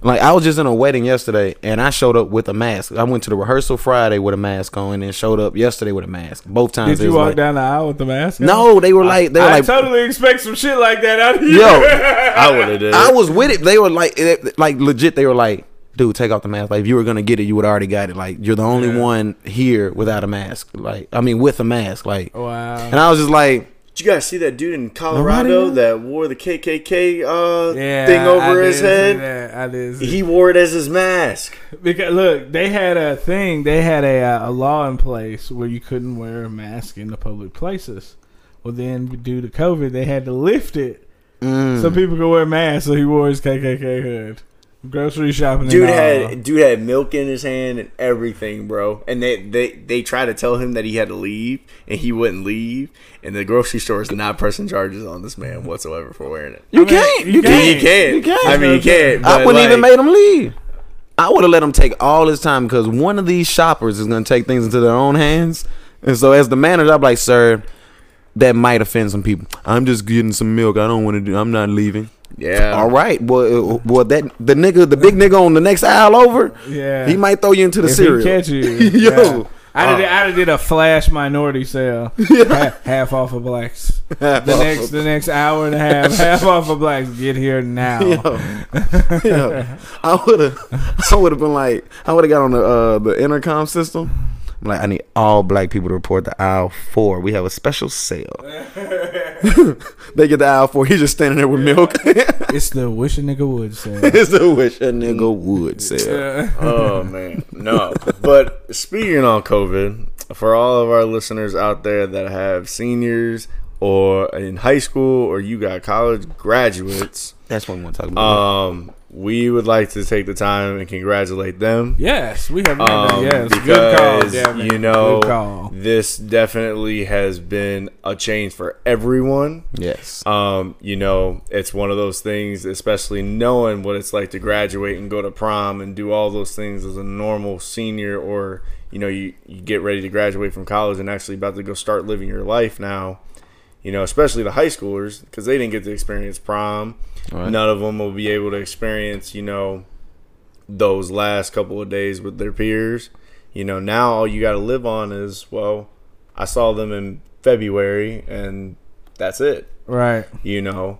Speaker 3: Like I was just in a wedding yesterday, and I showed up with a mask. I went to the rehearsal Friday with a mask on, and then showed up yesterday with a mask. Both times.
Speaker 4: Did
Speaker 3: it
Speaker 4: you
Speaker 3: was
Speaker 4: walk
Speaker 3: like-
Speaker 4: down the aisle with the mask? on?
Speaker 3: No, they were like, they were
Speaker 4: I
Speaker 3: like,
Speaker 4: totally expect some shit like that out of you.
Speaker 3: yo,
Speaker 5: I would have did.
Speaker 3: I was with it. They were like, it- like legit. They were like, dude, take off the mask. Like, if you were gonna get it, you would already got it. Like, you're the only one here without a mask. Like, I mean, with a mask. Like,
Speaker 4: [LAUGHS] Wow.
Speaker 3: and I was just like,
Speaker 5: Did you guys see that dude in Colorado
Speaker 3: Nobody?
Speaker 5: that wore the KKK uh,
Speaker 4: Yeah,
Speaker 5: thing
Speaker 4: I
Speaker 5: over
Speaker 4: did
Speaker 5: his
Speaker 4: see
Speaker 5: head?
Speaker 4: that. I did. see
Speaker 5: He wore it as his mask.
Speaker 4: Because look, they had a thing. They had a uh, a law in place where you couldn't wear a mask in the public places. Well, then due to COVID, they had to lift it so people could wear masks. So he wore his KKK hood. Grocery shopping.
Speaker 5: Dude
Speaker 4: and all.
Speaker 3: uh,
Speaker 5: had dude had milk in his hand and everything, bro. And they they they tried to tell him that he had to leave, and he wouldn't leave. And the grocery store is not pressing charges on this man whatsoever for wearing it.
Speaker 3: You can't. You
Speaker 5: Yeah, you
Speaker 3: can't.
Speaker 5: can't.
Speaker 3: You can't.
Speaker 5: I mean, you can't.
Speaker 3: I
Speaker 5: but,
Speaker 3: wouldn't even
Speaker 5: like,
Speaker 3: made him leave. I would have let him take all his time because one of these shoppers is going to take things into their own hands. And so, as the manager, I'm like, sir, that might offend some people. I'm just getting some milk. I don't want to do. I'm not leaving. [LAUGHS]
Speaker 5: Yeah.
Speaker 3: All right. Well, uh, well, that the nigga, the big nigga on the next aisle over,
Speaker 4: Yeah.
Speaker 3: he might throw you into the
Speaker 4: if
Speaker 3: cereal.
Speaker 4: He catch you,
Speaker 3: [LAUGHS] Yo. Oh.
Speaker 4: yeah. I did. I did a flash
Speaker 3: [LAUGHS]
Speaker 4: minority sale, half, half off of blacks.
Speaker 3: Half
Speaker 4: the
Speaker 3: off
Speaker 4: next, the next hour and
Speaker 3: [LAUGHS]
Speaker 4: a half, half off of blacks. Get here [LAUGHS] now.
Speaker 3: Yo. Yo. I would have, I would have been like, I would have got on the uh, the intercom system. I'm like, I need all black people to report to aisle four. We have a special sale. they get the aisle four. He's just standing there with milk. [LAUGHS]
Speaker 4: It's the wish a nigga would Uh, sale.
Speaker 3: it's the wish a nigga would sell.
Speaker 5: oh man, no. But speaking on COVID, for all of our listeners out there that have seniors or in high school, or you got college graduates,
Speaker 3: That's what we want to talk about.
Speaker 5: um, we would like to take the time and congratulate them.
Speaker 4: Yes, we have.
Speaker 5: Um,
Speaker 4: yes, good call,
Speaker 5: because
Speaker 4: Devin.
Speaker 5: you know
Speaker 4: good call.
Speaker 5: this definitely has been a change for everyone.
Speaker 3: yes.
Speaker 5: Um, you know, it's one of those things, especially knowing what it's like to graduate and go to prom and do all those things as a normal senior or, you know, you, you get ready to graduate from college and actually about to go start living your life now. You know, especially the high schoolers because they didn't get to experience prom.
Speaker 3: Right.
Speaker 5: None of them will be able to experience, you know, those last couple of days with their peers. You know, now all you got to live on is, well, I saw them in February and that's it
Speaker 4: Right.
Speaker 5: you know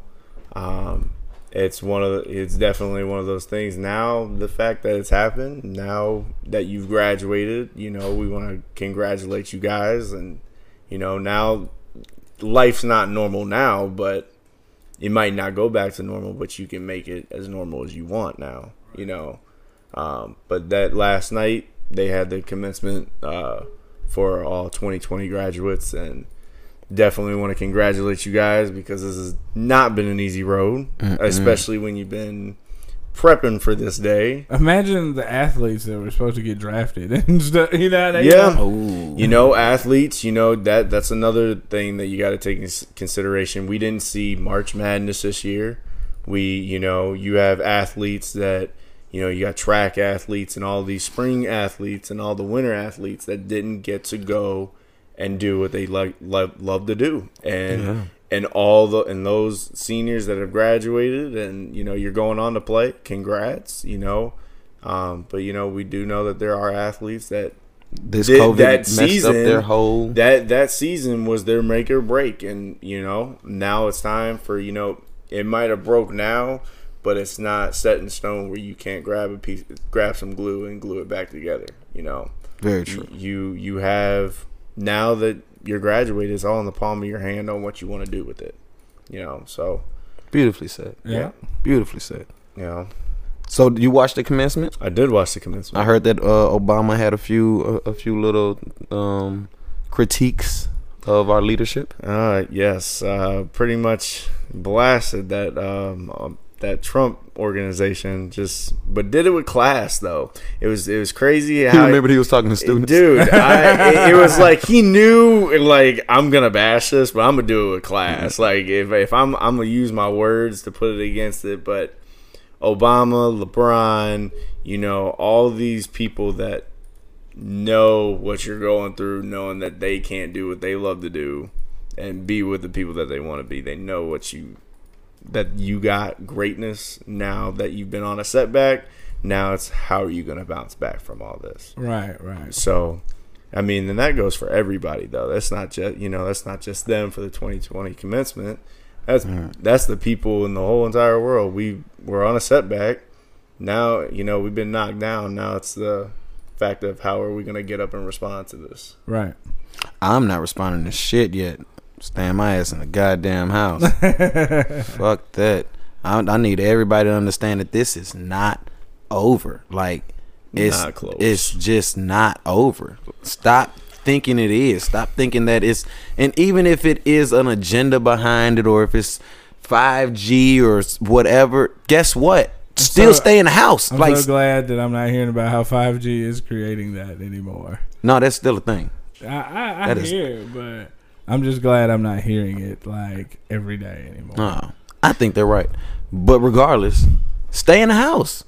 Speaker 5: um, it's one of the, it's definitely one of those things now the fact that it's happened now that you've graduated you know we want to congratulate you guys and you know now life's not normal now but it might not go back to normal but you can make it as normal as you want now you know um, but that last night they had the commencement uh, for all 2020 graduates and definitely want to congratulate you guys because this has not been an easy road, especially when you've been prepping for this day.
Speaker 4: Imagine the athletes that were supposed to get drafted [LAUGHS] and stuff. You know, they
Speaker 5: Yeah,
Speaker 3: oh.
Speaker 5: you know, athletes. You know that that's another thing that you got to take into consideration. We didn't see March Madness this year. We, you know, you have athletes that, you know, you got track athletes and all these spring athletes and all the winter athletes that didn't get to go and do what they like love, love to do and and all the and those seniors that have graduated and you know you're going on to play congrats you know um, but you know we do know that there are athletes that
Speaker 3: This
Speaker 5: did
Speaker 3: COVID
Speaker 5: that
Speaker 3: messed
Speaker 5: season
Speaker 3: up their whole.
Speaker 5: that that season was their make or break and you know now it's time for you know it might have broke now but it's not set in stone where you can't grab a piece grab some glue and glue it back together you know
Speaker 3: very true.
Speaker 5: you you have now that you're graduated it's all in the palm of your hand on what you want to do with it you know so
Speaker 3: Beautifully said.
Speaker 4: Yeah.
Speaker 3: Beautifully said.
Speaker 5: you know
Speaker 3: So you watched the commencement?
Speaker 5: i did watch the commencement
Speaker 3: I heard that uh, Obama had a few a, a few little um, critiques of our leadership.
Speaker 5: uh yes uh pretty much blasted that um, um that trump organization just but did it with class though it was it was crazy
Speaker 3: He
Speaker 5: how
Speaker 3: remembered he was talking to students.
Speaker 5: Dude, I, it, it was like he knew, like I'm gonna bash this, but I'm gonna do it with class. Like if if I'm I'm gonna use my words to put it against it, but Obama, LeBron, you know, all these people that know what you're going through, knowing that they can't do what they love to do, and be with the people that they want to be. They know what you that you got greatness now that you've been on a setback. Now it's how are you gonna bounce back from all this?
Speaker 4: Right. Right.
Speaker 5: So, I mean, and that goes for everybody though. That's not just you know that's not just them for the 2020 commencement. That's that's the people in the whole entire world. We were on a setback. Now you know we've been knocked down. Now it's the fact of how are we going to get up and respond to this?
Speaker 4: Right.
Speaker 3: I'm not responding to shit yet. Staying my ass in the goddamn house. Fuck that. I, I need everybody to understand that this is not over. Like it's
Speaker 5: Not close.
Speaker 3: it's just not over. Stop thinking it is. Stop thinking that it's and even if it is an agenda behind it or if it's 5G or s- whatever, guess what? Still
Speaker 4: so-
Speaker 3: stay in the house.
Speaker 4: I'm
Speaker 3: like
Speaker 4: so glad that I'm not hearing about how 5G is creating that anymore.
Speaker 3: no, that's still a thing.
Speaker 4: I, I, I
Speaker 3: That is-
Speaker 4: hear, it, but I'm just glad I'm not hearing it like every day anymore.
Speaker 3: No, I think they're right. But regardless, stay in the house.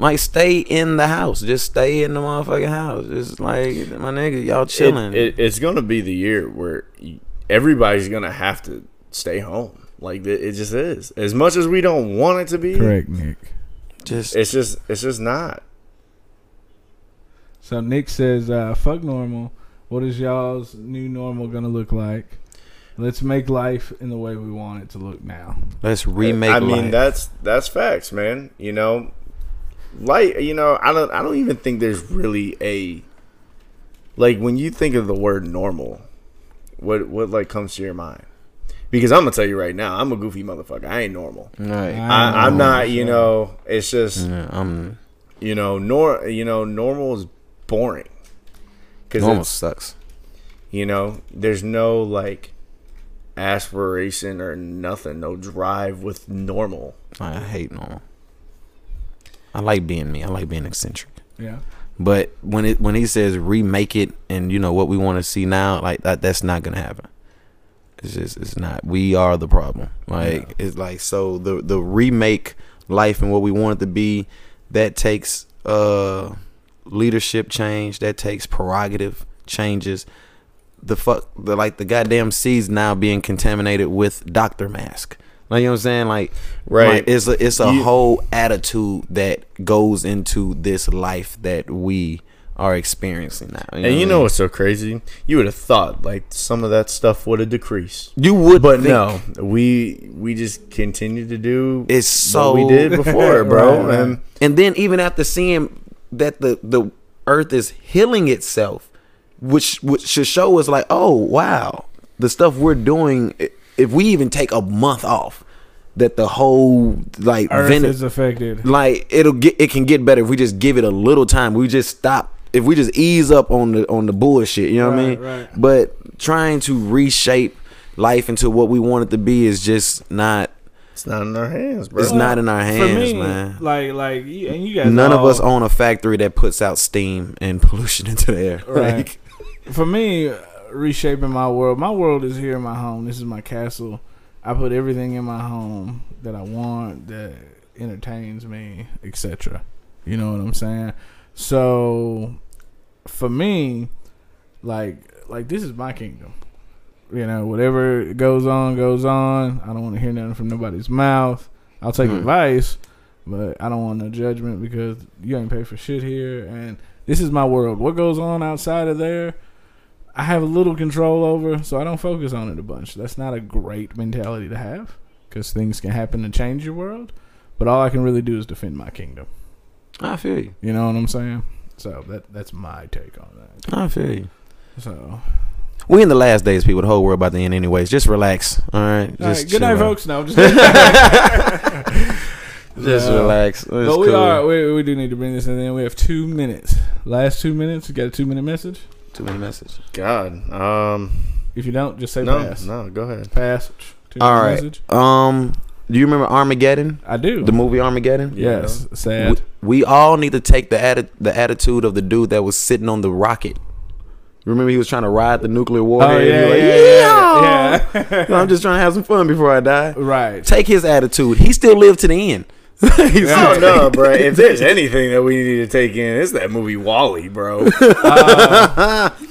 Speaker 3: Like stay in the house. Just stay in the motherfucking house. Just like my nigga, y'all chilling.
Speaker 5: It, it, it's going to be the year where y- everybody's going to have to stay home. Like it, it just is. As much as we don't want it to be,
Speaker 4: Correct, Nick.
Speaker 3: just
Speaker 5: it's just it's just not.
Speaker 4: So Nick says, uh, "Fuck normal. What is y'all's new normal gonna look like? Let's make life in the way we want it to look now."
Speaker 3: let's remake.
Speaker 5: I mean,
Speaker 3: life.
Speaker 5: that's that's facts, man. You know, like you know, I don't I don't even think there's really a like when you think of the word normal, what what like comes to your mind? Because I'm gonna tell you right now, I'm a goofy motherfucker. I ain't normal.
Speaker 3: Right.
Speaker 5: Mm. I, I'm not. You know, Mm. it's just
Speaker 3: Yeah, I'm
Speaker 5: you know nor you know normal is boring
Speaker 3: normal
Speaker 5: because
Speaker 3: sucks.
Speaker 5: you know there's no like aspiration or nothing, no drive with normal.
Speaker 3: I hate normal. I like being me. I like being eccentric.
Speaker 4: Yeah.
Speaker 3: But when it when he says remake it and you know what we want to see now, like that that's not gonna happen. It's just it's not. We are the problem. Like it's like so the the remake life and what we want it to be, that takes uh leadership change, that takes prerogative changes. The fuck the like the goddamn seas now being contaminated with Doctor Mask. Like you know what I'm saying? Like
Speaker 5: Right.
Speaker 3: like, it's a it's a
Speaker 5: You-
Speaker 3: whole attitude that goes into this life that we are experiencing now.
Speaker 5: And you
Speaker 3: what I
Speaker 5: know
Speaker 3: mean?
Speaker 5: what's so crazy? You would have thought like some of that stuff would have decreased.
Speaker 3: you would,
Speaker 5: But
Speaker 3: think
Speaker 5: no, we we just continue to do
Speaker 3: it's so
Speaker 5: what we did before, bro.
Speaker 4: Right, right.
Speaker 5: And
Speaker 3: And then even after seeing that the the earth is healing itself, which which should show us like, oh wow, the stuff we're doing. i- If we even take a month off, that the whole like
Speaker 4: Earth
Speaker 3: venom-
Speaker 4: is affected.
Speaker 3: like it'll get it can get better if we just give it a little time. We just stop if we just ease up on the on the bullshit, you know what I mean?
Speaker 4: Right, right.
Speaker 3: But trying to reshape life into what we want it to be is just not
Speaker 5: it's not in our hands, bro.
Speaker 3: it's not in our hands, man.
Speaker 4: like, like, you- and you guys.
Speaker 3: None of
Speaker 4: all-
Speaker 3: us own a factory that puts out steam and [LAUGHS] pollution into the [LAUGHS] air.
Speaker 4: Right.
Speaker 3: Like,
Speaker 4: for me, uh, reshaping my world. My world is here in my home. This is my castle. I put everything in my home that I want, that entertains me, etc. You know what I'm saying? So, for me, like, like this is my kingdom. You know, whatever goes on, goes on. I don't want to hear nothing from nobody's mouth. I'll take advice, but I don't want no judgment because you ain't paid for shit here. And this is my world. What goes on outside of there, I have a little control over, so I don't focus on it a bunch. That's not a great mentality to have because things can happen and change your world. But all I can really do is defend my kingdom.
Speaker 3: I feel you.
Speaker 4: You know what I'm saying? So that that's my take on that.
Speaker 3: I feel you.
Speaker 4: So
Speaker 3: We in the last days, people. The whole world about to end, anyways. Just relax, all right. Just
Speaker 4: all right, good night,
Speaker 3: chill out.
Speaker 4: folks. No,
Speaker 3: [LAUGHS]
Speaker 4: I'm just
Speaker 3: Just
Speaker 4: Yeah.
Speaker 3: relax. It's
Speaker 4: Uh, but we
Speaker 3: cool.
Speaker 4: are we, we do need to bring this in. Then we have two minutes. Last two minutes. You got a two minute message?
Speaker 3: Too many messages.
Speaker 5: God, um,
Speaker 4: If you don't, just say
Speaker 5: no,
Speaker 4: pass.
Speaker 5: no, go ahead.
Speaker 4: Pass. Two
Speaker 3: All
Speaker 4: minute
Speaker 3: right.
Speaker 4: Message.
Speaker 3: Um, do you remember Armageddon?
Speaker 4: I do.
Speaker 3: The movie Armageddon?
Speaker 4: yes.
Speaker 3: We,
Speaker 4: Sad.
Speaker 3: we all need to take the atti- the attitude of the dude that was sitting on the rocket. Remember, he was trying to ride the nuclear
Speaker 4: Oh,
Speaker 3: warhead. He was like,
Speaker 4: yeah, yeah, yeah. [LAUGHS]
Speaker 3: "Yeah, I'm just trying to have some fun before I die.
Speaker 4: right.
Speaker 3: Take his attitude. He still lived to the end. [LAUGHS] He's-
Speaker 5: I don't know,
Speaker 3: [LAUGHS]
Speaker 5: Oh, bro. If there's anything that we need to take in, it's that movie Wally, bro.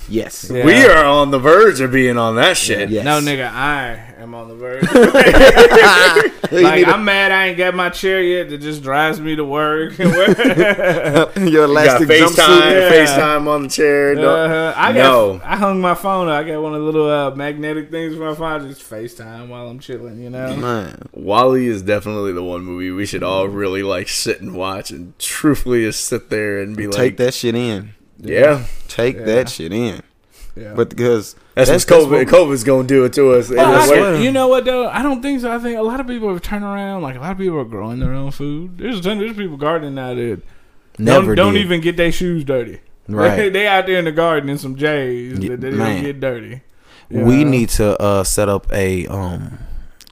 Speaker 3: Yes.
Speaker 4: Yeah.
Speaker 5: We are on the verge of being on that shit.
Speaker 3: Yes.
Speaker 4: No,
Speaker 3: [LAUGHS]
Speaker 4: nigga, I am on the verge. like I'm mad I ain't got my chair yet. That just drives me to
Speaker 3: [LAUGHS]
Speaker 4: work. [LAUGHS]
Speaker 3: Your
Speaker 5: You got
Speaker 3: elastic
Speaker 5: FaceTime,
Speaker 3: jumpsuit.
Speaker 4: yeah.
Speaker 5: FaceTime on the chair. don't-
Speaker 4: Uh, I got,
Speaker 5: No.
Speaker 4: I hung my phone. up. I got one of the little uh, magnetic things for my phone. Just FaceTime while I'm chilling. You know.
Speaker 3: Man,
Speaker 5: Wally is definitely the one movie we should
Speaker 3: Mm.
Speaker 5: all really like sit and watch and truthfully just sit there and be
Speaker 3: take
Speaker 5: like,
Speaker 3: that shit in.
Speaker 5: yeah,
Speaker 3: Take that shit in.
Speaker 4: Yeah.
Speaker 3: But because
Speaker 5: That's, what COVID, COVID's gonna do it to
Speaker 3: Oh,
Speaker 5: us.
Speaker 4: Well,
Speaker 5: It'll
Speaker 4: I-
Speaker 5: work.
Speaker 4: you know what though? I don't think so. I think a lot of people have turned around. Like a lot of people are growing their own food. There's a ton. There's people gardening now that
Speaker 3: never
Speaker 4: don't, don't
Speaker 3: did.
Speaker 4: even get their shoes dirty. They,
Speaker 3: Right.
Speaker 4: [LAUGHS] they out there in the garden in some J's
Speaker 3: Ye-
Speaker 4: that they
Speaker 3: man.
Speaker 4: don't get dirty.
Speaker 3: We
Speaker 4: Yeah.
Speaker 3: need to uh, set up a um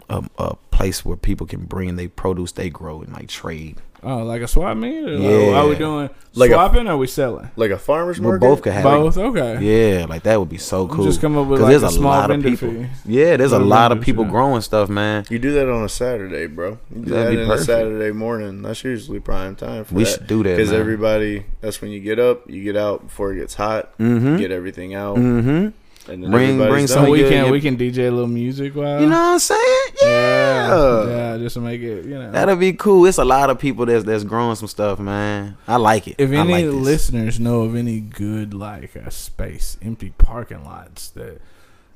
Speaker 3: a, a place where people can bring their produce they grow and like trade.
Speaker 4: Oh, like a swap meet? Or
Speaker 3: Yeah.
Speaker 4: Are we doing
Speaker 5: Like a-
Speaker 4: swapping or are we selling?
Speaker 5: like a farmer's
Speaker 3: We
Speaker 5: market.
Speaker 3: both could have
Speaker 4: Both? Okay.
Speaker 3: Yeah, like that would be so cool.
Speaker 4: Just come up with
Speaker 3: 'Cause
Speaker 4: like a small
Speaker 3: lot of
Speaker 4: vendor
Speaker 3: people.
Speaker 4: fee.
Speaker 3: Yeah, there's a
Speaker 4: Little
Speaker 3: lot of
Speaker 4: vendors,
Speaker 3: people
Speaker 4: yeah.
Speaker 3: growing stuff, man.
Speaker 5: You do that on a Saturday, bro. You do
Speaker 3: That'd
Speaker 5: that
Speaker 3: be
Speaker 5: on a
Speaker 3: perfect.
Speaker 5: Saturday morning. That's usually prime time for
Speaker 3: We should do that,
Speaker 5: because
Speaker 3: man.
Speaker 5: everybody. That's when you get up. You get out before it gets hot. Get everything out.
Speaker 3: Mm-hmm.
Speaker 5: And then
Speaker 3: Bring-
Speaker 5: everybody's
Speaker 3: bring
Speaker 5: done.
Speaker 3: some-
Speaker 4: So we
Speaker 3: yeah,
Speaker 4: can
Speaker 3: yeah.
Speaker 4: we can DJ a little music while
Speaker 3: You know uh, what I'm saying? Yeah.
Speaker 4: yeah, yeah, just to make it you know.
Speaker 3: That'll be cool. It's a lot of people that's that's growing some stuff, man. I like it.
Speaker 4: if
Speaker 3: I
Speaker 4: any
Speaker 3: like this.
Speaker 4: listeners know of any good like uh, space, empty parking lots that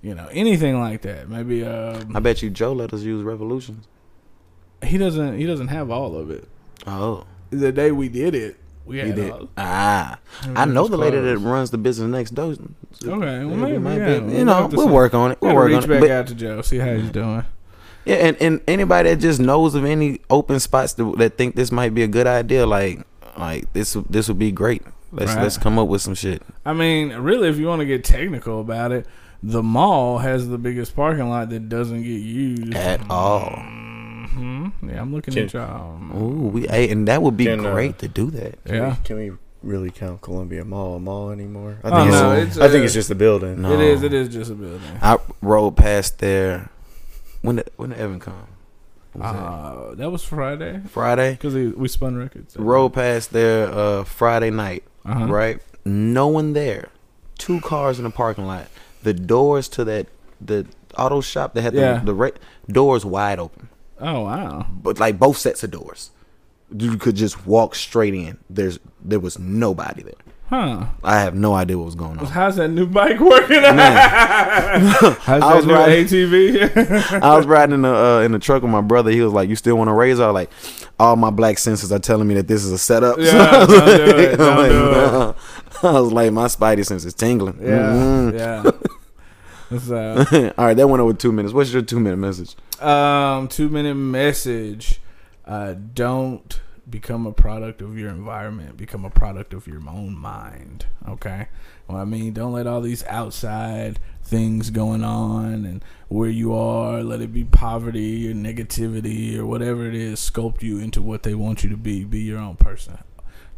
Speaker 4: you know anything like that, maybe um,
Speaker 3: I bet you Joe let us use Revolutions.
Speaker 4: he doesn't he doesn't have all of it.
Speaker 3: Oh,
Speaker 4: The day we did it, we
Speaker 3: he
Speaker 4: had
Speaker 3: did.
Speaker 4: all-
Speaker 3: Ah, I
Speaker 4: it
Speaker 3: know
Speaker 4: was
Speaker 3: the lady that
Speaker 4: closed.
Speaker 3: runs the business next door. Okay,
Speaker 4: well, maybe, yeah,
Speaker 3: you
Speaker 4: we'll
Speaker 3: know,
Speaker 4: have to
Speaker 3: we'll
Speaker 4: see.
Speaker 3: work on it. We'll
Speaker 4: Gotta
Speaker 3: work
Speaker 4: reach
Speaker 3: on
Speaker 4: back
Speaker 3: it. But Mm.
Speaker 4: out to Joe, see how he's doing.
Speaker 3: yeah, and, and anybody that just knows of any open spots that, that think this might be a good idea, like like this this would be great. Let's
Speaker 4: Right.
Speaker 3: let's come up with some shit.
Speaker 4: I mean, really, if you want to get technical about it, the mall has the biggest parking lot that doesn't get used.
Speaker 3: At all.
Speaker 4: hmm Yeah, I'm looking at y'all.
Speaker 3: Ooh, we hey, and that would be
Speaker 5: Can, uh,
Speaker 3: great to do that.
Speaker 4: Yeah.
Speaker 5: Can we really count Columbia Mall a mall anymore? I
Speaker 4: Oh,
Speaker 5: think,
Speaker 4: no,
Speaker 5: it's,
Speaker 4: it's
Speaker 5: I think
Speaker 4: a-
Speaker 5: it's just a building.
Speaker 3: No.
Speaker 4: It is. It is just a building.
Speaker 3: I rode past there. When did, when did Evan come? What was that?
Speaker 4: Uh, that was Friday
Speaker 3: Friday.
Speaker 4: because we spun records.
Speaker 3: Rode past there uh, Friday night,
Speaker 4: Uh-huh.
Speaker 3: right? No one there. Two cars in the parking lot. The doors to that the auto shop that had
Speaker 4: Yeah.
Speaker 3: the, the ra- doors wide open,
Speaker 4: Oh wow.
Speaker 3: but like both sets of doors. You could just walk straight in. There's there was nobody there.
Speaker 4: Huh.
Speaker 3: I have no idea what was going on.
Speaker 4: How's that new bike working? [LAUGHS]
Speaker 3: Man,
Speaker 4: How's
Speaker 3: I was
Speaker 4: that new Mm-hmm.
Speaker 3: riding-
Speaker 4: [LAUGHS] ATV?
Speaker 3: [LAUGHS] I was riding in the uh, in the truck with my brother. He was like, "You still want to raise?" I was like, "All my black senses are telling me that this is a setup."
Speaker 4: yeah.
Speaker 3: [LAUGHS]
Speaker 4: Don't do it.
Speaker 3: I'm
Speaker 4: Don't
Speaker 3: like,
Speaker 4: do it.
Speaker 3: "Nah." [LAUGHS] I was like, my spidey sense is tingling.
Speaker 4: Yeah.
Speaker 3: Mm.
Speaker 4: Yeah. uh, So,
Speaker 3: Mm-hmm. [LAUGHS] All right, that went over two minutes. What's your two minute message?
Speaker 4: um, two minute message. Uh, don't become a product of your environment. Become a product of your own mind. Okay. Well, I mean, don't let all these outside things going on and where you are, let it be poverty or negativity or whatever it is, sculpt you into what they want you to be. Be your own person.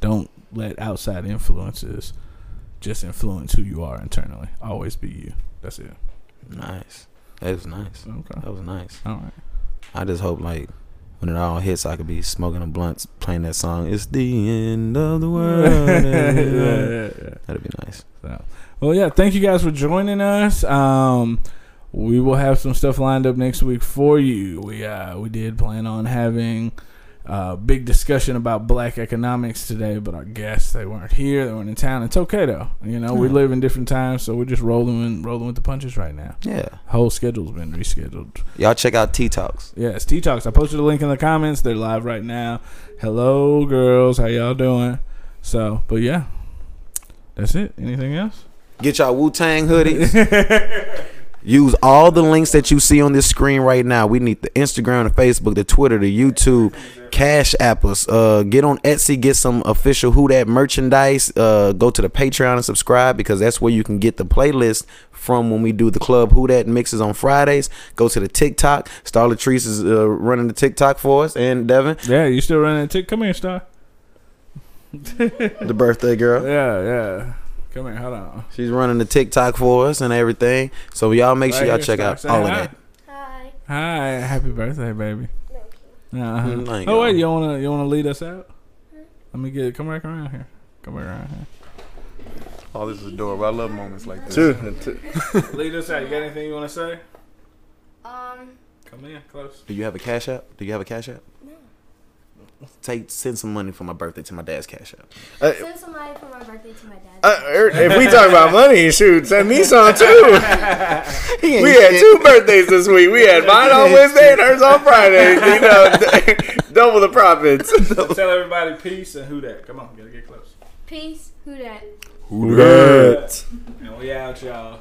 Speaker 4: Don't let outside influences just influence who you are internally. Always be you. That's it.
Speaker 3: Nice. That was nice.
Speaker 4: Okay.
Speaker 3: That was nice.
Speaker 4: All right.
Speaker 3: I just hope like when it all hits, I could be smoking a blunt, playing that song. It's the end of the
Speaker 4: [LAUGHS]
Speaker 3: world. That'd be nice.
Speaker 4: So, [LAUGHS] well, yeah. Thank you guys for joining us. Um, we will have some stuff lined up next week for you. We uh, we did plan on having a big discussion about black economics today, but our guests they weren't here. They weren't in town. It's okay though. You know, we live in different times, so we're just rolling and rolling with the punches right now.
Speaker 3: Yeah.
Speaker 4: Whole schedule's been rescheduled.
Speaker 3: Y'all check out T Talks.
Speaker 4: Yes, T Talks. I posted a link in the comments. They're live right now. Hello, girls. How y'all doing? So, but yeah, that's it. Anything else?
Speaker 3: Get y'all Wu Tang
Speaker 4: [LAUGHS]
Speaker 3: hoodies. Use all the links that you see on this screen right now. We need the Instagram, the Facebook, the Twitter, the YouTube, Cash App us. Uh, get on Etsy, get some official Who That merchandise. Uh, go to the Patreon and subscribe because that's where you can get the playlist from when we do the club Who That mixes on Fridays. Go to the TikTok. Star Latrice is uh, running the TikTok for us and Devin,
Speaker 4: Yeah, you still running a tick? Come here, Star.
Speaker 3: the birthday girl.
Speaker 4: Yeah, yeah. Come here. Hold on.
Speaker 3: She's running the TikTok for us and everything. So y'all make sure
Speaker 4: Right
Speaker 3: y'all
Speaker 4: here,
Speaker 3: check
Speaker 4: Star.
Speaker 3: out
Speaker 4: Say
Speaker 3: all of
Speaker 4: hi.
Speaker 3: that.
Speaker 6: Hi.
Speaker 4: Hi. Happy birthday, baby.
Speaker 3: Mm,
Speaker 4: Uh-huh.
Speaker 3: thank
Speaker 4: Oh wait,
Speaker 3: you.
Speaker 4: you wanna you wanna lead us out? Let me get. Come back around here. Come back around here.
Speaker 3: Oh, this is adorable. I love moments like this.
Speaker 5: Two, two-
Speaker 4: lead us out. You got anything you wanna say?
Speaker 6: Um.
Speaker 4: Come in close. [LAUGHS]
Speaker 3: Do you have a cash app? Do you have a cash app?
Speaker 6: No.
Speaker 3: Take send some money for my birthday to my dad's cash app.
Speaker 6: Send some money for my birthday to my dad.
Speaker 5: Uh, er, if we talk about money, shoot, send me some too. we had two birthdays this week. We had mine on Wednesday and hers on Friday. You know, [LAUGHS] double the profits.
Speaker 4: Tell everybody peace and who that. Come on, gotta get close.
Speaker 6: Peace. Who dat?
Speaker 5: Right.
Speaker 4: And We out, y'all.